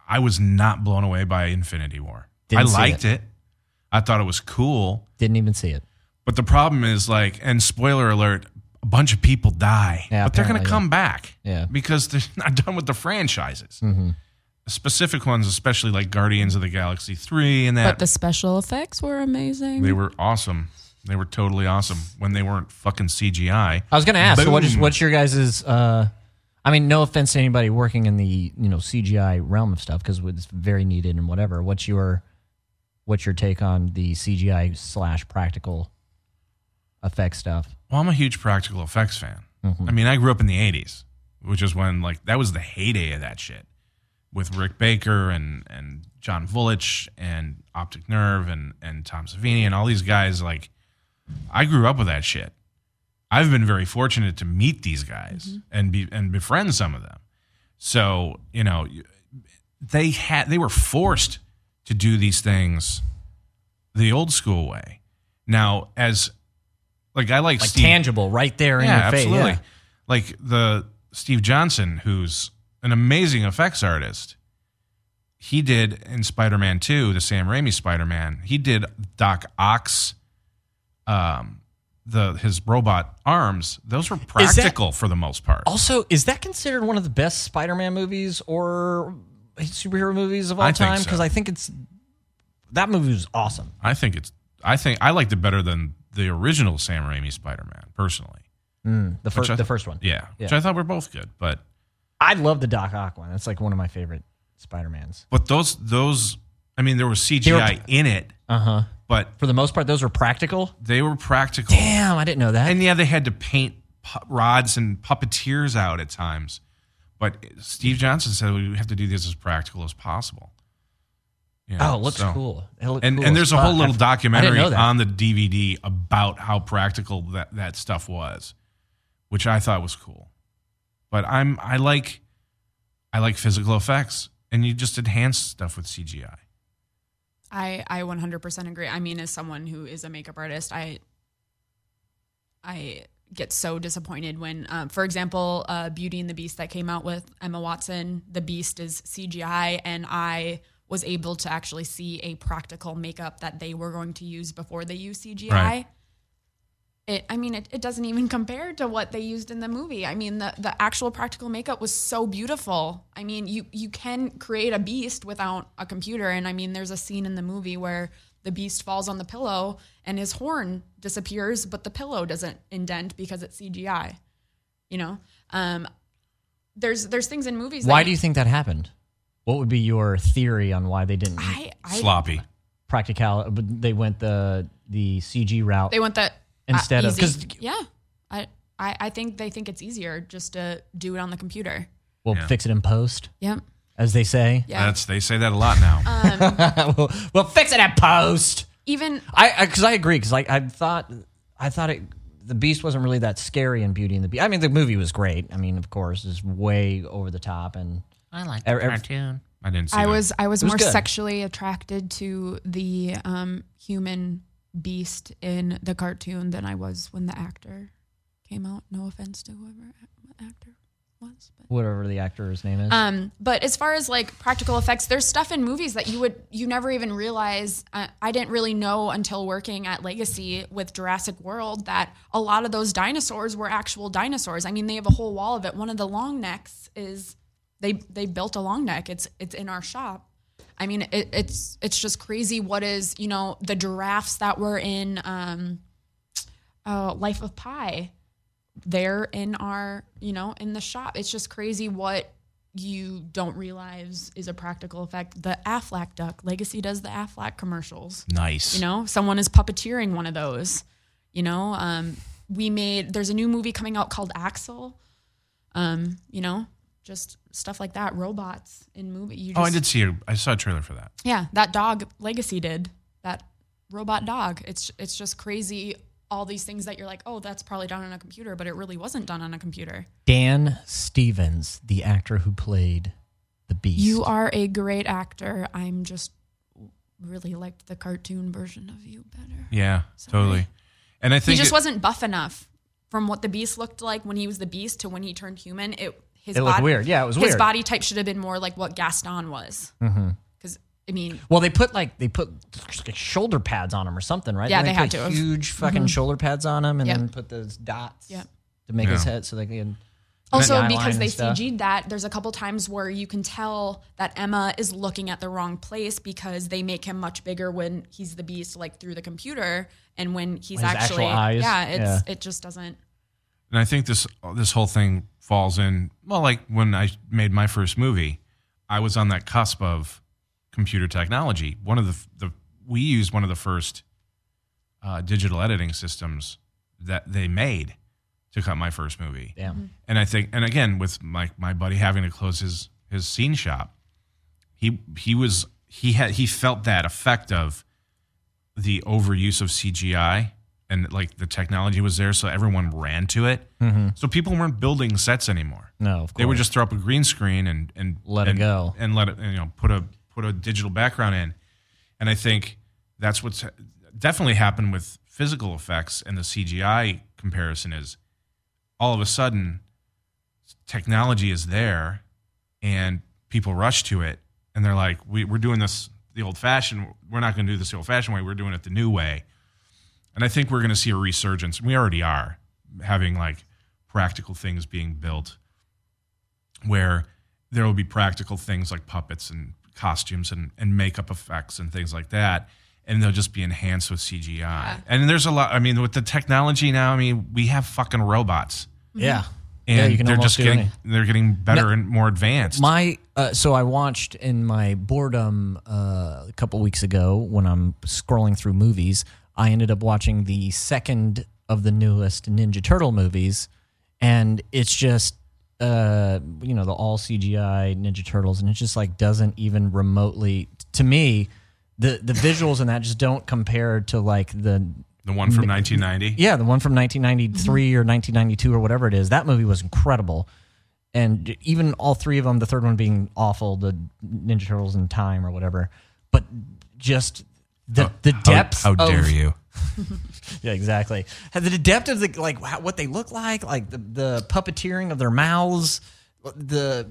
Speaker 3: I was not blown away by Infinity War.
Speaker 2: Didn't
Speaker 3: I
Speaker 2: see
Speaker 3: liked it. I thought it was cool,
Speaker 2: Didn't even see it.
Speaker 3: but the problem is like, and spoiler alert, a bunch of people die,
Speaker 2: Yeah,
Speaker 3: but they're going to
Speaker 2: apparently,
Speaker 3: come back,
Speaker 2: Yeah. Mm-hmm.
Speaker 3: because they're not done with the franchises. Specific ones, especially like Guardians of the Galaxy three, and that
Speaker 4: But the special effects were amazing.
Speaker 3: they were awesome. They were totally awesome when they weren't fucking CGI.
Speaker 2: I was going to ask, so what is
Speaker 3: Boom.
Speaker 2: what's your guys' uh I mean, no offense to anybody working in the, you know, CGI realm of stuff cuz it's very needed and whatever. What's your what's your take on the CGI slash practical effect stuff?
Speaker 3: Well, I'm a huge practical effects fan. I mean, I grew up in the 80s, which is when like that was the heyday of that shit with Rick Baker and and John Vulich and Optic Nerve and and Tom Savini and all these guys like I grew up with that shit. I've been very fortunate to meet these guys and be and befriend some of them. So, you know, you- they had they were forced to do these things the old school way. Now, as like I like,
Speaker 2: Like
Speaker 3: Steve
Speaker 2: tangible right there in your face. yeah.
Speaker 3: like the Steve Johnson, who's an amazing effects artist, he did in Spider Man 2, the Sam Raimi Spider Man, he did Doc Ock's, um, the his robot arms. Those were practical for the most part.
Speaker 2: Also, is that considered one of the best Spider-Man movies or superhero movies of all
Speaker 3: I think
Speaker 2: time
Speaker 3: so.
Speaker 2: cuz I think it's that movie was awesome.
Speaker 3: I think it's, I think I liked it better than the original Sam Raimi Spider Man, personally.
Speaker 2: The
Speaker 3: Which
Speaker 2: first
Speaker 3: I-
Speaker 2: the first one.
Speaker 3: Yeah, Which I thought were both good, but.
Speaker 2: I love the Doc Ock one. That's like one of my favorite Spider-Mans.
Speaker 3: But those those I mean there was CGI in it,
Speaker 2: Uh-huh.
Speaker 3: but
Speaker 2: For the most part those were practical.
Speaker 3: they were practical.
Speaker 2: Damn, I didn't know that.
Speaker 3: And yeah, they had to paint pu- rods and puppeteers out at times. But Steve Johnson said we have to do this as practical as possible. You know,
Speaker 2: oh, it looks
Speaker 3: so-
Speaker 2: cool. It looked
Speaker 3: And
Speaker 2: cool
Speaker 3: and
Speaker 2: as
Speaker 3: there's a whole
Speaker 2: fuck.
Speaker 3: little
Speaker 2: I-
Speaker 3: documentary
Speaker 2: I didn't know that.
Speaker 3: on the DVD about how practical that, that stuff was, which I thought was cool. But I'm I like I like physical effects, and you just enhance stuff with CGI.
Speaker 4: I I 100% agree. I mean, as someone who is a makeup artist, I I get so disappointed when, um, for example, uh, Beauty and the Beast that came out with Emma Watson, the Beast is CGI, and I was able to actually see a practical makeup that they were going to use before they used CGI.
Speaker 3: Right.
Speaker 4: It, I mean, it, it doesn't even compare to what they used in the movie. I mean, the, the actual practical makeup was so beautiful. I mean, you, you can create a beast without a computer. And I mean, there's a scene in the movie where the beast falls on the pillow and his horn disappears, but the pillow doesn't indent because it's CGI. You know, um, there's there's things in movies.
Speaker 2: Why
Speaker 4: that
Speaker 2: do you think that happened? What would be your theory on why they didn't
Speaker 4: I, I
Speaker 3: Sloppy.
Speaker 2: practical? uh, But they went the the CG route.
Speaker 4: They want that uh,
Speaker 2: Instead of-
Speaker 4: easy.
Speaker 2: 'cause-
Speaker 4: yeah, I, I I think they think it's easier just to do it on the computer.
Speaker 2: we'll fix it in post,
Speaker 4: Yep.
Speaker 2: as they say.
Speaker 4: Yeah. Uh,
Speaker 3: That's they say that a lot now.
Speaker 2: we'll, we'll fix it in post.
Speaker 4: Even
Speaker 2: I because I, agree because like I thought I thought it the Beast wasn't really that scary in Beauty and the Beast. I mean the movie was great. I mean of course it's way over the top and
Speaker 5: I like
Speaker 2: Ev- ev-
Speaker 5: cartoon.
Speaker 3: I didn't see
Speaker 4: I
Speaker 3: that.
Speaker 4: was I was,
Speaker 2: was
Speaker 4: more
Speaker 2: good.
Speaker 4: sexually attracted to the um, human beast in the cartoon than I was when the actor came out. No offense to whoever a- actor was, but
Speaker 2: whatever the actor's name is.
Speaker 4: Um, but as far as like practical effects, there's stuff in movies that you would you never even realize. Uh, I didn't really know until working at Legacy with Jurassic World that a lot of those dinosaurs were actual dinosaurs. I mean, they have a whole wall of it. One of the long necks is they they built a long neck. It's it's in our shop. I mean, it, it's it's just crazy. What is you know the giraffes that were in um, uh, Life of Pi? They're in our you know in the shop. It's just crazy what you don't realize is a practical effect. The Aflac duck, Legacy does the Aflac commercials.
Speaker 3: nice.
Speaker 4: You know, someone is puppeteering one of those. You know, um, we made there's a new movie coming out called Axel. Um, you know, just stuff like that. Robots in movie. You just,
Speaker 3: oh, I did see. A, I saw a trailer for that.
Speaker 4: Yeah, that dog Legacy did that robot dog. It's it's just crazy. All these things that you're like, oh, that's probably done on a computer, but it really wasn't done on a computer.
Speaker 2: Dan Stevens, the actor who played the Beast.
Speaker 4: You are a great actor. I'm just really liked the cartoon version of you better.
Speaker 3: Yeah, totally. And I
Speaker 4: He
Speaker 3: think
Speaker 4: just
Speaker 3: it-
Speaker 4: wasn't buff enough from what the beast looked like when he was the beast to when he turned human. It his
Speaker 2: It looked
Speaker 4: body,
Speaker 2: weird. Yeah, it was
Speaker 4: his
Speaker 2: weird. Mm-hmm.
Speaker 4: body type should have been more like what Gaston was. Because I mean,
Speaker 2: Well, they put like they put shoulder pads on him or something, right?
Speaker 4: Yeah,
Speaker 2: Didn't
Speaker 4: they had
Speaker 2: put
Speaker 4: to have. Mm-hmm.
Speaker 2: huge fucking shoulder pads on him, and
Speaker 4: Yep.
Speaker 2: then put those dots
Speaker 4: Yep.
Speaker 2: to make his
Speaker 3: Yeah.
Speaker 2: head so they can.
Speaker 4: Also,
Speaker 2: the
Speaker 4: because
Speaker 2: eyeline
Speaker 4: they
Speaker 2: and stuff.
Speaker 4: CG'd that, there's a couple times where you can tell that Emma is looking at the wrong place because they make him much bigger when he's the beast, like through the computer, and when he's
Speaker 2: His actual
Speaker 4: actually
Speaker 2: eyes,
Speaker 4: yeah, it's it just doesn't.
Speaker 3: and I think this this whole thing falls in well, like when I made my first movie, I was on that cusp of computer technology. One of the f- the we used one of the first uh, digital editing systems that they made to cut my first movie.
Speaker 4: Mm-hmm.
Speaker 2: Damn.
Speaker 3: And I think, and again, with my my buddy having to close his his scene shop, he he was he had he felt that effect of the overuse of CGI and like the technology was there, so everyone ran to it. So people weren't building sets anymore.
Speaker 2: No, of Mm-hmm. course.
Speaker 3: They would just throw up a green screen and and
Speaker 2: Let it
Speaker 3: and-
Speaker 2: go.
Speaker 3: and let it and, you know put a put a digital background in, and I think that's what's definitely happened with physical effects and the CGI comparison is all of a sudden technology is there and people rush to it and they're like we, we're doing this the old fashioned we're not going to do this the old fashioned way we're doing it the new way and i think we're going to see a resurgence we already are having like practical things being built where there will be practical things like puppets and costumes and, and makeup effects and things like that and they'll just be enhanced with cgi and there's a lot i mean with the technology now i mean we have fucking robots
Speaker 4: Mm-hmm.
Speaker 2: yeah.
Speaker 3: and
Speaker 2: yeah, you can
Speaker 3: they're
Speaker 2: almost
Speaker 3: just
Speaker 2: do
Speaker 3: getting
Speaker 2: any-
Speaker 3: they're getting better and more advanced.
Speaker 2: My uh, so I watched in my boredom uh, a couple weeks ago when I'm scrolling through movies. I ended up watching the second of the newest Ninja Turtle movies, and it's just uh, you know the all CGI Ninja Turtles, and it just like doesn't even remotely to me. The, the visuals in that just don't compare to like the
Speaker 3: the one from 1990.
Speaker 2: yeah, the one from 1993 or 1992 or whatever it is. That movie was incredible. And even all three of them, the third one being awful, the Ninja Turtles in Time or whatever, but just the the depth.
Speaker 3: Oh, How,
Speaker 2: of-
Speaker 3: how dare you?
Speaker 2: Yeah, exactly. Had the depth of the like how, what they look like, like the the puppeteering of their mouths, the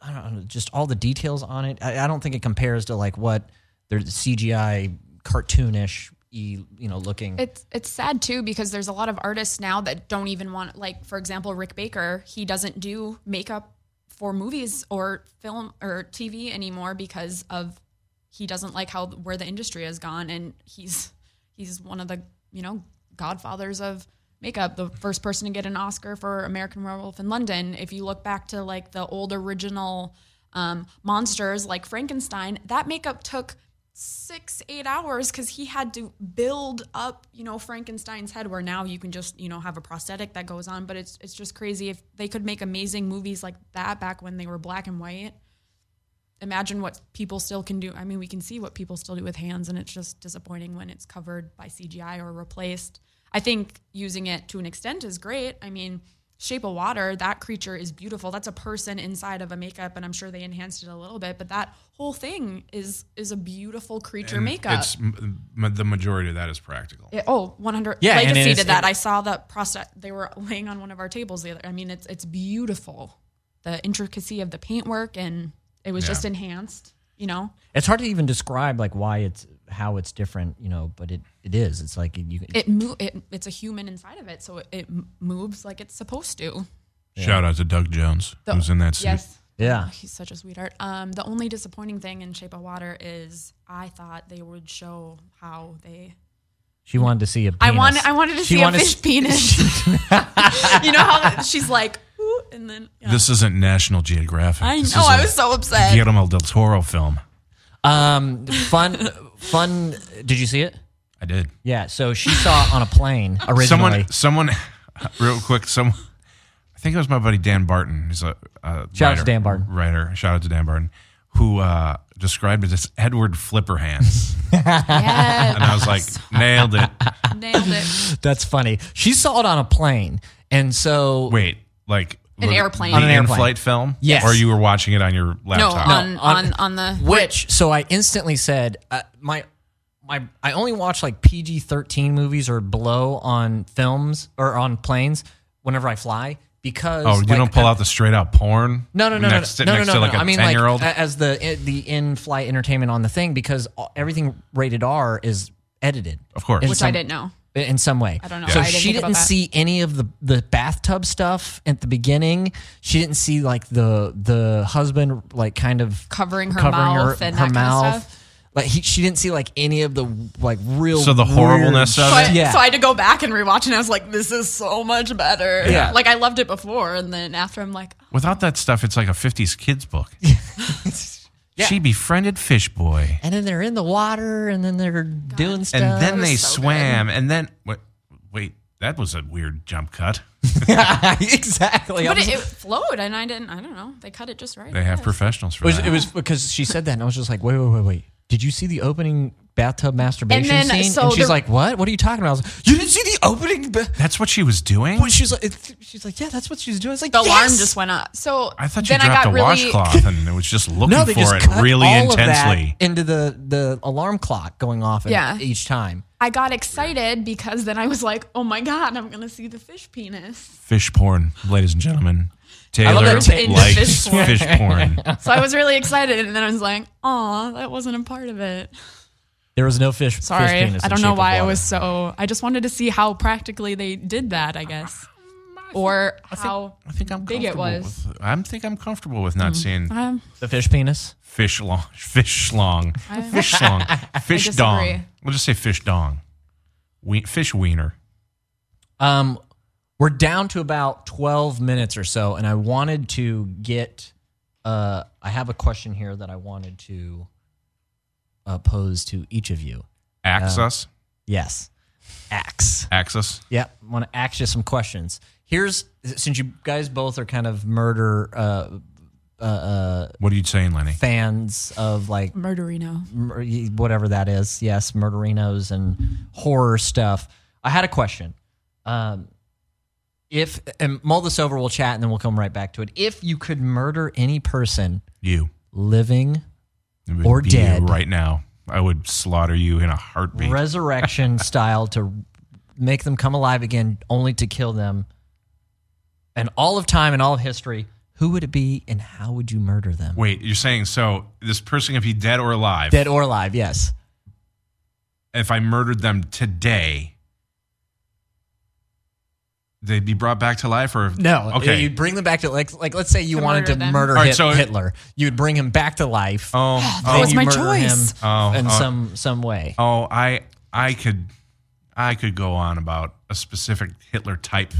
Speaker 2: I don't know, just all the details on it. I, I don't think it compares to like what their CGI cartoonish, you know, looking.
Speaker 4: It's it's sad too because there's a lot of artists now that don't even want like for example Rick Baker he doesn't do makeup for movies or film or TV anymore because of he doesn't like how where the industry has gone and he's he's one of the you know godfathers of makeup the first person to get an Oscar for American Werewolf in London if you look back to like the old original um, monsters like Frankenstein that makeup took six eight hours because he had to build up you know frankenstein's head where now you can just you know have a prosthetic that goes on but it's it's just crazy if they could make amazing movies like that back when they were black and white imagine what people still can do i mean we can see what people still do with hands and it's just disappointing when it's covered by cgi or replaced i think using it to an extent is great i mean shape of water that creature is beautiful that's a person inside of a makeup and i'm sure they enhanced it a little bit but that whole thing is is a beautiful creature
Speaker 2: Mm.
Speaker 3: And
Speaker 4: makeup
Speaker 3: It's m- m- the majority of that is practical.
Speaker 4: it- oh, 100.
Speaker 2: Yeah, and
Speaker 4: Legacy
Speaker 2: it's-
Speaker 4: did that. I saw the prostate. They were laying on one of our tables the other. I mean, it's it's beautiful. The intricacy of the paintwork and it was
Speaker 3: Yeah.
Speaker 4: just enhanced. You know,
Speaker 2: It's hard to even describe like why it's how it's different, you know, but it it is. It's like you
Speaker 4: it, mo- it it's a human inside of it, so it, it moves like it's supposed to.
Speaker 3: Shout out to Doug Jones,
Speaker 4: The-
Speaker 3: who's in that suit.
Speaker 4: Yes.
Speaker 2: yeah.
Speaker 4: He's such a sweetheart. Um, the only disappointing thing in Shape of Water is I thought they would show how they.
Speaker 2: She wanted to see a penis.
Speaker 4: I wanted. I wanted to
Speaker 2: She
Speaker 4: see a
Speaker 2: wanted to
Speaker 4: fish
Speaker 2: s-
Speaker 4: penis. you know how she's like, "Ooh," and then yeah.
Speaker 3: This isn't National Geographic.
Speaker 4: I
Speaker 3: This
Speaker 4: know.
Speaker 3: is
Speaker 4: I
Speaker 3: a
Speaker 4: was so upset.
Speaker 3: Guillermo del Toro film.
Speaker 2: Um, fun, fun. Did you see it?
Speaker 3: I did.
Speaker 2: Yeah. So she saw it on a plane originally.
Speaker 3: Someone, someone, real quick. Someone, I think it was my buddy Dan Barton. He's a, a
Speaker 2: Shout out to
Speaker 3: writer-
Speaker 2: Dan Barton.
Speaker 3: Writer. Shout out to Dan Barton, who uh, described it as Edward Flipper Hands,
Speaker 4: Yes.
Speaker 3: and I was like, nailed it.
Speaker 4: nailed it.
Speaker 2: That's funny. She saw it on a plane, and so
Speaker 3: Wait, like
Speaker 4: An
Speaker 3: the-
Speaker 4: airplane.
Speaker 3: the
Speaker 4: On
Speaker 2: an airplane.
Speaker 3: in-flight film.
Speaker 2: Yes.
Speaker 3: or you were watching it on your
Speaker 4: No,
Speaker 3: laptop.
Speaker 4: on,
Speaker 2: on-
Speaker 4: on on the
Speaker 2: which so I instantly said uh, my my I only watch like PG thirteen movies or below on films or on planes whenever I fly because
Speaker 3: Oh, you
Speaker 2: like,
Speaker 3: don't pull out the straight out porn.
Speaker 2: No, no, no, no,
Speaker 3: next,
Speaker 2: no, no, no,
Speaker 3: next
Speaker 2: no,
Speaker 3: to
Speaker 2: no.
Speaker 3: like a
Speaker 2: I mean, like uh,
Speaker 3: ten-year-old.
Speaker 2: a- as the eh, the in-flight entertainment on the thing because all- everything rated R is edited,
Speaker 3: Of course.
Speaker 2: In
Speaker 4: which
Speaker 2: some-
Speaker 4: I
Speaker 2: eh,
Speaker 4: didn't know.
Speaker 2: in some way. I
Speaker 4: don't know.
Speaker 2: So
Speaker 4: I didn't
Speaker 2: she
Speaker 4: think about
Speaker 2: didn't
Speaker 4: that.
Speaker 2: see any of the the bathtub stuff at the beginning. She didn't see like the the husband like kind of
Speaker 4: Covering her
Speaker 2: covering
Speaker 4: mouth
Speaker 2: her,
Speaker 4: and
Speaker 2: her
Speaker 4: that kind of
Speaker 2: mouth.
Speaker 4: stuff?
Speaker 2: Like he, she didn't see like any of the like real.
Speaker 3: So the
Speaker 2: weird
Speaker 3: horribleness of
Speaker 4: So I,
Speaker 3: it?
Speaker 2: Yeah.
Speaker 4: so I had to go back and rewatch, and I was like, "This is so much better."
Speaker 2: Yeah.
Speaker 4: like I loved it before, and then after I'm like,
Speaker 3: Without that stuff, it's like a '50s kids book.
Speaker 2: Yeah.
Speaker 3: She befriended Fish Boy.
Speaker 2: and then they're in the water, and then they're doing stuff.
Speaker 3: and then
Speaker 4: was
Speaker 3: they
Speaker 4: so
Speaker 3: swam, and then wait, wait, that was a weird jump cut.
Speaker 2: exactly. I
Speaker 4: "But
Speaker 2: was-
Speaker 4: it, it flowed," and I didn't. I don't know. They cut it just right.
Speaker 3: They
Speaker 4: I
Speaker 3: have
Speaker 4: guess.
Speaker 3: professionals for
Speaker 2: It was,
Speaker 3: that.
Speaker 2: it was because she said that, and I was just like, wait, wait, wait, wait. Did you see the opening bathtub masturbation
Speaker 4: then,
Speaker 2: scene?
Speaker 4: so
Speaker 2: and she's
Speaker 4: there-
Speaker 2: like, what? What are you talking about? I was like, you didn't see the opening. Ba-?
Speaker 3: That's what she was doing.
Speaker 2: But she's like, it's- she's like, yeah, that's what she's doing. It's like
Speaker 4: The alarm
Speaker 2: yes!
Speaker 4: just went up. So
Speaker 3: I thought you
Speaker 4: then I
Speaker 3: dropped
Speaker 4: got
Speaker 3: a
Speaker 4: really
Speaker 3: washcloth and it was just looking
Speaker 2: no, they
Speaker 3: for
Speaker 2: just
Speaker 3: it
Speaker 2: cut
Speaker 3: really
Speaker 2: all
Speaker 3: intensely.
Speaker 2: of that into the the alarm clock going off at-
Speaker 4: Yeah.
Speaker 2: each time.
Speaker 4: I got excited because then I was like, "Oh my god, I'm gonna see the fish penis."
Speaker 3: Fish porn, ladies and gentlemen.
Speaker 2: love
Speaker 3: Taylor
Speaker 2: that it's
Speaker 4: into
Speaker 3: likes
Speaker 4: fish porn.
Speaker 3: fish porn.
Speaker 4: So I was really excited, and then I was like, "Oh, that wasn't a part of it."
Speaker 2: There was no fish. fish
Speaker 4: Sorry,
Speaker 2: penis
Speaker 4: I
Speaker 2: in
Speaker 4: don't
Speaker 2: Shape
Speaker 4: know
Speaker 2: of
Speaker 4: why I
Speaker 2: Water.
Speaker 4: was so. I just wanted to see how practically they did that. I guess, or how
Speaker 3: I think I'm
Speaker 4: Big it
Speaker 3: comfortable
Speaker 4: was. Mm-hmm.
Speaker 3: With, I think I'm comfortable with not seeing
Speaker 2: the fish penis.
Speaker 3: fish long, fish long, fish long, fish dong.
Speaker 4: disagree.
Speaker 3: We'll just say fish dong, we, fish wiener.
Speaker 2: Um, we're down to about twelve minutes or so, and I wanted to get. Uh, I have a question here that I wanted to uh, pose to each of you.
Speaker 3: Axe us,
Speaker 2: Yes, axe.
Speaker 3: axe us.
Speaker 2: Yeah, want to ask you some questions. Here's since you guys both are kind of murder uh,
Speaker 3: What are you saying, Lenny?
Speaker 2: fans of like
Speaker 4: murderino.
Speaker 2: mur- whatever that is. Yes, murderinos and horror stuff. I had a question. Um, if and mull this over, we'll chat and then we'll come right back to it. If you could murder any person,
Speaker 3: You.
Speaker 2: living
Speaker 3: It would
Speaker 2: Or
Speaker 3: be
Speaker 2: dead.
Speaker 3: right now. I would slaughter you in a heartbeat.
Speaker 2: resurrection style to make them come alive again, only to kill them. And all of time and all of history, who would it be, and how would you murder them?
Speaker 3: Wait, you're saying so this person could be dead or alive.
Speaker 2: Dead or alive? Yes.
Speaker 3: If I murdered them today, they'd be brought back to life or
Speaker 2: No.
Speaker 3: Okay.
Speaker 2: You'd bring them back to like like let's say you
Speaker 4: To
Speaker 2: wanted
Speaker 4: murder
Speaker 2: to
Speaker 4: them.
Speaker 2: murder
Speaker 3: All right,
Speaker 2: Hit-
Speaker 3: so-
Speaker 2: Hitler. You'd bring him back to life.
Speaker 3: oh,
Speaker 4: That
Speaker 3: oh,
Speaker 4: was
Speaker 2: you
Speaker 4: my
Speaker 2: murder
Speaker 4: choice. Uh-huh.
Speaker 2: him
Speaker 3: Oh,
Speaker 2: in
Speaker 3: oh.
Speaker 2: some some way.
Speaker 3: oh, I I could I could go on about a specific Hitler type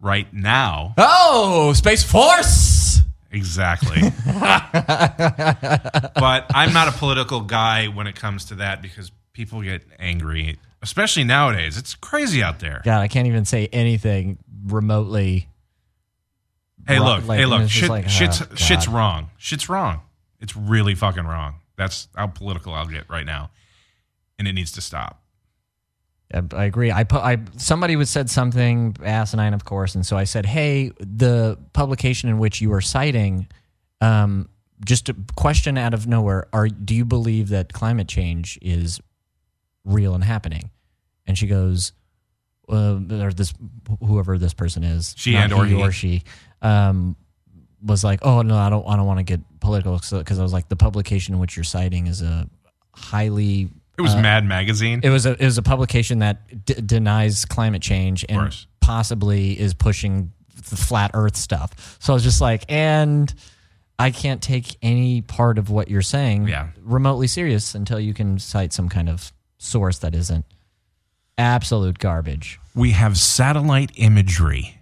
Speaker 3: right now.
Speaker 2: Oh, Space Force.
Speaker 3: Exactly. but I'm not a political guy when it comes to that because people get angry, especially nowadays. It's crazy out there.
Speaker 2: God, I can't even say anything remotely.
Speaker 3: Hey,
Speaker 2: Ro-
Speaker 3: look,
Speaker 2: like,
Speaker 3: hey,
Speaker 2: and
Speaker 3: look,
Speaker 2: it's just
Speaker 3: shit,
Speaker 2: like, oh,
Speaker 3: shit's
Speaker 2: God.
Speaker 3: shit's wrong. Shit's wrong. It's really fucking wrong. That's how political I'll get right now, and it needs to stop.
Speaker 2: I, I agree. I put I somebody was said something asinine, of course, and so I said, "Hey, the publication in which you are citing, um, just a question out of nowhere: Are do you believe that climate change is real and happening?" And she goes, uh, or this whoever this person is,
Speaker 3: She
Speaker 2: not
Speaker 3: and or
Speaker 2: he
Speaker 3: he.
Speaker 2: or she, um, was like, "Oh no, I don't, I don't want to get political," because I was like, "The publication in which you're citing is a highly
Speaker 3: It was Mad Magazine.
Speaker 2: it was a it was a publication that d- denies climate change and
Speaker 3: course.
Speaker 2: possibly is pushing the flat Earth stuff. So I was just like, and I can't take any part of what you're saying
Speaker 3: Yeah.
Speaker 2: remotely serious until you can cite some kind of source that isn't absolute garbage.
Speaker 3: we have satellite imagery.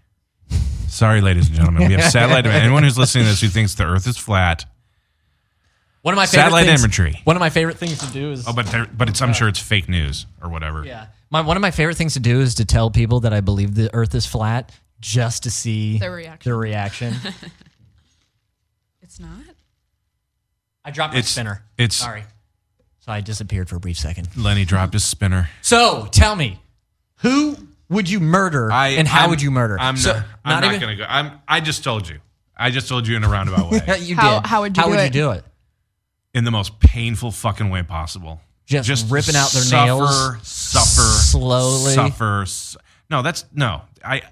Speaker 3: Sorry, ladies and gentlemen, we have satellite. Anyone who's listening to this who thinks the Earth is flat.
Speaker 2: One of my favorite
Speaker 3: Satellite
Speaker 2: things,
Speaker 3: imagery.
Speaker 2: One of my favorite things to do is
Speaker 3: Oh, but there, but it's I'm sure it's fake news or whatever.
Speaker 2: yeah. My one of my favorite things to do is to tell people that I believe the Earth is flat just to see
Speaker 4: Their reaction.
Speaker 2: Their reaction.
Speaker 4: It's not.
Speaker 2: I dropped my
Speaker 3: It's
Speaker 2: spinner.
Speaker 3: it's
Speaker 2: Sorry. So I disappeared for a brief second.
Speaker 3: Lenny dropped his spinner.
Speaker 2: So tell me, who would you murder
Speaker 3: I
Speaker 2: and how
Speaker 3: I'm-
Speaker 2: would you murder?
Speaker 3: I'm
Speaker 2: So-
Speaker 3: not. I'm not
Speaker 2: even-
Speaker 3: gonna go. I'm. I just told you. I just told you in a roundabout way,
Speaker 2: You
Speaker 4: How-
Speaker 2: did.
Speaker 4: how would you
Speaker 2: how
Speaker 4: do
Speaker 2: would you
Speaker 4: it?
Speaker 2: do it?
Speaker 3: in the most painful fucking way possible.
Speaker 2: Just ripping out their
Speaker 3: suffer,
Speaker 2: nails
Speaker 3: Suffer
Speaker 2: slowly.
Speaker 3: Suffer. s- No, that's no. I.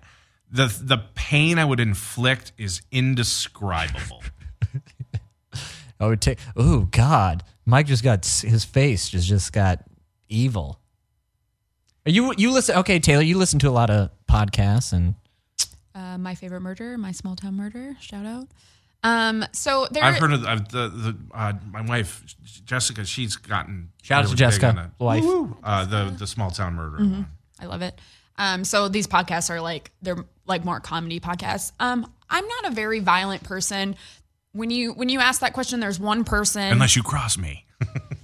Speaker 3: The the pain I would inflict is indescribable.
Speaker 2: I would take. Oh God, Mike just got s- his face just just got evil. Are you you listen? Okay, Taylor, you listen to a lot of podcasts and
Speaker 4: Uh, my favorite murder, my small town murder. Shout out. Um, so there.
Speaker 3: I've heard of uh, the the uh, my wife Jessica. She's gotten
Speaker 2: Shout out to
Speaker 3: really big
Speaker 2: Jessica,
Speaker 3: on that.
Speaker 2: wife. Mm-hmm.
Speaker 3: Woo-hoo. Uh, the the small town murderer. one.
Speaker 4: I love it. Um, so these podcasts are like they're like more comedy podcasts. Um, I'm not a very violent person. When you when you ask that question, there's one person.
Speaker 3: Unless you cross me,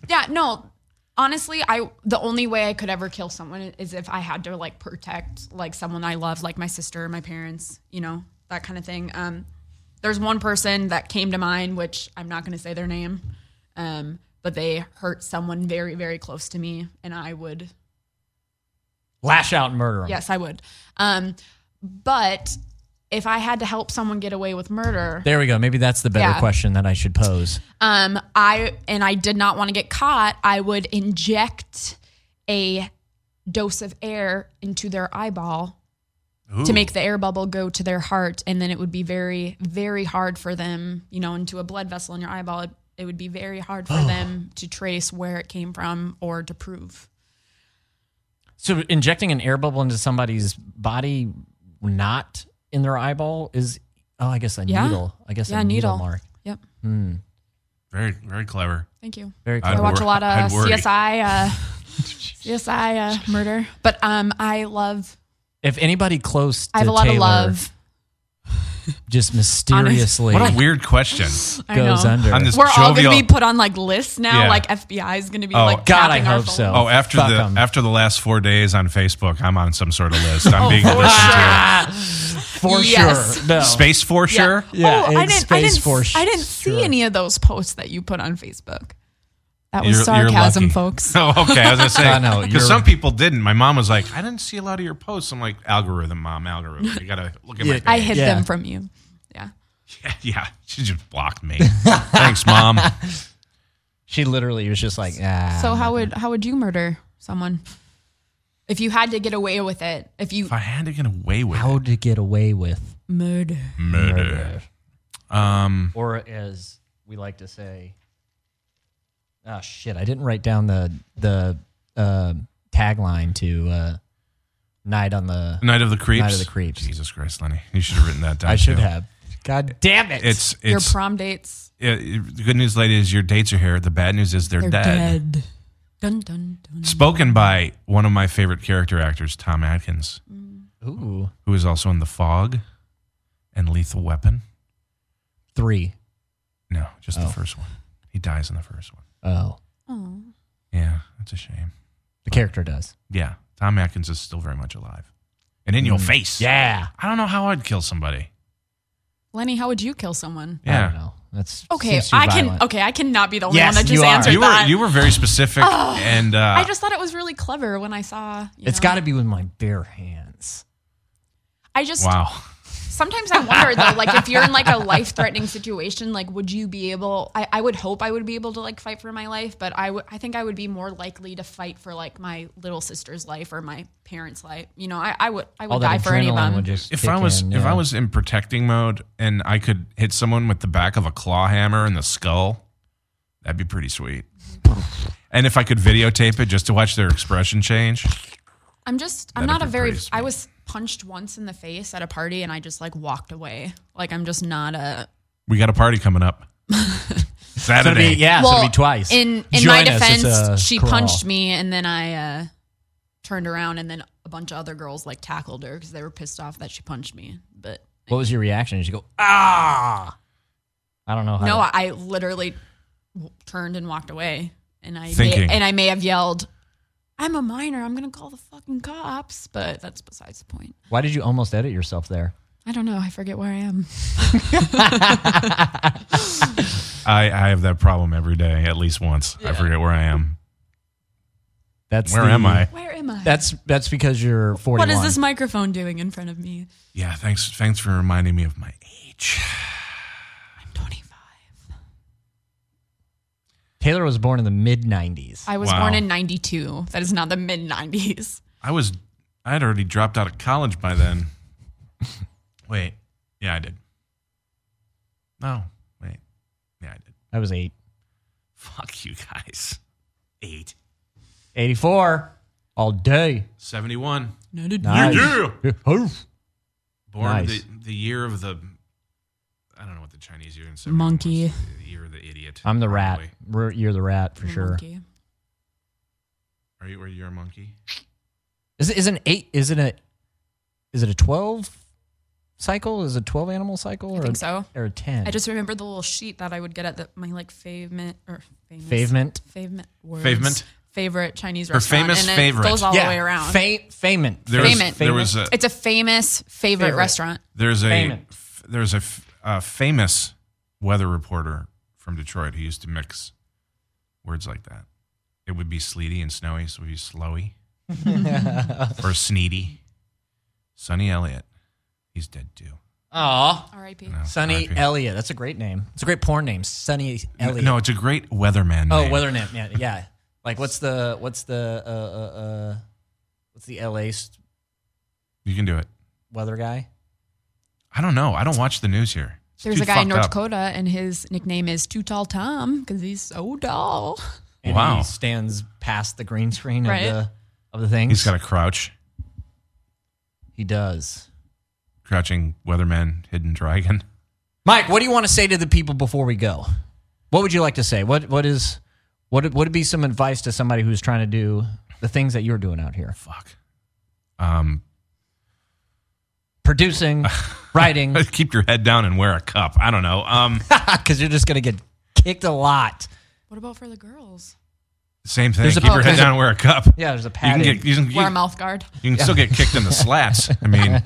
Speaker 4: yeah, no. Honestly, I the only way I could ever kill someone is if I had to like protect like someone I love, like my sister, my parents, you know, that kind of thing. Um, there's one person that came to mind, which I'm not going to say their name, um, but they hurt someone very, very close to me, and I would
Speaker 2: lash out and murder 'em.
Speaker 4: Yes, I would. Um, but if I had to help someone get away with murder,
Speaker 2: There we go. Maybe that's the better
Speaker 4: Yeah.
Speaker 2: question that I should pose.
Speaker 4: um, I and I did not want to get caught, I would inject a dose of air into their eyeball to make the air bubble go to their heart, and then it would be very, very hard for them, you know, into a blood vessel in your eyeball. It, it would be very hard for them to trace where it came from or to prove.
Speaker 2: So injecting an air bubble into somebody's body, not in their eyeball, is oh, I guess a
Speaker 4: Yeah.
Speaker 2: needle. I guess
Speaker 4: Yeah,
Speaker 2: a needle,
Speaker 4: needle.
Speaker 2: mark.
Speaker 4: Yep.
Speaker 3: very very clever.
Speaker 4: Thank you.
Speaker 2: Very
Speaker 3: I'd
Speaker 2: clever.
Speaker 4: I watch a lot
Speaker 3: wor-
Speaker 4: of
Speaker 3: I'd worry.
Speaker 4: CSI, uh, CSI uh, murder. But um, I love.
Speaker 2: if anybody close, to
Speaker 4: I have a lot
Speaker 2: Taylor
Speaker 4: of love.
Speaker 2: Just mysteriously
Speaker 3: What a weird question.
Speaker 4: I
Speaker 2: goes
Speaker 4: know.
Speaker 2: under.
Speaker 3: On this
Speaker 4: We're all
Speaker 3: jovial-
Speaker 4: gonna be put on like lists now.
Speaker 3: Yeah.
Speaker 4: Like FBI is gonna be
Speaker 3: Oh,
Speaker 4: like.
Speaker 2: God, I
Speaker 4: tapping our
Speaker 2: hope so.
Speaker 4: phone.
Speaker 3: Oh, after
Speaker 2: Fuck
Speaker 3: the
Speaker 2: 'em.
Speaker 3: after the last four days on Facebook, I'm on some sort of list.
Speaker 4: Oh,
Speaker 3: I'm being listened to.
Speaker 2: Ah, for
Speaker 4: Yes.
Speaker 2: sure. No.
Speaker 3: Space for sure.
Speaker 2: Yeah,
Speaker 4: oh, I
Speaker 2: it's
Speaker 4: didn't. I
Speaker 2: space
Speaker 4: didn't.
Speaker 2: for
Speaker 4: I didn't
Speaker 2: sure.
Speaker 4: see any of those posts that you put on Facebook. That was
Speaker 3: You're- you're
Speaker 4: sarcasm,
Speaker 3: lucky.
Speaker 4: folks.
Speaker 3: Oh, okay. I was gonna say
Speaker 2: I know, you're-
Speaker 3: because some people didn't. My mom was like, "I didn't see a lot of your posts." I'm like, "Algorithm, mom, algorithm. You gotta look at
Speaker 2: Yeah.
Speaker 3: my."
Speaker 4: I
Speaker 3: page."
Speaker 4: hid
Speaker 2: Yeah.
Speaker 4: them from you. Yeah.
Speaker 3: Yeah, she just blocked me. Thanks, mom.
Speaker 2: She literally was just like, ah.
Speaker 4: So how would how would you murder someone if you had to get away with it? If you
Speaker 3: If I had to get away with
Speaker 2: how
Speaker 3: it,
Speaker 2: to get away with
Speaker 4: murder,
Speaker 3: murder. Um,
Speaker 2: or as we like to say, oh shit, I didn't write down the the uh, tagline to uh, Night on the.
Speaker 3: Night of the Creeps.
Speaker 2: Night of the Creeps.
Speaker 3: Jesus Christ, Lenny, you should have written that down.
Speaker 2: I should
Speaker 3: too.
Speaker 2: have. God damn it!
Speaker 3: It's
Speaker 4: your
Speaker 3: it's
Speaker 4: prom dates,
Speaker 3: yeah, the good news, lady, is your dates are here. The bad news is they're,
Speaker 4: they're
Speaker 3: dead.
Speaker 4: dead. Dun dun dun.
Speaker 3: Spoken by one of my favorite character actors, Tom Atkins,
Speaker 2: ooh
Speaker 3: who is also in The Fog and Lethal Weapon.
Speaker 2: three.
Speaker 3: No, just
Speaker 2: Oh.
Speaker 3: the first one. He dies in the first one.
Speaker 2: Oh,
Speaker 4: Oh,
Speaker 3: Yeah, that's a shame.
Speaker 2: the character does.
Speaker 3: Yeah, Tom Atkins is still very much alive and in your face.
Speaker 2: Mm. Yeah.
Speaker 3: I don't know how I'd kill somebody.
Speaker 4: Lenny, how would you kill someone?
Speaker 2: I
Speaker 3: Yeah,
Speaker 2: don't know. That's
Speaker 4: Okay,
Speaker 2: seems too
Speaker 4: I can.
Speaker 2: violent.
Speaker 4: Okay, I cannot be the only
Speaker 2: Yes,
Speaker 4: one that
Speaker 2: you
Speaker 4: just
Speaker 2: are.
Speaker 4: answered
Speaker 3: you were
Speaker 4: that. Oh,
Speaker 3: you were very specific, and uh,
Speaker 4: I just thought it was really clever when I saw. You
Speaker 2: It's
Speaker 4: know.
Speaker 2: got to be with my bare hands.
Speaker 4: I just
Speaker 3: wow.
Speaker 4: sometimes I wonder though, like if you're in like a life threatening situation, like would you be able? I, I would hope I would be able to like fight for my life, but I would. I think I would be more likely to fight for like my little sister's life or my parents' life. You know, I, I would. I would
Speaker 2: All
Speaker 4: die
Speaker 2: that
Speaker 4: for any of
Speaker 2: adrenaline
Speaker 4: them.
Speaker 2: would just
Speaker 3: if
Speaker 2: kick
Speaker 3: I was
Speaker 2: in,
Speaker 3: if
Speaker 2: yeah.
Speaker 3: I was in protecting mode and I could hit someone with the back of a claw hammer in the skull, that'd be pretty sweet. and if I could videotape it just to watch their expression change,
Speaker 4: I'm just. I'm
Speaker 3: That'd
Speaker 4: not a
Speaker 3: be
Speaker 4: very.
Speaker 3: pretty
Speaker 4: I was punched once in the face at a party, and I just like walked away. Like I'm just not a.
Speaker 3: we got a party coming up
Speaker 2: It's gonna
Speaker 3: Saturday.
Speaker 2: be, yeah, it's gonna be twice.
Speaker 4: In in
Speaker 2: Join
Speaker 4: my
Speaker 2: us, it's
Speaker 4: defense,
Speaker 2: a
Speaker 4: she
Speaker 2: crawl.
Speaker 4: punched me, and then I uh, turned around, and then a bunch of other girls like tackled her because they were pissed off that she punched me. But
Speaker 2: What was your reaction? Did you go ah? I don't know. How
Speaker 4: no,
Speaker 2: to-
Speaker 4: I, I literally w- turned and walked away, and I
Speaker 3: Thinking.
Speaker 4: may, and I may have yelled, "I'm a minor. I'm gonna call the fucking cops." But that's besides the point.
Speaker 2: why did you almost edit yourself there?
Speaker 4: I don't know. I forget where I am.
Speaker 3: I, I have that problem every day, at least once. I forget where I am.
Speaker 2: That's
Speaker 3: Where
Speaker 2: the-
Speaker 3: am I?
Speaker 4: Where am I?
Speaker 2: That's that's because you're 41.
Speaker 4: what is this microphone doing in front of me?
Speaker 3: Yeah, thanks thanks for reminding me of my age.
Speaker 4: I'm 25.
Speaker 2: Taylor was born in the mid 90s.
Speaker 4: I was
Speaker 3: Wow.
Speaker 4: born in 92. That is not the mid 90s.
Speaker 3: I was I had already dropped out of college by then. wait. Yeah, I did. No, wait. Yeah, I did.
Speaker 2: I was eight.
Speaker 3: Fuck you guys. Eight.
Speaker 2: 84 all day.
Speaker 3: 71.
Speaker 4: No, did
Speaker 2: Nice.
Speaker 3: Yeah.
Speaker 2: Hoof.
Speaker 3: Born
Speaker 2: Nice.
Speaker 3: the, the year of the. I don't know what the Chinese year in 71
Speaker 4: Monkey.
Speaker 3: was. The year of the idiot.
Speaker 2: I'm the rat.
Speaker 3: probably.
Speaker 2: We're- You're the rat for sure.
Speaker 4: Monkey.
Speaker 3: Are you, are you a monkey?
Speaker 2: Is it is an eight? Is it a is it a 12 cycle? Is it a 12 animal cycle or
Speaker 4: I think
Speaker 2: a,
Speaker 4: so.
Speaker 2: or a 10?
Speaker 4: I just remember the little sheet that I would get at the, my like favorite or famous
Speaker 2: Favement.
Speaker 4: favorite words.
Speaker 3: Favement?
Speaker 4: favorite Chinese
Speaker 3: Her
Speaker 4: restaurant.
Speaker 3: famous
Speaker 4: and it
Speaker 3: favorite.
Speaker 4: goes all
Speaker 2: yeah.
Speaker 4: the way around.
Speaker 2: Fa- fament.
Speaker 3: There was-
Speaker 4: Famous.
Speaker 3: there was a
Speaker 4: it's a famous favorite,
Speaker 2: Favorite.
Speaker 4: restaurant.
Speaker 3: There's a
Speaker 2: Famous.
Speaker 3: f- there's a, f- a famous weather reporter from Detroit who used to mix words like that. It would be sleety and snowy, so it would be slowy or sneedy. Sonny Elliott, he's dead too.
Speaker 2: Aw.
Speaker 4: R.I.P.
Speaker 3: No,
Speaker 2: Sonny
Speaker 3: RIP.
Speaker 2: Elliott. That's a great name. It's a great porn name. Sonny Elliott.
Speaker 3: No, it's a great weatherman.
Speaker 2: Oh,
Speaker 3: name.
Speaker 2: weather name. Yeah, yeah. Like what's the what's the uh, uh, uh what's the LA st-
Speaker 3: You can do it.
Speaker 2: weather guy?
Speaker 3: I don't know. I don't watch the news here. It's
Speaker 4: There's
Speaker 3: too
Speaker 4: a guy
Speaker 3: fucked
Speaker 4: in North
Speaker 3: up.
Speaker 4: Dakota, and his nickname is Too Tall Tom because he's so tall.
Speaker 2: And
Speaker 3: Wow.
Speaker 2: He stands past the green screen
Speaker 4: Right.
Speaker 2: of the of the things.
Speaker 3: He's got a crouch,
Speaker 2: he does.
Speaker 3: crouching weatherman, hidden dragon.
Speaker 2: Mike, what do you want to say to the people before we go? What would you like to say? What what is what would be some advice to somebody who's trying to do the things that you're doing out here?
Speaker 3: Fuck. Um,
Speaker 2: Producing, writing,
Speaker 3: keep your head down and wear a cup. I don't know. Um,
Speaker 2: because you're just gonna get kicked a lot.
Speaker 4: What about for the girls?
Speaker 3: same thing.
Speaker 2: There's a-
Speaker 3: Keep your head
Speaker 2: there's a-
Speaker 3: down and wear a cup.
Speaker 2: Yeah, there's a
Speaker 3: You can
Speaker 2: padding.
Speaker 3: get you can, you,
Speaker 4: Wear a mouth guard.
Speaker 3: you can still get kicked in the slats. I mean,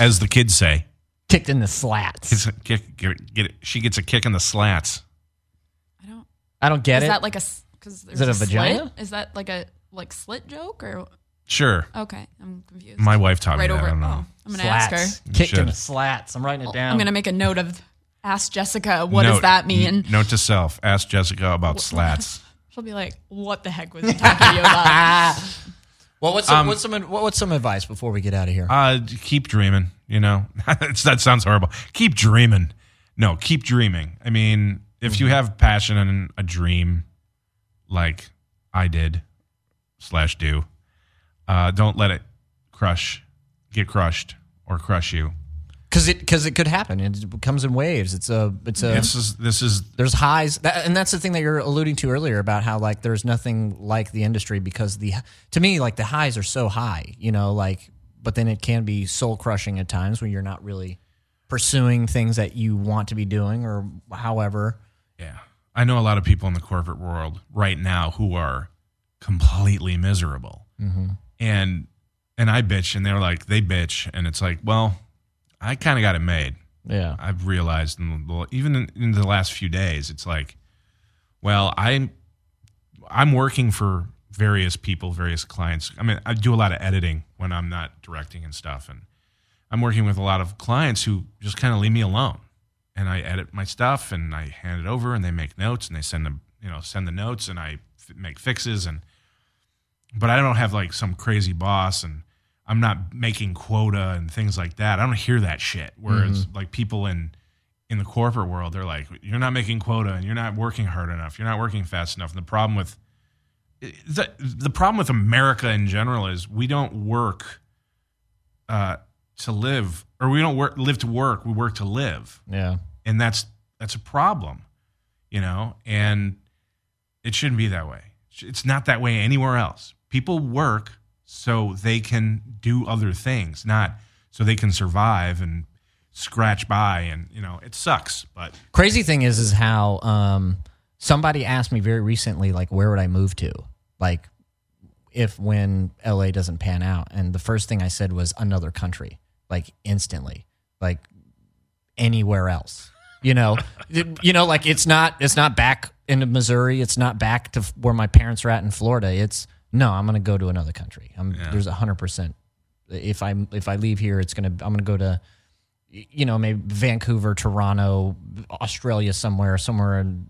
Speaker 3: as the kids say,
Speaker 2: kicked in the slats.
Speaker 3: kids kick, get, get it. she gets a kick in the slats.
Speaker 4: I don't.
Speaker 2: I don't get
Speaker 4: Is
Speaker 2: it.
Speaker 4: that like a s- cause there's
Speaker 2: it a
Speaker 4: slit?
Speaker 2: vagina?
Speaker 4: Is that like a like slit joke or
Speaker 3: Sure,
Speaker 4: okay? I'm confused.
Speaker 3: my wife taught
Speaker 4: right
Speaker 3: me that.
Speaker 4: over.
Speaker 3: I
Speaker 4: Oh,
Speaker 3: don't
Speaker 4: I'm
Speaker 3: know.
Speaker 4: gonna ask
Speaker 2: slats.
Speaker 4: her. Oh,
Speaker 3: You
Speaker 2: Kicked in
Speaker 3: should.
Speaker 2: the slats. I'm writing it down.
Speaker 4: I'm gonna make a note of ask Jessica, what does that mean?
Speaker 3: n- Note to self: Ask Jessica about slats.
Speaker 4: She'll be like, what the heck was he talking to you about?
Speaker 2: Ah. Well, what's some, what's some what- what's some advice before we get out of here?
Speaker 3: Uh, d- keep dreaming. You know, It's- that sounds horrible. Keep dreaming. No, keep dreaming. I mean, if you have passion and a dream, like I did, slash do, uh, don't let it crush, get crushed, or crush you.
Speaker 2: Because it because it could happen. It comes in waves. It's a it's a
Speaker 3: This is this is
Speaker 2: there's highs that, and that's the thing that you're alluding to earlier about how like there's nothing like the industry because the to me like the highs are so high you know like but then it can be soul crushing at times when you're not really pursuing things that you want to be doing or however
Speaker 3: Yeah. I know a lot of people in the corporate world right now who are completely miserable. And and I bitch and they're like they bitch and it's like, well, I kind of got it made.
Speaker 2: yeah
Speaker 3: I've realized in the, even in, in the last few days it's like well, I'm I'm working for various people, various clients. I mean, I do a lot of editing when I'm not directing and stuff and I'm working with a lot of clients who just kind of leave me alone. And I edit my stuff and I hand it over and they make notes and they send them, you know, send the notes and I f- make fixes and but I don't have like some crazy boss and I'm not making quota and things like that. I don't hear that shit. Whereas like people in in the corporate world, they're like, you're not making quota and you're not working hard enough. You're not working fast enough. And the problem with the, the problem with America in general is we don't work uh, to live, or we don't work live to work. We work to live,
Speaker 2: yeah
Speaker 3: and that's that's a problem, you know. And it shouldn't be that way. It's not that way anywhere else. People work so they can do other things, not so they can survive and scratch by. And you know, it sucks, but
Speaker 2: crazy thing is is how um somebody asked me very recently like where would i move to like if when la doesn't pan out and the first thing i said was another country like instantly like anywhere else you know It- you know like it's not it's not back into missouri it's not back to f- where my parents are at in florida it's no i'm gonna go to another country i'm there's a hundred percent if i if i leave here it's gonna i'm gonna go to you know, maybe Vancouver, Toronto, Australia, somewhere, somewhere in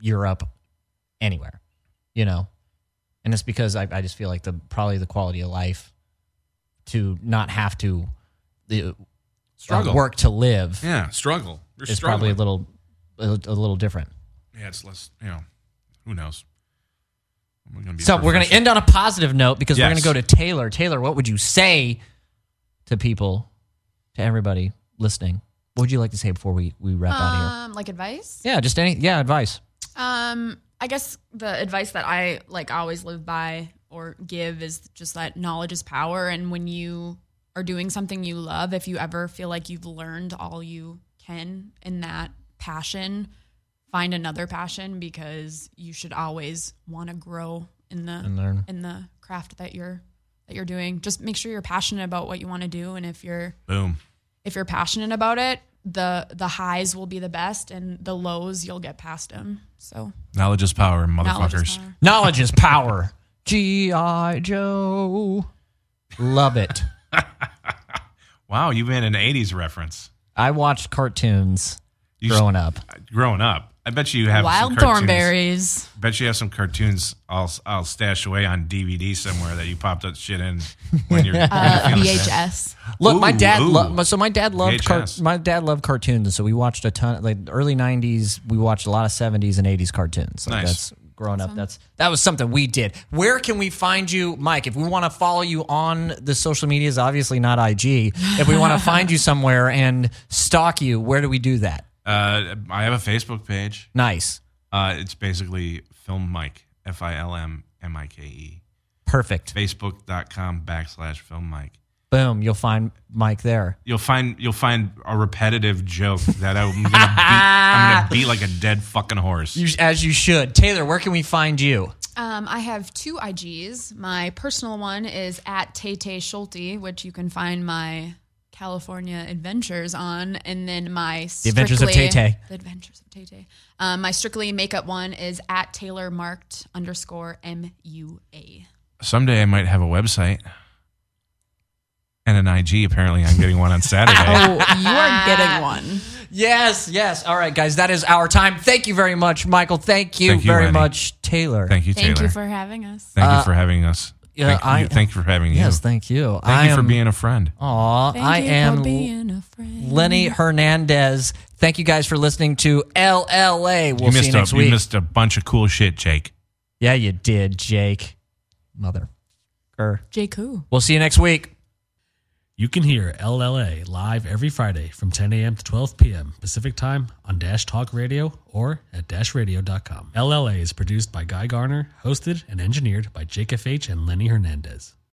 Speaker 2: Europe, anywhere, you know. And it's because I, I just feel like the probably the quality of life to not have to the uh,
Speaker 3: Struggle.
Speaker 2: work to live
Speaker 3: yeah, struggle. You're
Speaker 2: is probably a little a, a little different.
Speaker 3: yeah, it's less. You know, who knows? We're gonna be
Speaker 2: So we're going to
Speaker 3: professional.
Speaker 2: end on a positive note because we're going
Speaker 3: Yes.
Speaker 2: to go to Taylor. Taylor, what would you say to people, to everybody listening? What would you like to say before we we wrap out here?
Speaker 4: Um, like advice?
Speaker 2: Yeah, just any yeah advice.
Speaker 4: Um, I guess the advice that I like always live by or give is just that knowledge is power. And when you are doing something you love, if you ever feel like you've learned all you can in that passion, find another passion because you should always want to grow in the
Speaker 2: And learn.
Speaker 4: in the craft that you're that you're doing. Just make sure you're passionate about what you want to do, and if you're
Speaker 3: boom.
Speaker 4: if you're passionate about it, the the highs will be the best, and the lows you'll get past them. So
Speaker 3: Knowledge is power,
Speaker 4: knowledge is
Speaker 3: motherfuckers.
Speaker 4: power.
Speaker 2: Knowledge is power. G.I. Joe. Love it.
Speaker 3: Wow, you made an '80s reference.
Speaker 2: I watched cartoons
Speaker 3: You
Speaker 2: growing up.
Speaker 3: growing up, I bet you have
Speaker 4: Wild
Speaker 3: some cartoons-
Speaker 4: thornberries.
Speaker 3: Bet you have some cartoons all all stashed away on DVD somewhere that you popped that shit in when you're,
Speaker 4: Uh,
Speaker 3: when you're feeling sad.
Speaker 4: VHS.
Speaker 2: Look, my
Speaker 3: Ooh,
Speaker 2: dad.
Speaker 3: ooh.
Speaker 2: Lo- so my dad loved car-
Speaker 3: VHS.
Speaker 2: my dad loved cartoons. So we watched a ton. Like early '90s, we watched a lot of '70s and '80s cartoons. Like
Speaker 3: Nice.
Speaker 2: That's growing up. That's that was something we did. Where can we find you, Mike? If we want to follow you on the social medias, obviously not IG. If we want to find you somewhere and stalk you, where do we do that?
Speaker 3: Uh, I have a Facebook page.
Speaker 2: Nice,
Speaker 3: Uh, it's basically Film Mike, F I L M M I K E.
Speaker 2: perfect.
Speaker 3: Facebook.com backslash Film Mike.
Speaker 2: Boom, you'll find Mike there.
Speaker 3: You'll find you'll find a repetitive joke that I'm gonna beat, I'm gonna beat like a dead fucking horse.
Speaker 2: You, as you should. Taylor, where can we find you?
Speaker 4: Um, I have two IGs. My personal one is at Taytay Schulte, which you can find my California adventures on, and then my the
Speaker 2: Adventures of Tay-Tay.
Speaker 4: The Adventures of Taytay. Um, my strictly makeup one is at Taylor Marked underscore M U A.
Speaker 3: Someday I might have a website and an IG. Apparently, I'm getting one on Saturday.
Speaker 4: Oh, you are getting one.
Speaker 2: Yes, yes. All right, guys, that is our time. Thank you very much, Michael. Thank you,
Speaker 3: Thank you,
Speaker 2: very
Speaker 3: Lenny.
Speaker 2: much, Taylor.
Speaker 3: Thank you,
Speaker 4: Thank
Speaker 3: Taylor.
Speaker 4: you for having us.
Speaker 3: Thank you for having us.
Speaker 2: yeah,
Speaker 3: thank, you,
Speaker 2: I-
Speaker 3: thank you for having
Speaker 2: Yes,
Speaker 3: you.
Speaker 2: thank you. Thank
Speaker 3: Thank you for being a friend.
Speaker 2: Aw,
Speaker 4: Thank
Speaker 2: I
Speaker 4: you
Speaker 2: am
Speaker 4: for being a friend.
Speaker 2: Lenny Hernandez. Thank you guys for listening to LLA. We'll
Speaker 3: you
Speaker 2: see
Speaker 3: missed
Speaker 2: you next
Speaker 3: a,
Speaker 2: week.
Speaker 3: you missed a bunch of cool shit, Jake.
Speaker 2: yeah, you did, Jake. Mother. Er.
Speaker 4: J. Coo.
Speaker 2: We'll see you next week.
Speaker 5: You can hear LLA live every Friday from 10 a.m. to 12 p.m. Pacific Time on Dash Talk Radio or at dashradio.com. LLA is produced by Guy Garner, hosted and engineered by Jake FH and Lenny Hernandez.